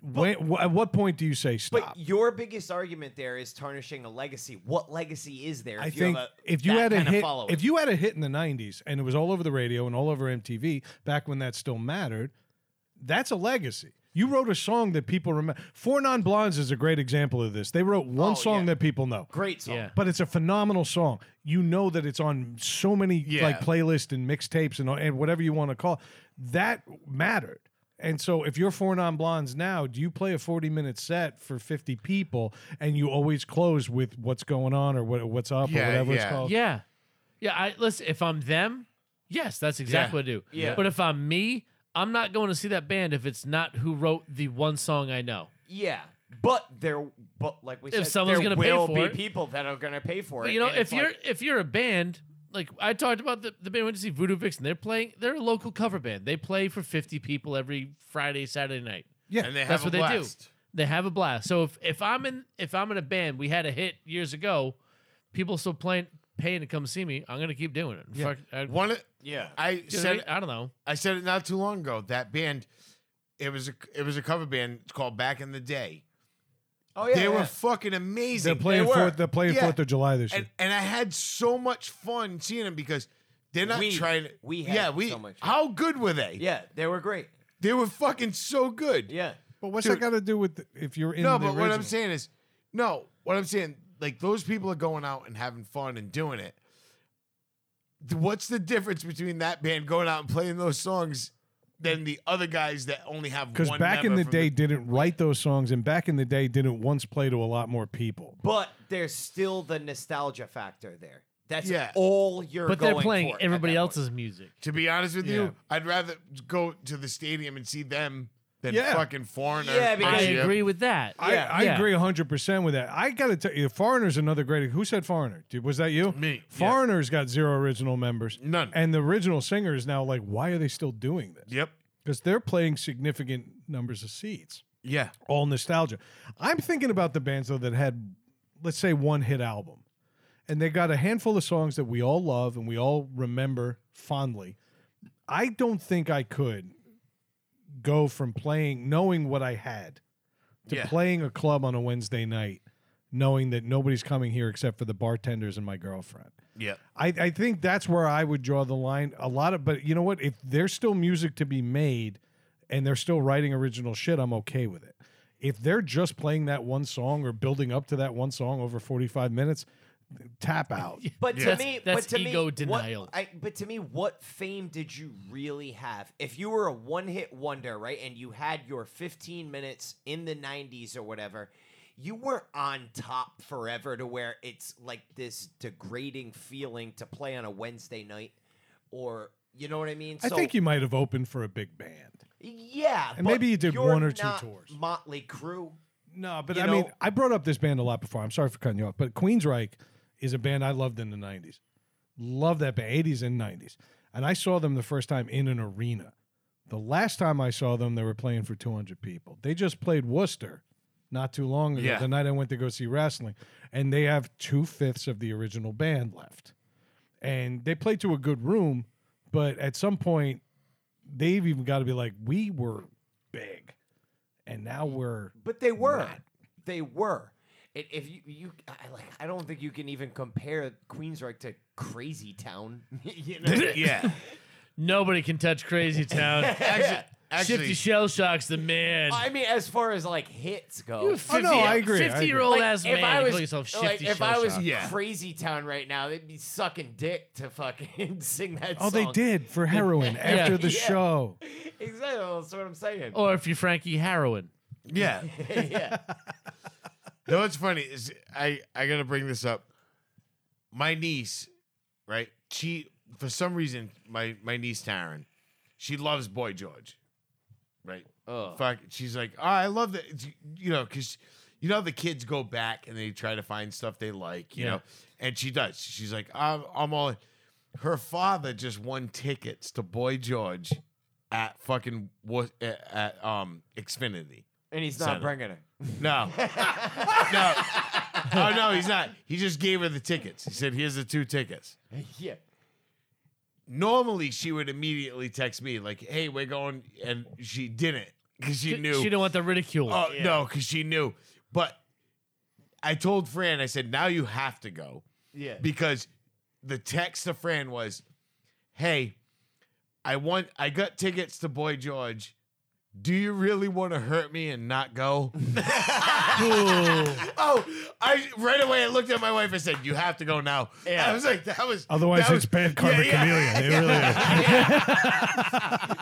when, wh- at what point do you say stop?
But your biggest argument there is tarnishing a legacy. What legacy is there? If
I
you
think
have a,
if you
that
had a
kind of
hit,
following?
if you had a hit in the '90s and it was all over the radio and all over MTV back when that still mattered, that's a legacy. You
Hmm.
wrote a song that people remember. Four Non Blondes is a great example of this. They wrote one
Oh,
song
yeah.
that people know,
great song,
Yeah.
but it's a phenomenal song. You know that it's on so many
Yeah.
like playlists and mixtapes and and whatever you want to call. it. That mattered. And so, if you're four non blondes now, do you play a 40 minute set for 50 people and you always close with what's going on or what, what's up or
Yeah,
whatever it's
yeah.
called?
Yeah. Yeah. I listen, if I'm them, yes, that's exactly what I do.
Yeah.
But if I'm me, I'm not going to see that band if it's not who wrote the one song I know.
yeah. But there, but like we
If
said,
someone's
there
gonna pay
will
for
be
it.
people that are going to pay for
But
it.
you know,
and
if
it's like-
you're if you're a band, like I talked about the, the band we went to see Voodoo Vixen, they're playing they're a local cover band. They play for fifty people every Friday, Saturday night.
And they
That's
have a
what they do.
blast.
They have a blast. So if, if I'm in if I'm in a band, we had a hit years ago, people still playing paying to come see me, I'm gonna keep doing it. Fuck, I,
One, of-
yeah,
I
you know what I
said
mean? I don't know.
I said it not too long ago. That band, it was a it was a cover band It's called Back in the Day.
oh yeah,
they
yeah.
were fucking amazing.
They're playing
They were.
fourth. They're playing
Yeah.
Fourth of July this year.
and and I had so much fun seeing them because they're not
We-
trying. to-
we had
yeah, we.
so much fun.
how good were they?
yeah, they were great.
they were fucking so good.
Yeah,
but what's
dude-
that got to do with the- if you're in?
No,
the
but what I'm
original?
saying is, no, what I'm saying, like those people are going out and having fun and doing it. Th- What's the difference between that band going out and playing those songs than the other guys that only have
because
one
back in
member
the
from
day didn't write those songs, and back in the day didn't once play to a lot more people.
but there's still the nostalgia factor there. That's
Yeah.
all you're.
But they're
going
playing
for at
everybody
that
else's music.
To be honest with you,
Yeah.
I'd rather go to the stadium and see them than
Yeah.
fucking foreigner.
Yeah, because-
I
Because-
agree with that.
I,
Yeah.
I
Yeah.
agree 100% with that. I got to tell you, Foreigner's another great. Who said Foreigner? Dude, was that you?
Me, yeah.
Foreigner's got zero original members.
None.
And the original singer is now like, why are they still doing this?
Yep.
Because they're playing significant numbers of seats.
Yeah.
all nostalgia. I'm thinking about the bands though that had, let's say, one hit album, and they got a handful of songs that we all love and we all remember fondly. I don't think I could go from playing knowing what I had to
Yeah.
playing a club on a Wednesday night, knowing that nobody's coming here except for the bartenders and my girlfriend.
Yeah.
I, I think that's where I would draw the line. A lot of, but you know what? If there's still music to be made and they're still writing original shit, I'm okay with it. If they're just playing that one song or building up to that one song over 45 minutes, tap out.
But to
That's-
me,
that's
but to me,
ego
what-
denial.
I, but to me, what fame did you really have? If you were a one-hit wonder, right, and you had your 15 minutes in the 90s or whatever, you weren't on top forever to where it's like this degrading feeling to play on a Wednesday night, or you know what I mean?
I think you might have opened for a big band.
yeah,
And
but
maybe you did
you're
one or two
not
tours.
Motley Crue.
No, but
You
I mean,
know-
I brought up this band a lot before. I'm sorry for cutting you off, but Queensryche is a band I loved in the '90s. Love that band, '80s and '90s. And I saw them the first time in an arena. The last time I saw them, they were playing for 200 people. They just played Worcester not too long ago.
Yeah.
The night I went to go see wrestling, and they have two fifths of the original band left, and they played to a good room. But at some point, they've even got to be like, we were big, and now we're
But they were. They were. It, if you you I, like, I don't think you can even compare Queensryche to Crazy Town. [LAUGHS] you know?
[LAUGHS] Yeah.
Nobody can touch
[LAUGHS]
Crazy Town.
Actually,
[LAUGHS]
actually
Shifty Shell Shock's the man.
I mean, as far as like hits go,
Oh, no, I agree, I agree.
Fifty year old
like,
ass man.
if I
you
was
call yourself Shifty
like, if
Shell
I was
Shock.
Yeah.
Crazy Town right now, they'd be sucking dick to fucking [LAUGHS] sing that.
Oh, they
song.
did for heroin after the
Yeah.
show.
Exactly, that's what I'm saying.
Oh.
Or if you're Frankie Harrowin.
yeah.
[LAUGHS] yeah,
No, what's funny is I I gotta bring this up. My niece, right? She for some reason, my my niece Taryn, she loves Boy George, right? Oh, fuck. She's like, oh, I love that, It's- you know, because you know how the kids go back and they try to find stuff they like, you
Yeah.
know, and she does. She's like, I'm, I'm all. in." Her father just won tickets to Boy George at fucking wa- at at, um Xfinity.
And he's
Saturday.
not bringing it. [LAUGHS]
No. [LAUGHS] no. Oh no, he's not. He just gave her the tickets. He said, "Here's the two tickets."
Yeah.
Normally, she would immediately text me like, "Hey, we're going," and she didn't because she knew.
She Uh, didn't want the ridicule.
oh no, because she knew. But I told Fran, I said, "Now you have to go."
Yeah.
because the text to Fran was, "Hey, I want I got tickets to Boy George. Do you really want to hurt me and not [LAUGHS] go?" oh, I right away I looked at my wife and said, "You have to go now." I was like, "That was
Otherwise,
that was,
it's bad
[LAUGHS]
karma
yeah.
chameleon.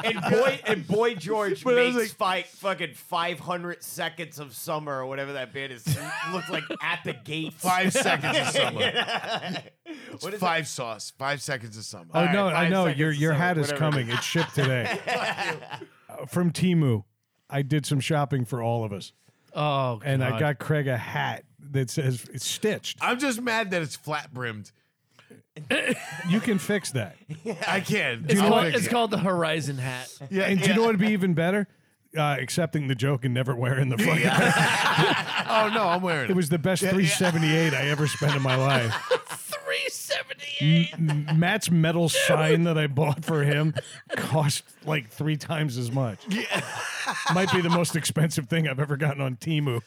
It really is.
And boy
[LAUGHS]
and boy George
But I was
makes fight fucking five hundred seconds of summer or whatever that band is
[LAUGHS]
look like at the gates.
five seconds of
[LAUGHS]
summer.
What
It's
is
five sauce, five seconds of summer."
Oh no, I
five
know
seconds
your
or
your
so,
hat is
whatever.
coming. It's shipped today Uh, from Timu. I did some shopping for all of us,
Oh,
and I
God.
got Craig a hat that says it's stitched.
I'm just mad that it's flat brimmed.
You can fix that.
I can.
It's,
I'll
called,
fix
it's
it.
called the Horizon [LAUGHS] Hat.
Yeah, and do you know what'd be even better? Uh, accepting the joke and never wearing the fucking.
Oh no, I'm wearing
It [LAUGHS] was the best 378 I ever spent in my life.
378.
M- Matt's metal sign that I bought for him cost like three times as much. Might be the most expensive thing I've ever gotten on Timu.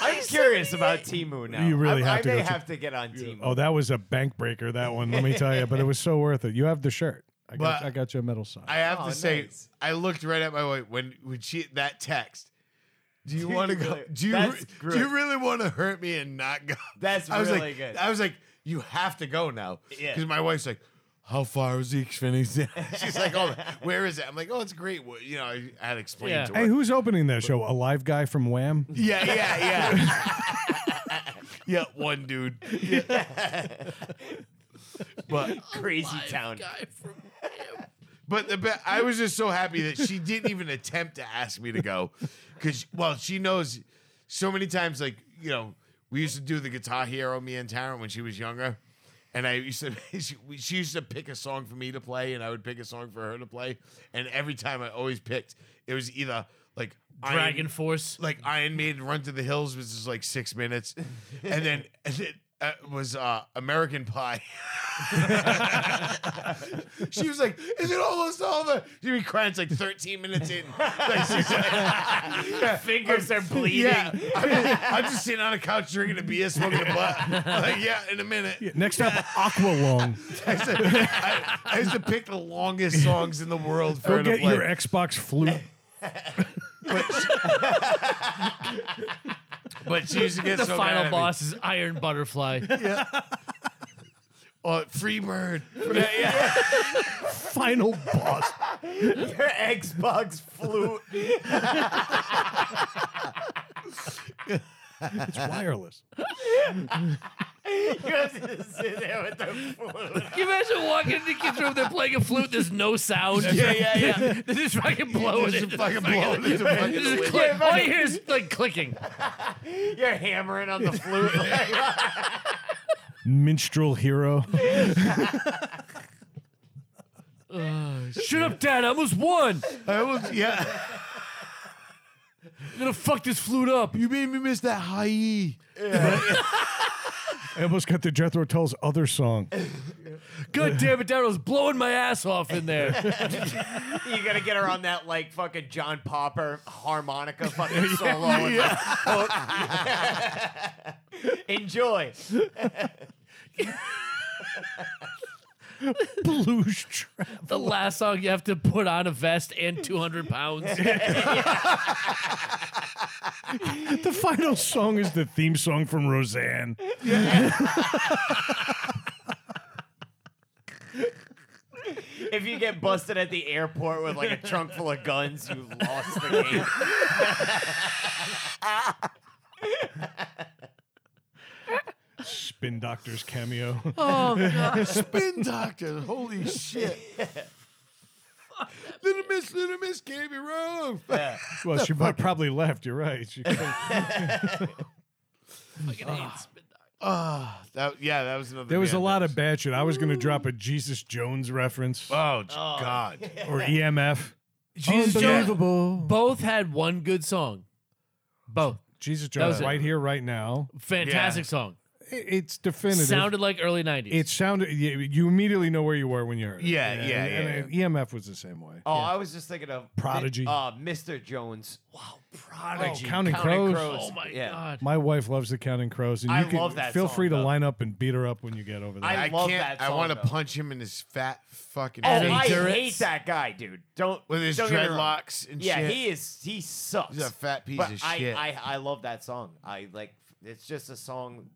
I'm curious about Timu now.
You really
I,
have
I
to
may
go check-
have to get on Timu.
Oh, that was a bank breaker, that one. Let me tell you, but it was so worth it. You have the shirt. I got,
But-
I got you a metal sign.
I have
Oh,
to say,
nice.
I looked right at my wife when when she that text. Do
[LAUGHS]
you
Do
want to
you
go?
really-
Do you
that's
re- do you
good.
really want to hurt me and not go?
That's
I was
really
like,
good.
I was like, you have to go now.
Yeah.
Because my wife's like, how far is the Xfinity? [LAUGHS] She's like, oh, where is it? I'm like, oh, it's great. Well, You know, I I had explained
Yeah.
to her.
hey, who's opening that show? A live guy from
[LAUGHS]
Wham?
Yeah, yeah, yeah.
[LAUGHS]
yeah, [LAUGHS] one dude. but
Crazy town. [LAUGHS]
But the be- I was just so happy that she didn't even attempt to ask me to go, because well, she knows so many times. Like you know, we used to do the Guitar Hero, me and Taryn, when she was younger, and I used to [LAUGHS] she, we- she used to pick a song for me to play, and I would pick a song for her to play, and every time I always picked it was either like Iron-
Dragon [LAUGHS] Force.
like Iron Maiden Run to the Hills, which is like six minutes,
[LAUGHS]
and then and it uh, was uh, American Pie. [LAUGHS] she was like, "Is it almost over?" She be crying. It's like thirteen minutes in. Like, she's like-
[LAUGHS]
Fingers are bleeding.
yeah, I'm just, I'm just sitting on a couch drinking a beer, smoking a butt. Like, yeah, in a minute.
Yeah, next up,
[LAUGHS]
Aqualung.
I, used to, I, I used to pick the longest songs in the world for
Go
her to
get
play.
your Xbox flute.
but she used to get
The
so mad
final
at me.
boss is Iron [LAUGHS] Butterfly.
Oh,
[LAUGHS]
free bird. [LAUGHS]
Final boss.
Your Xbox flute.
It's
[LAUGHS]
wireless.
You have to sit there with the flute.
Can you imagine walking into the kids' room, they're playing a flute, there's no sound. Yeah, yeah, yeah. [LAUGHS] They're just fucking blowing
Just
it. [LAUGHS]
fucking blow it into fucking
Just
the wind.
click. All you hear is like clicking.
You're hammering on the flute.
Minstrel hero.
Shut up, Dad. I almost won.
I was, yeah.
I'm gonna fuck this flute up.
You made me miss that high E.
[LAUGHS] I almost got the Jethro Tull's
[LAUGHS]
other song.
God damn it, Dad. I was blowing my ass off in there.
you gotta get her on that like fucking John Popper harmonica
[LAUGHS]
fucking solo. and Enjoy.
Blues track.
The last song you have to put on a vest and 200
[LAUGHS]
pounds.
The final song is the theme song from Roseanne.
If you get busted at the airport with like a trunk full of guns, you lost the
[LAUGHS]
game.
Spin Doctor's [LAUGHS] cameo.
Spin Doctor.
[LAUGHS]
Holy shit. little Miss, Little Miss can't be wrong.
well, she bu- probably left. You're right. She couldn't-
Ah, that yeah, that was another.
there was a
band
lot
that
of bad shit. I was going to drop a Jesus Jones reference
Oh, j- God.
or EMF.
Jesus Jones
Unbelievable.
Oh, both had one good song. Both
Jesus
was
Jones,
it.
right here, right now.
fantastic
Yeah.
song.
I- It's definitive.
Sounded like early nineties.
it sounded. You, you immediately know where you were when you heard it.
Yeah, yeah,
and-
yeah,
and EMF was the same way.
Oh, I was just thinking of
Prodigy.
Uh, Mr. Jones.
Oh, Counting, Crows.
oh my
yeah.
god!
My wife loves the Counting Crows, and you
I
can
love that
feel
song,
free to
though.
line up and beat her up when you get over there.
I love
can't.
that
I
song,
want to
though.
punch him in his fat fucking
Oh,
face
I
Durritz.
hate that guy, dude. Don't
with his
don't get me wrong.
dreadlocks and
Yeah,
shit.
he is. He sucks.
He's a fat piece
but
of
I,
shit.
I I love that song. I like. It's just a song.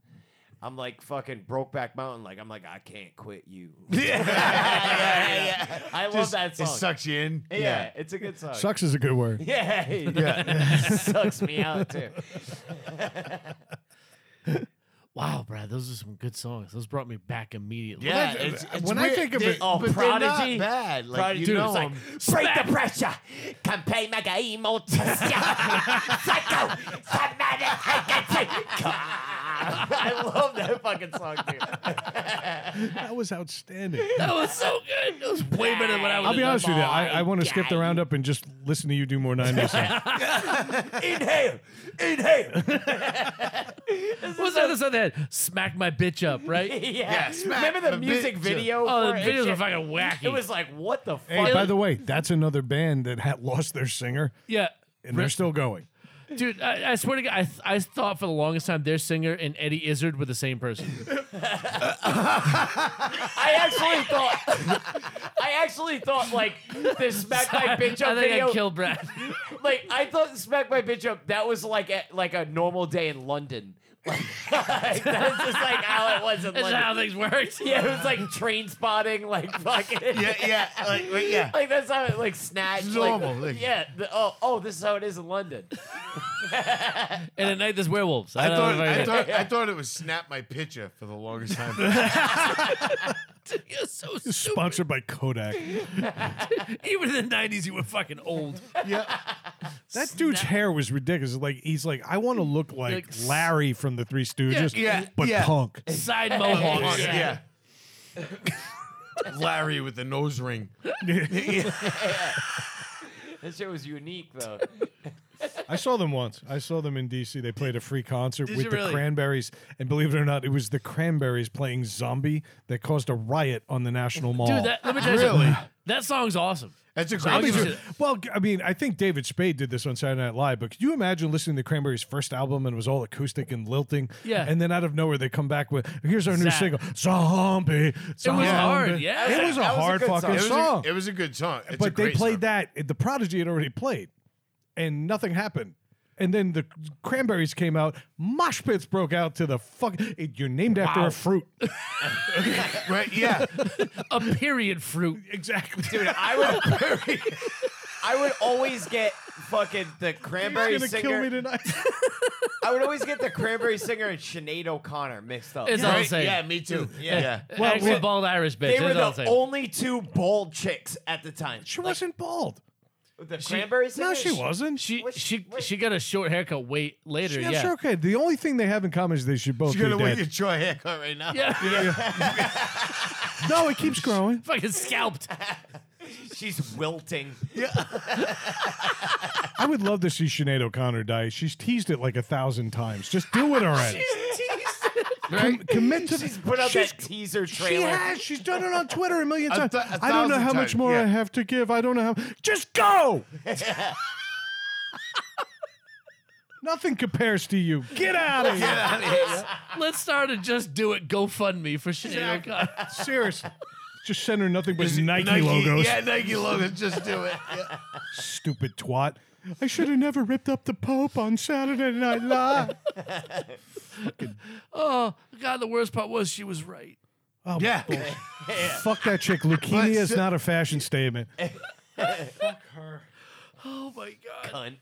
I'm like fucking Brokeback Mountain. Like I'm like I can't quit
[LAUGHS]
you. [LAUGHS] yeah, yeah, yeah. I love
Just-
that song.
It sucks you in.
Yeah, it's a good song.
Sucks is a good
[LAUGHS]
word.
Yeah, yeah. [LAUGHS] sucks me out too.
Wow, Brad, those are some good songs. Those brought me back immediately.
Yeah,
Well,
it's, it's
when I
weird.
think of
They-
it-
Oh,
but they're not
Prodigy.
bad. Like
Prodigy,
you
dude,
know
it's like,
them.
break the pressure. Come play my game, old tester. Psycho. Somebody take a drink. I love that fucking song, dude.
That was outstanding.
[LAUGHS] that was so good. That was way better than what I was.
I'll be honest with you. I, I want to skip the
guy.
roundup and just listen to you do more 90s.
Inhale. Inhale.
What was that other song that had smack my bitch
[LAUGHS]
up?
yeah.
Right?
smack
[LAUGHS] Remember the
the
music
bitch.
video?
Oh, the
for it?
videos
Shit.
are fucking wacky.
It was like, what the fuck?
hey, by the way, that's another band that had lost their singer
yeah.
and they're still going.
Dude, I, I swear to God, I, th- I thought for the longest time their singer and Eddie Izzard were the same person.
I actually thought, [LAUGHS] I actually thought like this smack my bitch up
I think
video.
I killed Brad.
like I thought smack my bitch up. That was like a, like a normal day in London. [LAUGHS] Like, that's just like how it was in
That's
London.
how things worked. [LAUGHS]
yeah, it was like train spotting, like fucking.
Yeah, yeah, like, like, yeah.
[LAUGHS] Like that's how it like snatched.
Normal,
Like,
like-
yeah. The, oh, oh, this is how it is in London.
And at night, there's werewolves.
I
don't
thought,
know if
I,
can-
thought, I thought it was snap my picture for the longest time.
You're so stupid.
Sponsored by Kodak.
Even in the 90s, you were fucking old.
That dude's hair was ridiculous. Like he's like, I want to look like,
Like s-
Larry from the Three Stooges,
yeah,
but
yeah.
punk.
[LAUGHS] Side mohawks.
yeah. Larry with the nose ring.
This shit was unique though.
I saw them once. I saw them in DC. They played a free concert
Did
with
you
the
really?
Cranberries, and believe it or not, it was the Cranberries playing "Zombie" that caused a riot on the National Mall.
Dude, that, let me tell you
Really?
something. That song's awesome.
That's a
I'll
great.
give you-
story.
Well, I mean, I think David Spade did this on Saturday Night Live, but could you imagine listening to Cranberries' first album and it was all acoustic and lilting?
Yeah.
And then out of nowhere, they come back with, here's our new
Zap.
single, Zombie. Zombie."
hard, yeah.
It was a
That was a
hard
good song.
fucking
It was,
song.
A, it was a good song. It's a
but they
great
played
song.
that. The Prodigy had already played, and nothing happened. And then the Cranberries came out. Mosh pits broke out to the fuck. It, you're named after
Wow.
a
[LAUGHS]
fruit. [LAUGHS]
Right? Yeah.
A period fruit.
[LAUGHS]
exactly.
Dude, [LAUGHS]
[LAUGHS]
I would I would always get fucking the cranberry
You're gonna
singer.
kill me tonight. [LAUGHS]
I would always get the cranberry singer and Sinead O'Connor mixed up.
It's all the
right?
same.
Yeah, me
[LAUGHS]
too. Yeah.
Well, Actually, bald Irish bitch.
They were
That's all I'm
the
saying.
only two bald chicks at the time.
She wasn't bald.
The cranberry singer.
No, she wasn't.
She
Wait,
she
wait.
she got a short haircut way later.
Yeah,
yeah.
sure, okay. The only thing they have in common is they should both
You're going to
be
wear
dead.
your Troy haircut right
[LAUGHS]
[LAUGHS]
now. [LAUGHS]
Yeah.
[LAUGHS]
No, it keeps growing.
Fucking scalped.
She's wilting.
I would love to see Sinead O'Connor die. She's teased it like a thousand times. Just do it already. Com- commit [LAUGHS] to
She's put out
She's-
that teaser
She
trailer.
has. She's done it on Twitter a million
A
times.
thou-
I
a
I don't know
thousand
how much
times,
more
yeah.
I have to give. I don't know how. Just go.
[LAUGHS]
Nothing compares to you. Get out of here.
Let's start a just do it GoFundMe for Sinead O'Connor.
Seriously. Just send her nothing but
Just
Nike, logos.
Yeah, Nike logos. Just do it. Yeah.
Stupid twat. I should have never ripped up the Pope on Saturday Night Live.
Oh God, the worst part was she was right.
Oh,
Yeah.
Fuck that chick. Leukemia is
But-
not a fashion statement.
Oh my God.
[LAUGHS]
Cunt.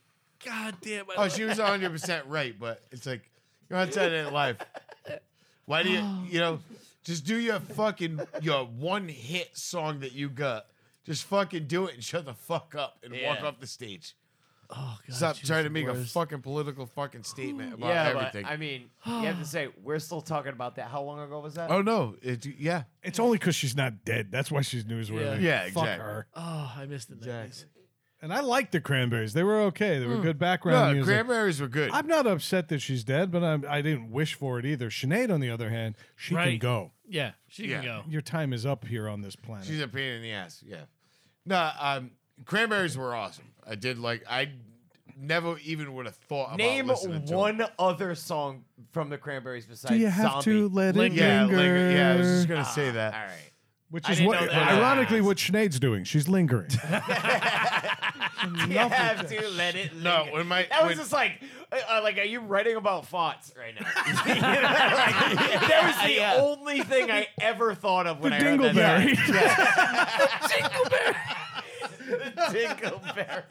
God damn. I
Oh,
love-
she was 100% right, but it's like, you're on Saturday Night Live. Why do you, you know, just do your fucking your one hit song that you got. Just fucking do it and shut the fuck up and walk
Yeah.
off the stage.
Oh god.
Stop
she was
trying
the
to make a
worst.
fucking political fucking statement about
yeah,
everything.
but I mean, you have to say we're still talking about that. How long ago was that?
oh no, it, yeah,
It's only because she's not dead. That's why she's newsworthy.
Yeah. Yeah,
Fuck
exactly.
her.
Oh, I missed the nineties.
And I like the Cranberries. They were okay. They were good background
Hmm. no,
music.
cranberries were good.
I'm not upset that she's dead, but I'm, I didn't wish for it either. Sinead, on the other hand, she can
Right.
go.
Yeah, she
Yeah.
can go.
Your time is up here on this planet.
She's a pain in the ass. Yeah. No, um, cranberries were awesome. I did like. I never even would have thought. About
Name
listening to
one other song from the Cranberries besides
Do you have
Zombie.
to let it
Them. Yeah, like,
linger?
yeah. I was just gonna say
Ah, All
that.
right.
Which
I
is
didn't
what,
know that.
ironically, what Sinead's doing. She's lingering.
[LAUGHS] You have to let it linger.
No, when my
That was
when-
just like, uh, uh, like, are you writing about fonts right now? [LAUGHS] You know, like, that was the only thing I ever thought of when I heard
[LAUGHS]
that.
Dingleberry.
Dingleberries.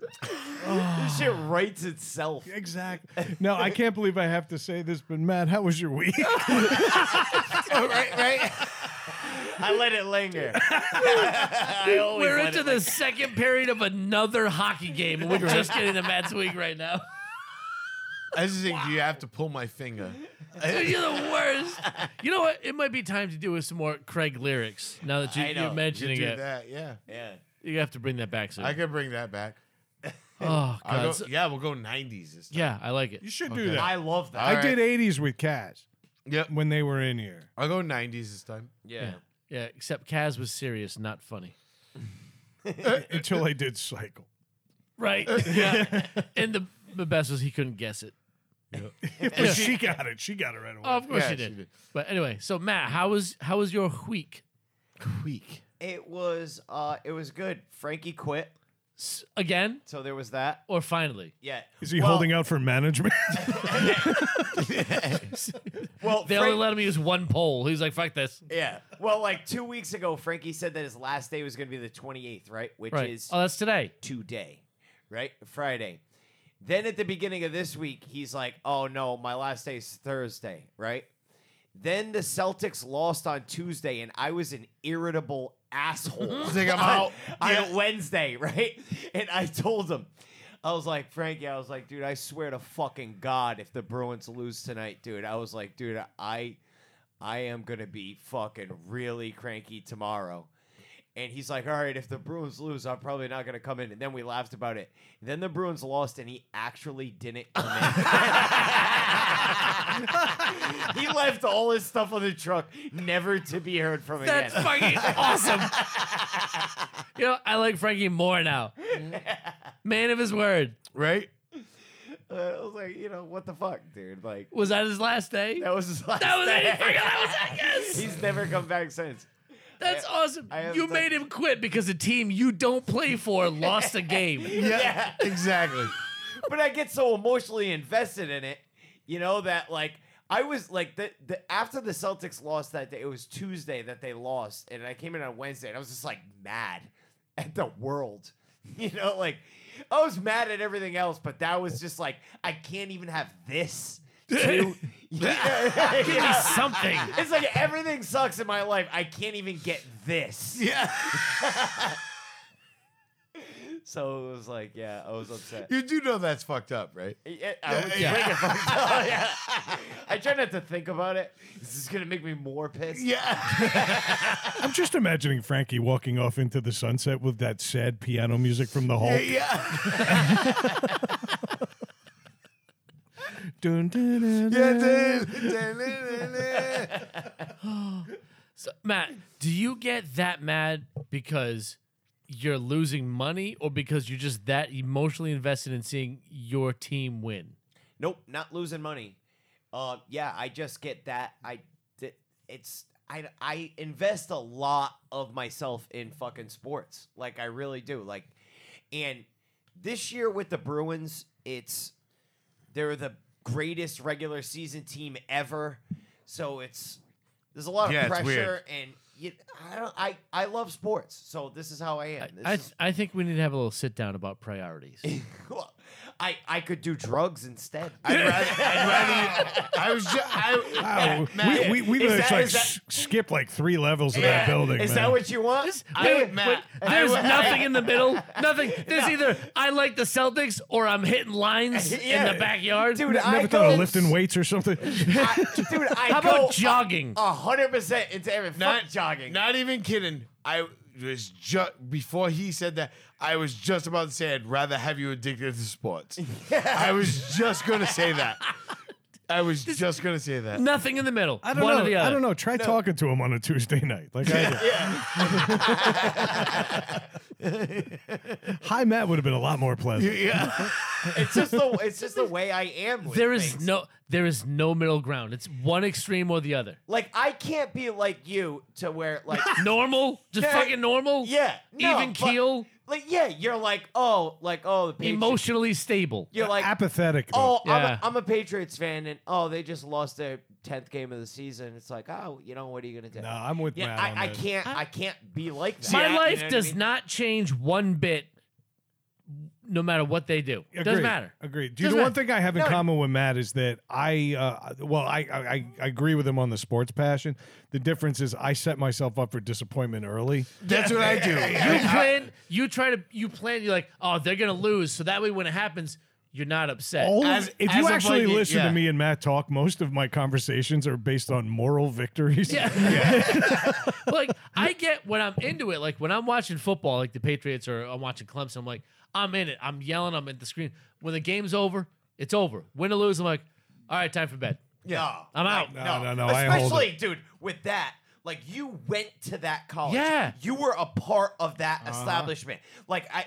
this shit writes itself.
exactly. No, I can't believe I have to say this, but Matt, how was
[LAUGHS]
your week?
Oh,
right, [LAUGHS] right. I let it linger.
[LAUGHS]
I always
We're
let
into
it
the second period of another hockey game, and we're just getting to Matt's week right now. [LAUGHS]
I just think you have to pull my finger.
Dude, you're the worst. You know what? It might be time to do with some more Craig lyrics. Now that you,
I know.
you're
You
mentioning
do
it,
that, yeah.
Yeah.
you have to bring that back soon.
I could bring that back.
oh
I'll
god.
go-
so-
yeah, we'll go nineties this time.
yeah, I like it.
You should do
Okay.
that.
I love that.
I
All
did 80s with Kaz
Yep.
when they were
[LAUGHS]
in here.
I'll go nineties this time.
yeah.
Yeah, except Kaz was serious, not funny.
until I
[LAUGHS]
did cycle.
Right. [LAUGHS] yeah. And the, the best was he couldn't guess it.
But she got it. She got it right away.
Oh, of course
Yeah,
he
she
did.
did.
But anyway, so Matt, how was how was your week?
Week.
It was uh it was good. Frankie quit,
S- again
so there was that.
or finally?
Yeah.
Is he holding [LAUGHS] out for management?
[LAUGHS] Well,
They only
Frank-
let him use one poll. He's like, "Fuck this."
yeah. Well, like 2 weeks ago Frankie said that his last day was going to be the 28th, right? Which
Right.
is
Uh,
Oh, that's today.
today, right? Friday. Then at the beginning of this week, he's like, "Oh no, my last day is Thursday," right? Then the Celtics lost on Tuesday, and I was an irritable
[LAUGHS]
asshole.
It's like,
[LAUGHS]
I'm
on-
out.
on
Yeah.
Wednesday, [LAUGHS] right? And I told him, I was like, Frankie, I was like, dude, I swear to fucking God, if the Bruins lose tonight, dude, I was like, dude, I, I am gonna be fucking really cranky tomorrow. And he's like, all right, if the Bruins lose, I'm probably not gonna come in. And then we laughed about it. then the Bruins lost, and he actually didn't come in. [LAUGHS] he left all his stuff on the truck, never to be heard from again.
That's fucking awesome.
[LAUGHS]
you know, I like Frankie more now. Man of his word.
Right?
Uh, [LAUGHS] I was like, you know, what the fuck, dude? Like,
Was that his last day?
that was his last
That was
day.
it. He forgot. That was it. Yes.
[LAUGHS] He's never come back since.
That's awesome.
I have
You
done-
made him quit because the team you don't play for lost a game.
[LAUGHS]
Yeah.
Yeah.
Exactly.
[LAUGHS] But I get so emotionally invested in it, you know, that like I was like the, the after the Celtics lost that day, it was Tuesday that they lost, and I came in on Wednesday and I was just like mad at the world. [LAUGHS] You know, like I was mad at everything else, but that was just like I can't even have
[LAUGHS]
this. [LAUGHS] too. Yeah.
Give me something.
It's like everything sucks in my life. I can't even get this.
Yeah.
So it was like, yeah, I was upset.
You do know that's fucked up,
[LAUGHS]
right? [LAUGHS]
Yeah, I was
Yeah.
drinking from- Oh, yeah.
[LAUGHS]
[LAUGHS] I try not to think about it. This is gonna make me more pissed.
Yeah.
I'm just imagining Frankie walking off into the sunset with that sad piano music from the Hulk.
yeah. [LAUGHS]
Dun, dun, dun, dun.
So, Matt, do you get that mad because you're losing money or because you're just that emotionally invested in seeing your team win?
Nope, not losing money. Uh, yeah, I just get that. I, th- it's I I invest a lot of myself in fucking sports. Like I really do. Like, and this year with the Bruins, it's they're the greatest regular season team ever. So it's there's a lot
Yeah,
of
it's
pressure
weird.
and. You, I don't. I, I love sports, so this is how I am. This
I,
is, [LAUGHS]
I think we need to have a little sit down about priorities.
Well, I, I could do drugs
[LAUGHS]
instead.
I'd rather, I'd rather you- I was just,
Wow.
I,
Matt,
we we, we
is
managed
that-
to like,
is that-
s- skip like three levels of
Yeah.
that building.
Is
man.
that what you want? I
Wait,
would, Matt.
wait, there's
I would-
nothing in the middle.
[LAUGHS]
Nothing. There's either I like the Celtics or I'm hitting lines
[LAUGHS] Yeah.
in the backyard.
Dude,
Never
I
thought
go-
of lifting weights or
[LAUGHS]
something. [LAUGHS]
I- dude, I
How
go
about jogging?
a hundred percent into every
not
fuck jogging.
Not even kidding. I was just before he said that. I was just about to say I'd rather have you addicted to
[LAUGHS]
sports. I was just gonna say that. I was just gonna say that.
Nothing in the middle.
I don't
One
know.
or the other.
I don't know. Try talking to him on a Tuesday night, like I did. [LAUGHS] High Matt would have been a lot more pleasant.
Yeah.
It's just the it's just the way I am. With
There is
things.
no there is no middle ground. It's one extreme or the other.
like I can't be like you to where
[LAUGHS]
like
Normal, just
Yeah.
fucking normal.
yeah no,
even
but-
keel,
Like yeah, you're like oh like oh the Patri-
emotionally stable.
You're like
Apathetic. though.
oh I'm,
Yeah.
a, I'm a Patriots fan and oh they just lost their tenth game of the season. It's like oh you know what are you gonna do?
no, I'm with
yeah,
Matt. on
I, I
this.
can't I can't be like that.
My
You know
life
what I
does
mean?
not change one bit, no matter what they do. It Doesn't
Agreed.
matter.
Agreed. Do you
Doesn't
know one
matter.
thing I have in
No.
common with Matt is that I, uh, well, I, I I- I agree with him on the sports passion. The difference is I set myself up for disappointment early.
That's what
[LAUGHS]
I do.
You plan. You try to. You plan. You're like, oh, they're gonna lose. So that way, when it happens, you're not upset.
All of-
As-
if
as
you
of
actually
like-
listen
yeah.
to me and Matt talk, most of my conversations are based on moral
[LAUGHS]
victories.
Yeah. like I get when I'm into it. Like when I'm watching football, like the Patriots or I'm watching Clemson, I'm like, I'm in it. I'm yelling, I'm at the screen. When the game's over, it's over. Win or lose, I'm like, all right, time for bed.
Yeah,
I'm out.
No, no, no. I hold
Especially, dude, with that, like you went to that college.
Yeah.
You were a part of that
Uh-huh.
establishment. Like I. I-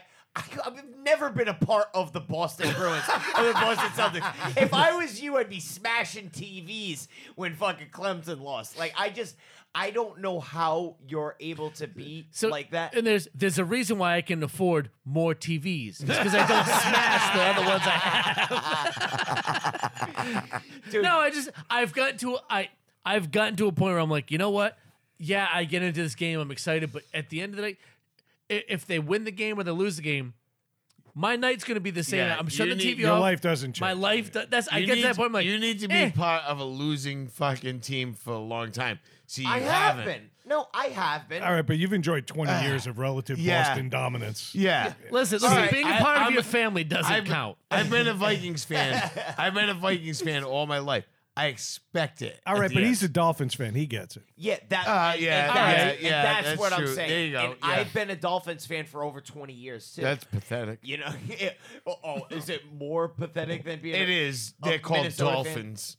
I've never been a part of the Boston
[LAUGHS]
Bruins or the Boston Celtics. If I was you, I'd be smashing TVs when fucking Clemson lost. Like I just, I don't know how you're able to be
So
like that.
And there's there's a reason why I can afford more TVs. It's because I don't smash the other ones I have.
Dude.
No, I just I've gotten to I I've gotten to a point where I'm like, you know what? Yeah, I get into this game, I'm excited, but at the end of the night, i- if they win the game or they lose the game, my night's gonna be the same.
Yeah,
I'm
you
shutting the
need-
TV
[LAUGHS] Your
off.
life doesn't change.
my life, do- that's I
You
get
need,
to that point. I'm like,
you need to be
eh.
part of a losing fucking team for a long time. See, you
I have
haven't.
been. No, I have been.
All right, but you've enjoyed 20 years of relative
Ah, yeah.
Boston dominance.
[LAUGHS]
Yeah.
Listen, listen
right,
being a
I-
part of
I'm
your
a-
family doesn't
I've-
count.
I've been a Vikings fan. I've been a Vikings fan all my life. I expect it.
All
at
right,
the
but
end.
he's a Dolphins fan. He gets it.
Yeah, that.
Uh, yeah,
and- and
yeah,
that's, and
yeah,
that's,
that's
what I'm
true.
saying.
There you go,
And
yeah.
I've been a Dolphins fan for over 20 years too.
That's pathetic.
you know. [LAUGHS] oh, oh, is it more pathetic than being?
It
a-
is.
a
They're called
oh, Minnesota fan?
dolphins.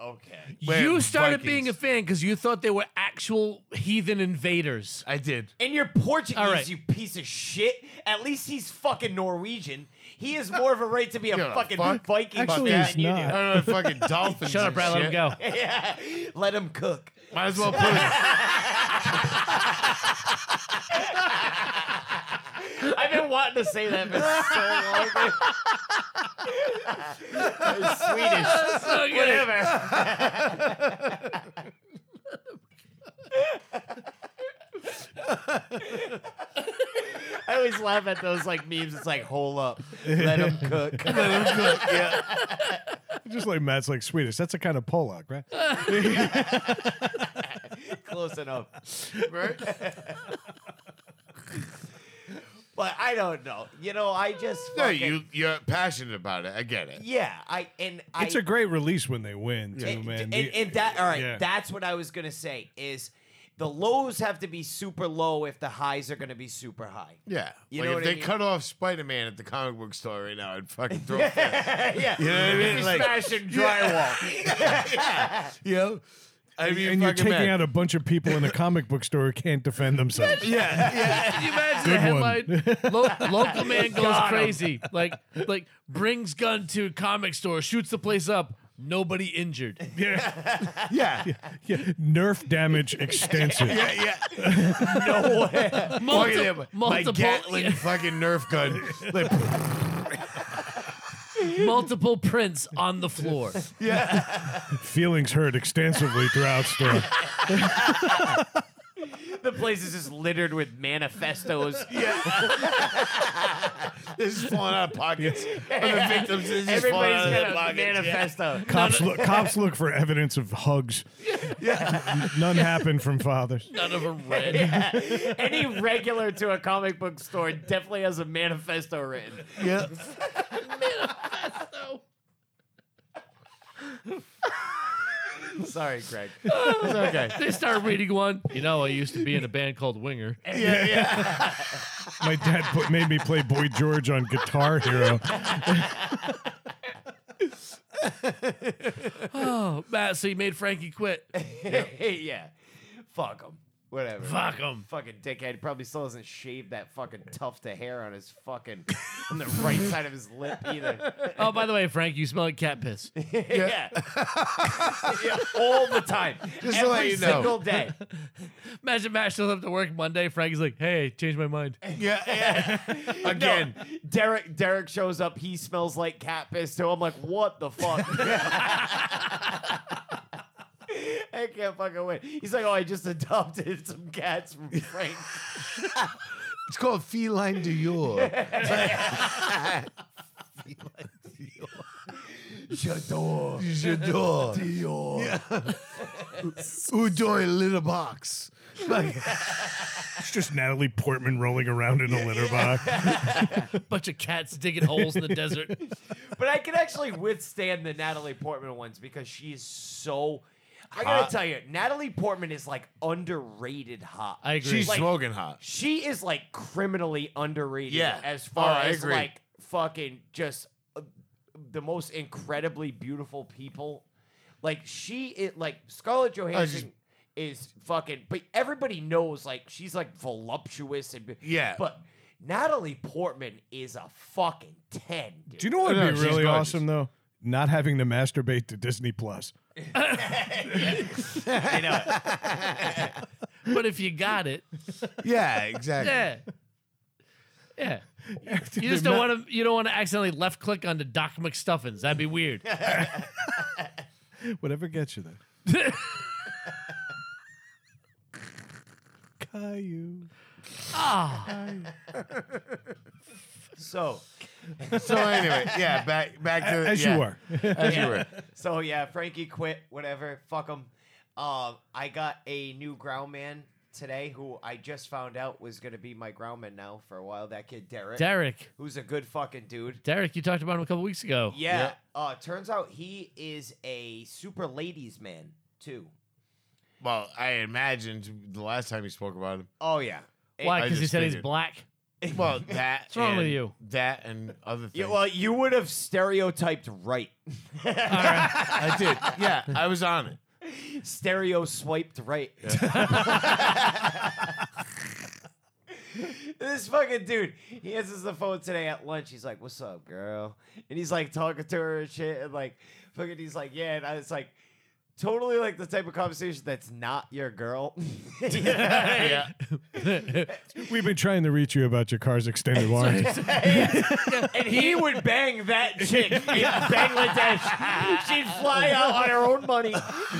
Okay.
We're
you started being a
Vikings.
fan because you thought they were actual heathen invaders.
I did.
And you're Portuguese,
All right.
you piece of shit. At least he's fucking Norwegian. He has more of a right to be a
Yeah,
fucking
fuck.
Viking
Actually,
fan
he's
than you
I
not.
don't know, fucking dolphins.
Shut up,
and
Brad. Let him
shit.
go. [LAUGHS]
do. yeah. [LAUGHS] Let him cook.
Might as well put it.
I've been wanting to say that for so long. [LAUGHS]
[LAUGHS]
Swedish.
So good.
Whatever. [LAUGHS] I always laugh at those like memes. It's like, hole up, let them
[LAUGHS]
cook.
Just like Matt's like Swedish. That's a kind of Pollock,
[LAUGHS]
right?
Close enough.
[LAUGHS]
but I don't know. You know, I just
No,
fucking-
you you're passionate about it. I get it.
Yeah, I and I.
It's a great release when they win, too,
and,
man.
and-
The-
and that all right,
Yeah.
that's what I was gonna say is the lows have to be super low if the highs are gonna be super high.
Yeah.
You
like
know
if
what I
they
mean?
cut off Spider Man at the comic book store right now, I'd fucking throw a fit.
[LAUGHS] [LAUGHS] yeah.
You know what I mean? Like,
smashing drywall.
you know? I mean,
and you're taking
mad.
out a bunch of people in a comic book store who can't defend themselves.
Can you imagine the headline? [LAUGHS] Lo- local man goes crazy. Like, like brings gun to comic store, shoots the place up. Nobody [LAUGHS] injured.
Yeah. yeah.
[LAUGHS] Yeah, Nerf damage extensive.
Yeah.
no way.
Look at
Multiple,
him,
multiple,
My Gatling [LAUGHS] fucking Nerf
[LAUGHS]
gun. Like,
[LAUGHS] multiple prints on the [LAUGHS] floor.
[LAUGHS]
Feelings hurt extensively throughout store.
the place is just littered with manifestos.
This is falling out of pockets. Of the victims, this is just falling out of
Everybody's
their
got a
pockets.
manifesto.
Cops look, cops look for evidence of hugs. None happened from fathers.
None [LAUGHS] of them red.
Any regular to a comic book store definitely has a manifesto written.
Yeah.
Sorry, Greg.
They start reading one. You know, I used to be in a band called Winger.
My dad put, made me play Boy George on Guitar Hero.
[LAUGHS] Oh, Matt, so you made Frankie quit.
[LAUGHS] yeah. Fuck him. Whatever.
Fuck him.
Fucking dickhead. Probably still hasn't shaved that fucking tuft of hair on his fucking on the right side of his lip either.
Oh, by the way, Frank, you smell like cat piss.
[LAUGHS] yeah. Yeah, All the time.
Just to
Every
let you know.
single [LAUGHS] day.
Imagine Matt shows up to work Monday. Frankie's like, hey, changed my mind.
[LAUGHS] Again. Derek Derek shows up, he smells like cat piss too. I'm like, what the [LAUGHS] fuck? I can't fucking wait. He's like, oh, I just adopted some cats from Frank.
It's called feline du jour. J'adore. J'adore. Dior. [LAUGHS] Who joined Little Box?
It's just Natalie Portman rolling around in a litter box.
Bunch of cats digging holes in the desert.
[LAUGHS] But I can actually withstand the Natalie Portman ones because she is so. I gotta tell you, Natalie Portman is like underrated hot.
I agree.
[LAUGHS] She's
Like-
smoking hot.
she is like criminally underrated.
Yeah.
as far
Oh, I
as
agree.
like fucking just uh, the most incredibly beautiful people. Like she is like Scarlett Johansson. is fucking, but everybody knows like she's like voluptuous and
Yeah.
But Natalie Portman is a fucking ten. Dude.
Do you know what would
No,
be
she's
really
gorgeous.
awesome though? Not having to masturbate to Disney
[LAUGHS]
Plus.
but if you got it,
Yeah, exactly.
yeah. Yeah. You just don't want to you don't want to accidentally left click onto Doc McStuffins. That'd be weird.
Whatever gets you there.
[LAUGHS]
Caillou.
Ah,
So
So anyway, yeah, back back to
As
Uh, yeah,
you were.
As you were.
So yeah, Frankie quit. Whatever. Fuck him. Um, I got a new ground man today, who I just found out was gonna be my ground man now for a while. That kid Derek,
Derek.
who's a good fucking dude.
Derek, you talked about him a couple weeks ago.
Yeah. Uh, turns out he is a super ladies man too.
Well, I imagined the last time you spoke about him.
Oh yeah.
Why?
I
Because he
just
said he's
figured.
[LAUGHS]
black.
Well, that What's
wrong with you?
That and other things.
Yeah, well, you would have stereotyped right.
I did. Yeah, I was on it.
Stereo swiped right. [LAUGHS] this fucking dude, he answers the phone today at lunch. He's like, "What's up, girl?" And he's like talking to her and shit, and like, fucking, he's like, "Yeah," and I was like, totally like the type of conversation that's not your girl. [LAUGHS]
Yeah.
[LAUGHS] We've been trying to reach you about your car's extended warranty.
and
[LAUGHS]
he would bang that chick in
[LAUGHS]
Bangladesh. She'd fly out on her own money. [LAUGHS]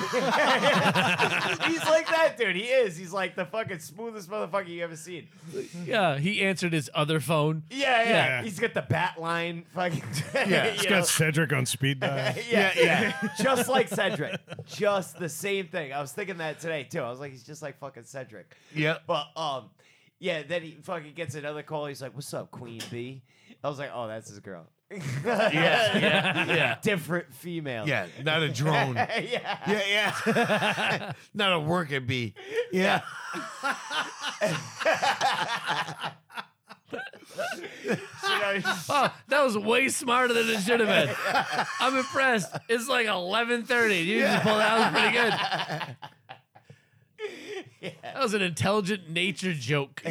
He's like that dude. He is. He's like the fucking smoothest motherfucker you ever seen.
Yeah. He answered his other phone.
Yeah, yeah.
Yeah.
He's got the bat line. Fucking. [LAUGHS]
Yeah.
It's
you know.
got Cedric
[LAUGHS]
on speed dial.
yeah, yeah, [LAUGHS] just like Cedric, just the same thing. I was thinking that today too. I was like, he's just like fucking Cedric.
Yep.
But um, yeah. Then he fucking gets another call. He's like, "What's up, Queen B?" I was like, "Oh, that's his girl."
Yeah. Yeah. Yeah.
[LAUGHS] Different female.
Yeah. Not a drone.
yeah.
[LAUGHS] Yeah. Yeah. [LAUGHS] Not a worker bee. Yeah.
You know, he's-
Oh, that was way smarter than it should have been. I'm impressed. It's like 11:30. You just pulled that was pretty good. That was an intelligent nature joke.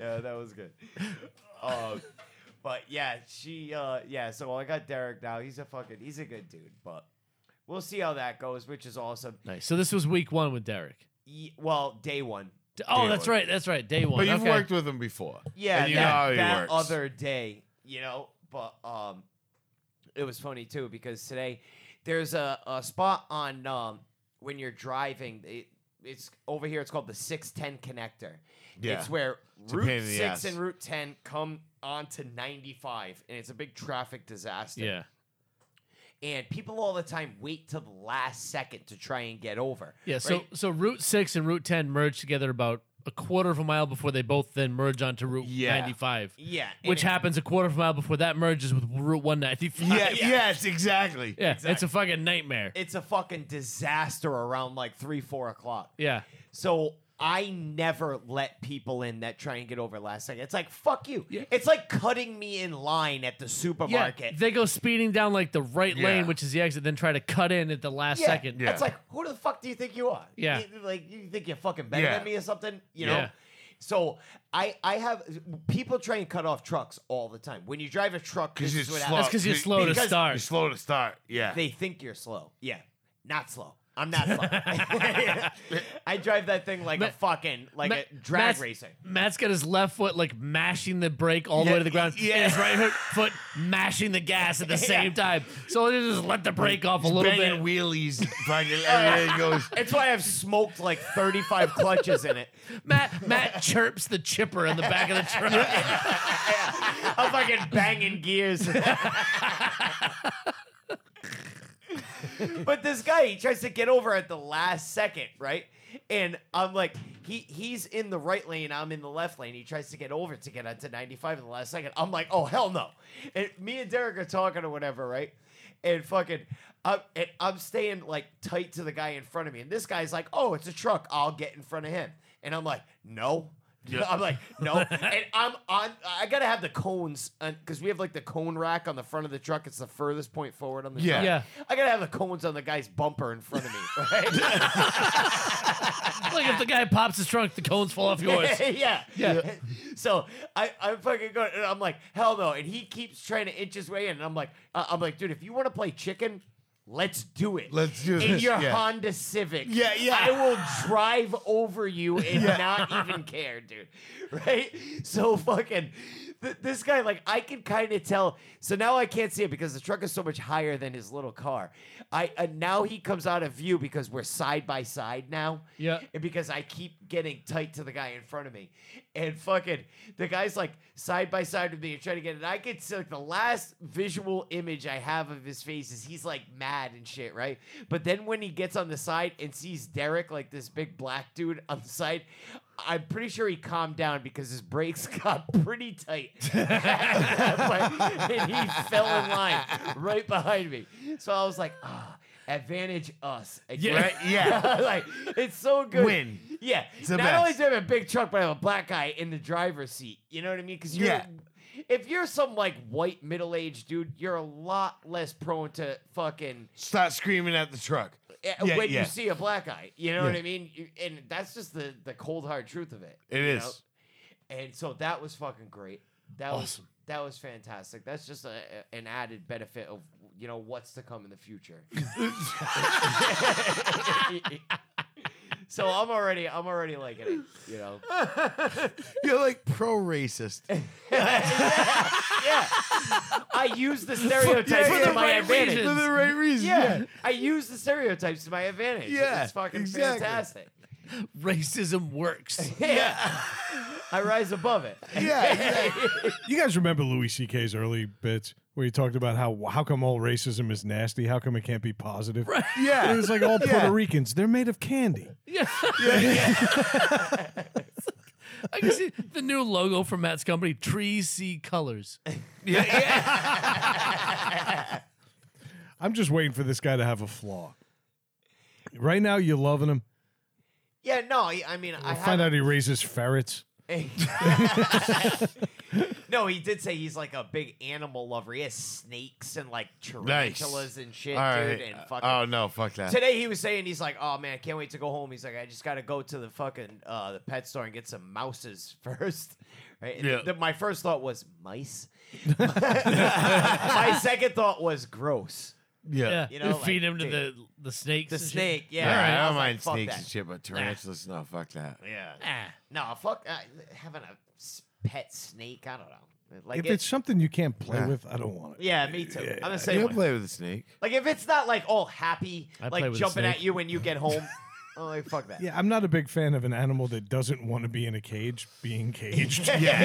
yeah, that was good. Um, but yeah, she. Uh, yeah. So I got Derek now. He's a fucking. He's a good dude, but. We'll see how that goes, which is awesome.
Nice. So this was week one with Derek.
Ye- well, day one.
D- Oh,
Day
that's
one.
right. That's right. Day one.
But you've
okay.
worked with him before.
Yeah,
And you know
that,
how he
that
works.
other day, you know. But um, it was funny too because today there's a, a spot on um, when you're driving. It, it's over here. It's called the six ten connector.
Yeah.
It's where
a pain
Route
in the
six
ass.
and Route ten come onto ninety five, and it's a big traffic disaster.
Yeah.
And people all the time wait till the last second to try and get over.
Yeah. So
right?
so Route Six and Route Ten merge together about a quarter of a mile before they both then merge onto Route
Yeah.
95.
Yeah, and
Which
it's-
happens a quarter of a mile before that merges with Route 195.
[LAUGHS]
Yeah, Yes, exactly.
Yeah, it's a fucking nightmare.
it's a fucking disaster around like three, four o'clock.
yeah.
So I never let people in that try and get over last second. It's like fuck you. It's like cutting me in line at the
Yeah,
supermarket.
they go speeding down like the right
Yeah.
lane, which is the exit, then try to cut in at the last
Yeah,
second.
Yeah.
It's like who the fuck do you think you are?
Yeah.
You- like you think you're fucking better
Yeah.
than me or something? You know.
Yeah.
So I I have people try and cut off trucks all the time. When you drive a truck,
Because
this
you're
is what
slow.
happens.
That's 'cause you're slow to
because
start.
You're slow to start. Yeah.
They think you're slow. Yeah, not slow.
[LAUGHS]
I'm not slow. [LAUGHS] I drive that thing like a fucking like
Ma-
a drag
Matt's-
racer.
Matt's got his left foot like mashing the brake all the way to the ground, yeah. and his right hook- foot mashing the gas at the same time. So they just let the brake off a little bit.
Banging wheelies. fucking, and then it goes.
That's why I've smoked like 35 clutches in it.
Matt Matt chirps the chipper in the back of the [LAUGHS] truck.
I'm fucking banging gears. but this guy, he tries to get over at the last second, right? And I'm like, he he's in the right lane, I'm in the left lane. He tries to get over to get onto 95 in the last second. I'm like, oh hell no. And me and Derek are talking or whatever, right? And fucking, I'm, and I'm staying like tight to the guy in front of me. And this guy's like, oh, it's a truck. I'll get in front of him. And I'm like, no. [LAUGHS] I'm like, no. and I'm on, I gotta have the cones because we have like the cone rack on the front of the truck. It's the furthest point forward on the
Yeah.
truck.
Yeah.
I gotta have the cones on the guy's bumper in front of me, [LAUGHS] right?
like if the guy pops his trunk, the cones fall off
[LAUGHS]
yours.
yeah.
Yeah.
So I, I'm fucking going, and I'm like, hell no. And he keeps trying to inch his way in. And I'm like, uh, I'm like, dude, if you want to play chicken, let's do it.
Let's do
in
this,
your
yeah.
Honda Civic.
Yeah, yeah.
I will drive over
[LAUGHS]
you and not even care, dude. [LAUGHS] Right? So fucking. th- This guy, like, I can kind of tell. So now I can't see it because the truck is so much higher than his little car. I uh, now he comes out of view because we're side by side now.
Yeah.
[LAUGHS] And because I keep getting tight to the guy in front of me. And fucking the guy's like side by side with me and trying to get it. I could see like the last visual image I have of his face is he's like mad and shit, right? But then when he gets on the side and sees Derek, like this big black dude on the side, I'm pretty sure he calmed down because his brakes [LAUGHS] got
[LAUGHS]
pretty tight. [LAUGHS] But- and he fell in line right behind me. So I was like, ah, advantage us. Again.
Right? Yeah.
[LAUGHS] like it's so good.
Win.
Yeah.
the
Not
best.
only do I have a big truck, but I have a black guy in the driver's seat. You know what I mean? Because you're.
Yeah.
If you're some like white middle aged dude, you're a lot less prone to fucking
Start screaming at the truck.
eh,
Yeah,
when
yeah.
you see a black guy. You know what
Yeah.
I mean? You- And that's just the the cold hard truth of it.
It
you
is.
know? And so that was fucking great. That was that was fantastic. That's just a, a- an added benefit of you know what's to come in
[LAUGHS]
the future. [LAUGHS] so I'm already I'm already liking it.
[LAUGHS]
You know.
You're like pro racist.
Yeah. I use the stereotypes
for
to
the
my
right
advantage.
reasons.
For the right reason.
Yeah. I use the stereotypes to my advantage.
Yeah,
It's fucking
exactly.
fantastic.
Racism works.
Yeah. I rise
[LAUGHS]
above it.
Yeah, exactly.
You guys remember Louis C.K.'s early bits where he talked about how how come all racism is nasty? How come it can't be positive? Right.
Yeah.
It was like all
Yeah.
Puerto Ricans, they're made of candy.
[LAUGHS] I can see the new logo for Matt's company, Trees See Colors.
I'm just waiting for this guy to have a flaw. Right now, you're loving him.
Yeah, no, I I mean, I
I find
have-
out he raises ferrets.
[LAUGHS] No, he did say he's like a big animal lover. He has snakes and like tarantulas and shit,
All right.
dude. And fucking.
oh no, fuck that.
[LAUGHS] Today he was saying he's like, oh man, I can't wait to go home. He's like, I just gotta go to the fucking uh, the pet store and get some mouses [LAUGHS] first. Right? And
Yeah.
th- my first thought was mice. [LAUGHS] my second thought was gross.
yeah.
Yeah.
You know,
feed
like,
him to
dude.
the, the snakes.
The
and shit.
snake, yeah.
All right, I
And I
don't
was like,
mind
"Fuck
snakes
that."
and shit, but tarantulas, no, fuck that.
Yeah.
Ah.
No, fuck uh, having a s- pet snake. I don't know. Like
if
it-
it's something you can't play
Yeah.
with, I don't want it.
yeah, me too. I'm gonna say
You'll
one.
play with a snake.
like if it's not like all happy,
I play
like
with a
jumping
snake.
at you when you
[LAUGHS]
get home. I'm like fuck [LAUGHS] that.
Yeah, I'm not a big fan of an animal that doesn't want to be in a cage being
[LAUGHS]
caged.
Yeah.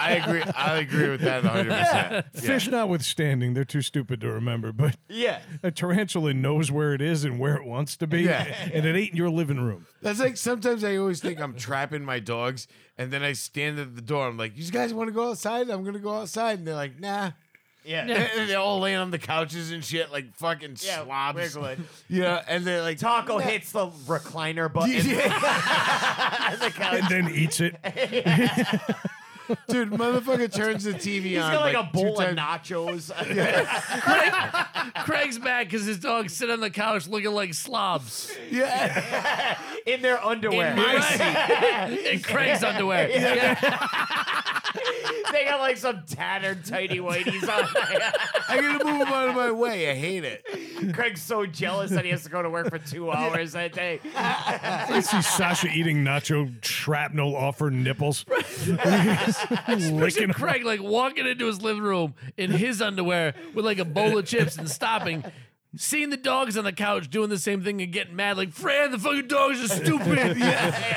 I agree. I agree with that 100.
[LAUGHS]
percent
Fish notwithstanding, they're too stupid to remember, but
Yeah.
a tarantula knows where it is and where it wants to be,
Yeah.
and it ain't in your living
[LAUGHS]
room.
That's like sometimes I always think I'm trapping my dogs, and then I stand at the door. I'm like, "You guys want to go outside? I'm gonna go outside." And they're like, "Nah." [LAUGHS]
Yeah.
And they're all laying on the couches and shit, like fucking
Yeah,
slobs.
we're
[LAUGHS]
good.
You know, and they're like,
Taco
"Nah."
hits the recliner button.
Yeah.
[LAUGHS] the couch.
And then eats
[LAUGHS]
it.
Dude, motherfucker turns the TV
He's
on.
got like, a
two
bowl of
times-
nachos.
Ah. Craig's mad because his dogs sit on the couch looking like slobs
Yeah.
in their underwear.
[LAUGHS] in Craig's underwear.
[LAUGHS] they got like some tattered tidy whiteys on. [LAUGHS]
I gotta move 'em out of my way. I hate it.
Craig's so jealous that he has to go to work for two hours that day.
I see Sasha eating nacho shrapnel off her nipples. [LAUGHS]
[LAUGHS]
Picture
Licking
Craig like walking into his living room in his underwear with like a bowl of chips and stopping, seeing the dogs on the couch doing the same thing and getting mad like, Fran, the fucking dogs are stupid.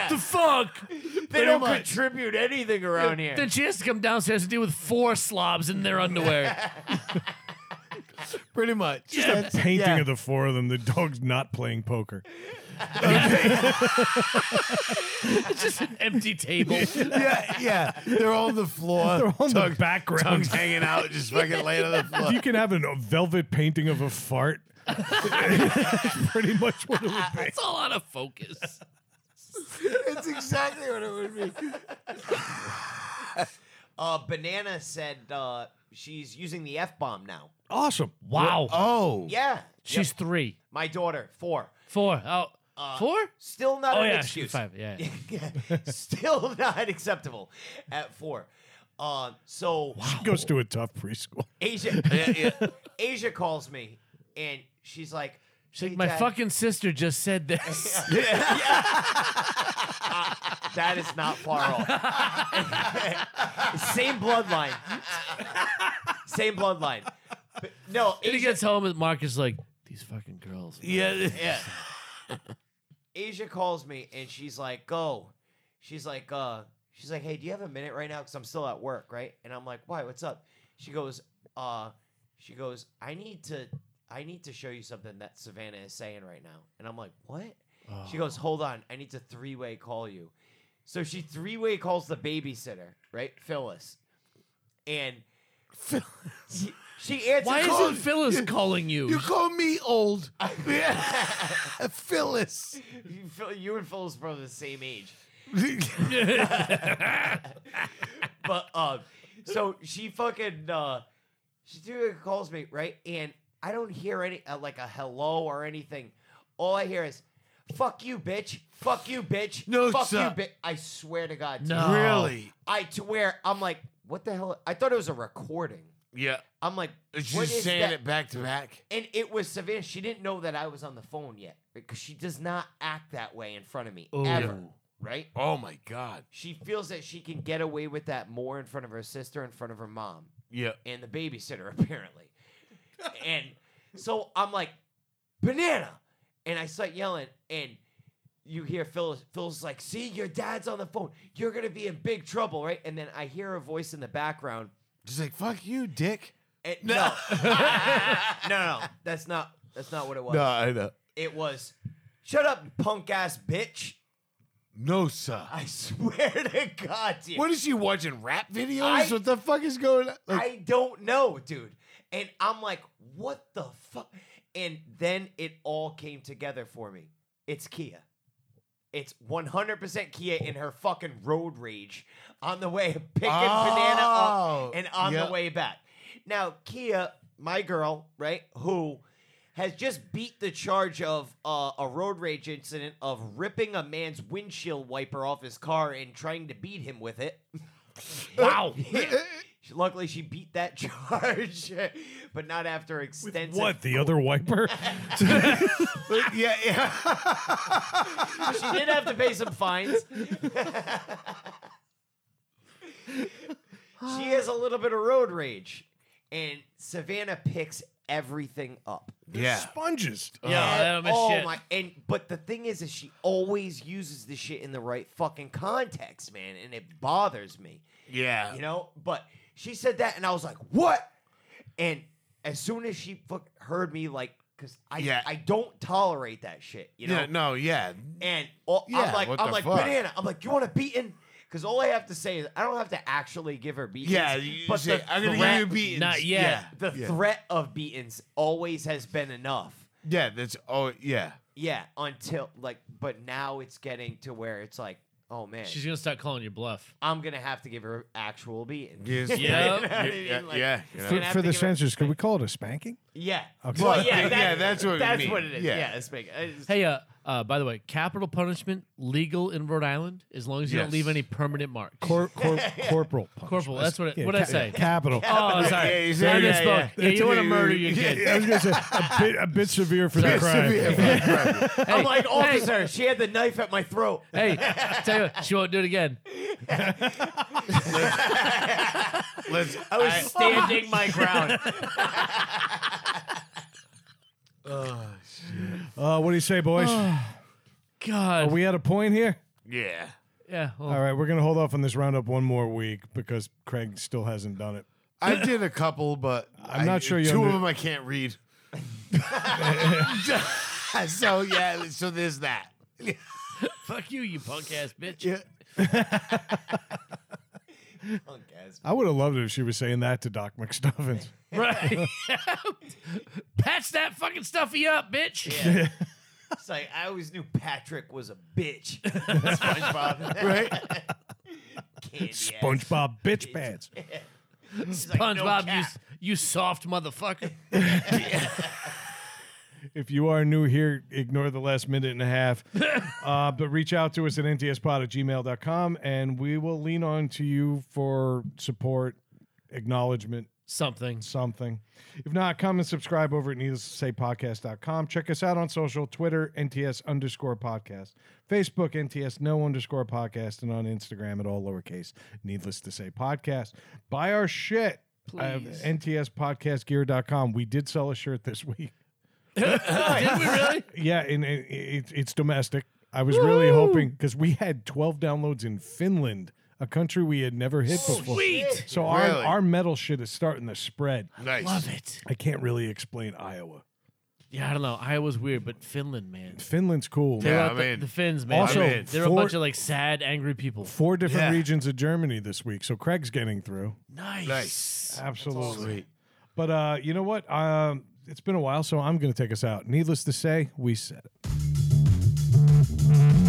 The fuck.
They don't contribute anything around here.
Then she has to come downstairs and deal with four slobs in their underwear.
Pretty much.
a painting of the four of them. The dog's not playing poker.
it's just an empty table.
Yeah, yeah. They're on the floor.
[LAUGHS]
[LAUGHS] They're on
tongue,
the background.
tongues [LAUGHS] hanging out, just fucking laying on the floor.
you can have a velvet painting of a fart. [LAUGHS] Pretty much what it would be.
It's all out of focus.
That's exactly what it would be.
Uh, Banana said uh, she's using the F bomb now.
Awesome.
Wow.
Oh.
Yeah.
She's
Yep.
three.
my daughter, four.
Four. Oh, four?
Still not
Oh,
an
yeah. She's
excuse.
five. Yeah. yeah.
[LAUGHS] Still not acceptable at four. Uh, so
Goes to a tough preschool.
[LAUGHS]
Asia Asia calls me and she's like,
She's like,
"Hey,
my
Dad, [LAUGHS]
fucking sister just said this.
Uh, That is not far
[LAUGHS]
off. Same bloodline. Same bloodline. But no,
and he
Asia,
gets home and Marcus is like, these fucking girls.
Yeah.
yeah. Asia calls me and she's like, "Go." She's like, "Uh." She's like, "Hey, do you have a minute right now? Because I'm still at work, right?" And I'm like, "Why? What's up?" She goes, "Uh." She goes, "I need to, I need to show you something that Savannah is saying right now." And I'm like, "What?" She goes, "Hold on, I need to three way call you." So she three way calls the babysitter, right, Phyllis, and she, she answers.
[LAUGHS] Why isn't Phyllis calling you? [LAUGHS]
You [LAUGHS] call me
[LAUGHS]
old. [LAUGHS] Phyllis.
You, Phil- you and Phyllis are probably the same age. but um, so she fucking uh, she do calls me right, and I don't hear any uh, like a hello or anything. All I hear is "fuck you, bitch." Fuck you, bitch.
No,
fuck
sir.
you, bitch. I swear to God. dude.
No.
Really?
I to where I'm like, what the hell? I thought it was a recording.
Yeah.
I'm like,
She's
what is
saying
that?
it back to back.
And it was Savannah. She didn't know that I was on the phone yet because she does not act that way in front of me ever. Right?
Oh my God.
She feels that she can get away with that more in front of her sister, in front of her mom,
Yeah.
and the babysitter, [LAUGHS] apparently. and so I'm like, banana. And I start yelling, and you hear Phyllis. Phyllis is like, see, your dad's on the phone. You're going to be in big trouble, right? And then I hear a voice in the background.
Just like, fuck you, dick.
And, no. no, no, no. That's not, that's not what it was.
No, I know.
It was, shut up, punk ass bitch. [LAUGHS]
No, sir.
I swear to God, dude.
What is she watching? Rap videos?
I-
what the fuck is going on? Like,
I don't know, dude. And I'm like, what the fuck? And then it all came together for me. It's Kia. It's 100% Kia in her fucking road rage on the way picking banana
Oh,
up and on
yeah.
the way back. Now, Kia, my girl, right, who has just beat the charge of uh, a road rage incident of ripping a man's windshield wiper off his car and trying to beat him with it.
Wow.
Yeah. She- Luckily, she beat that [LAUGHS] charge, but not after extensive.
What, the other wiper?
[LAUGHS]
yeah, [LAUGHS] yeah.
She did have to pay some fines. she has a little bit of road rage, and Savannah picks everything up.
Yeah.
Sponges.
Yeah,
And-
that'll be
oh
shit.
my! And but the thing is, is she always uses the shit in the right fucking context, man, and it bothers me.
Yeah.
You know, but she said that, and I was like, "What?" And as soon as she fuck heard me, like, because I
Yeah.
I don't tolerate that shit. You know,
yeah. No. Yeah.
and all,
Yeah,
I'm like,
what
I'm
the
like,
fuck?
banana. I'm like, you want a beating? Because all I have to say is I don't have to actually give her beatings.
Yeah. You
but
say,
the
I'm gonna
threat,
give you beatings.
Not yet.
Yeah.
the
yeah.
threat of beatings always has been enough.
Yeah, That's oh yeah.
Yeah, until like, but now it's getting to where it's like, oh man,
She's gonna start calling your bluff.
I'm gonna have to give her actual beating.
Yes.
Yeah.
[LAUGHS]
You know what [LAUGHS] I mean?
Yeah.
Like,
yeah, you know.
You're
For,
gonna have
for
to
the
give her-
censors, could we call it a spanking?
Yeah.
Okay.
Well,
Well,
yeah,
yeah,
that-
that's what we
that's
mean.
what it is.
Yeah.
Yeah, it's big. It's-
Hey, uh, uh, by the way, capital punishment legal in Rhode Island as long as you
Yes.
don't leave any permanent marks.
Cor-
[LAUGHS]
cor- corporal punch.
Corporal, that's what it-
Yeah,
what'd I say?
Capital.
oh, sorry.
Yeah, you
I
said- yeah,
misspoke.
yeah.
Yeah, you want to murder your
[LAUGHS]
kid?
I was gonna say a bit, a bit severe for the crime.
[LAUGHS]
[LAUGHS]
I'm like, officer, she had the knife at my throat. [LAUGHS]
Hey, tell you what, she won't do it again.
Let's.
[LAUGHS] I was standing my ground.
Uh, what do you say, boys?
[SIGHS]
Are
God.
we at a point here?
yeah.
yeah. Well,
All right, we're gonna hold off on this roundup one more week because Craig still hasn't done it.
I did a couple, but
[LAUGHS] I'm
I-
not sure you
Two of
under-
them I can't
[LAUGHS]
read. [LAUGHS] so yeah. So there's that.
Fuck you, you punk ass bitch.
Yeah.
I would have loved it if she was saying that to Doc McStuffins.
Right. [LAUGHS] Patch that fucking stuffy up, bitch.
Yeah. [LAUGHS] it's like I always knew Patrick was a
[LAUGHS]
bitch. [LAUGHS] SpongeBob,
Right.
[LAUGHS] Candy ass.
SpongeBob bitch pants.
He's like, no
SpongeBob, you,
cap.
s- you soft motherfucker.
If you are new here, ignore the last minute and a half. uh, but reach out to us at ntspod at gmail.com and we will lean on to you for support, acknowledgement,
Something.
something. If not, come and subscribe over at needless to say podcast.com. Check us out on social Twitter, NTS underscore podcast, Facebook, NTS no underscore podcast, and on Instagram at all lowercase, needless to say podcast. Buy our shit. I have
Please.
NTSpodcastgear.com. We did sell a shirt
[LAUGHS]
this week.
Did we really?
Yeah, and it, it, it's domestic. I was really hoping because we had 12 downloads in Finland, a country we had never hit before.
Sweet.
So our,
Really?
our metal shit is starting to spread.
Nice.
Love it.
I can't really explain Iowa.
Yeah, I don't know. Iowa's weird, but Finland, man.
Finland's cool.
Yeah,
They're
I'm
out the,
in.
the Finns, man.
Also,
they're, they're
four-
a bunch of like sad, angry people.
Four different
Yeah.
regions of Germany this week, so Craig's getting through.
Nice.
Nice.
Absolutely. But uh, you know what? Um, it's been a while, so I'm going to take us out. Needless to say, we said it.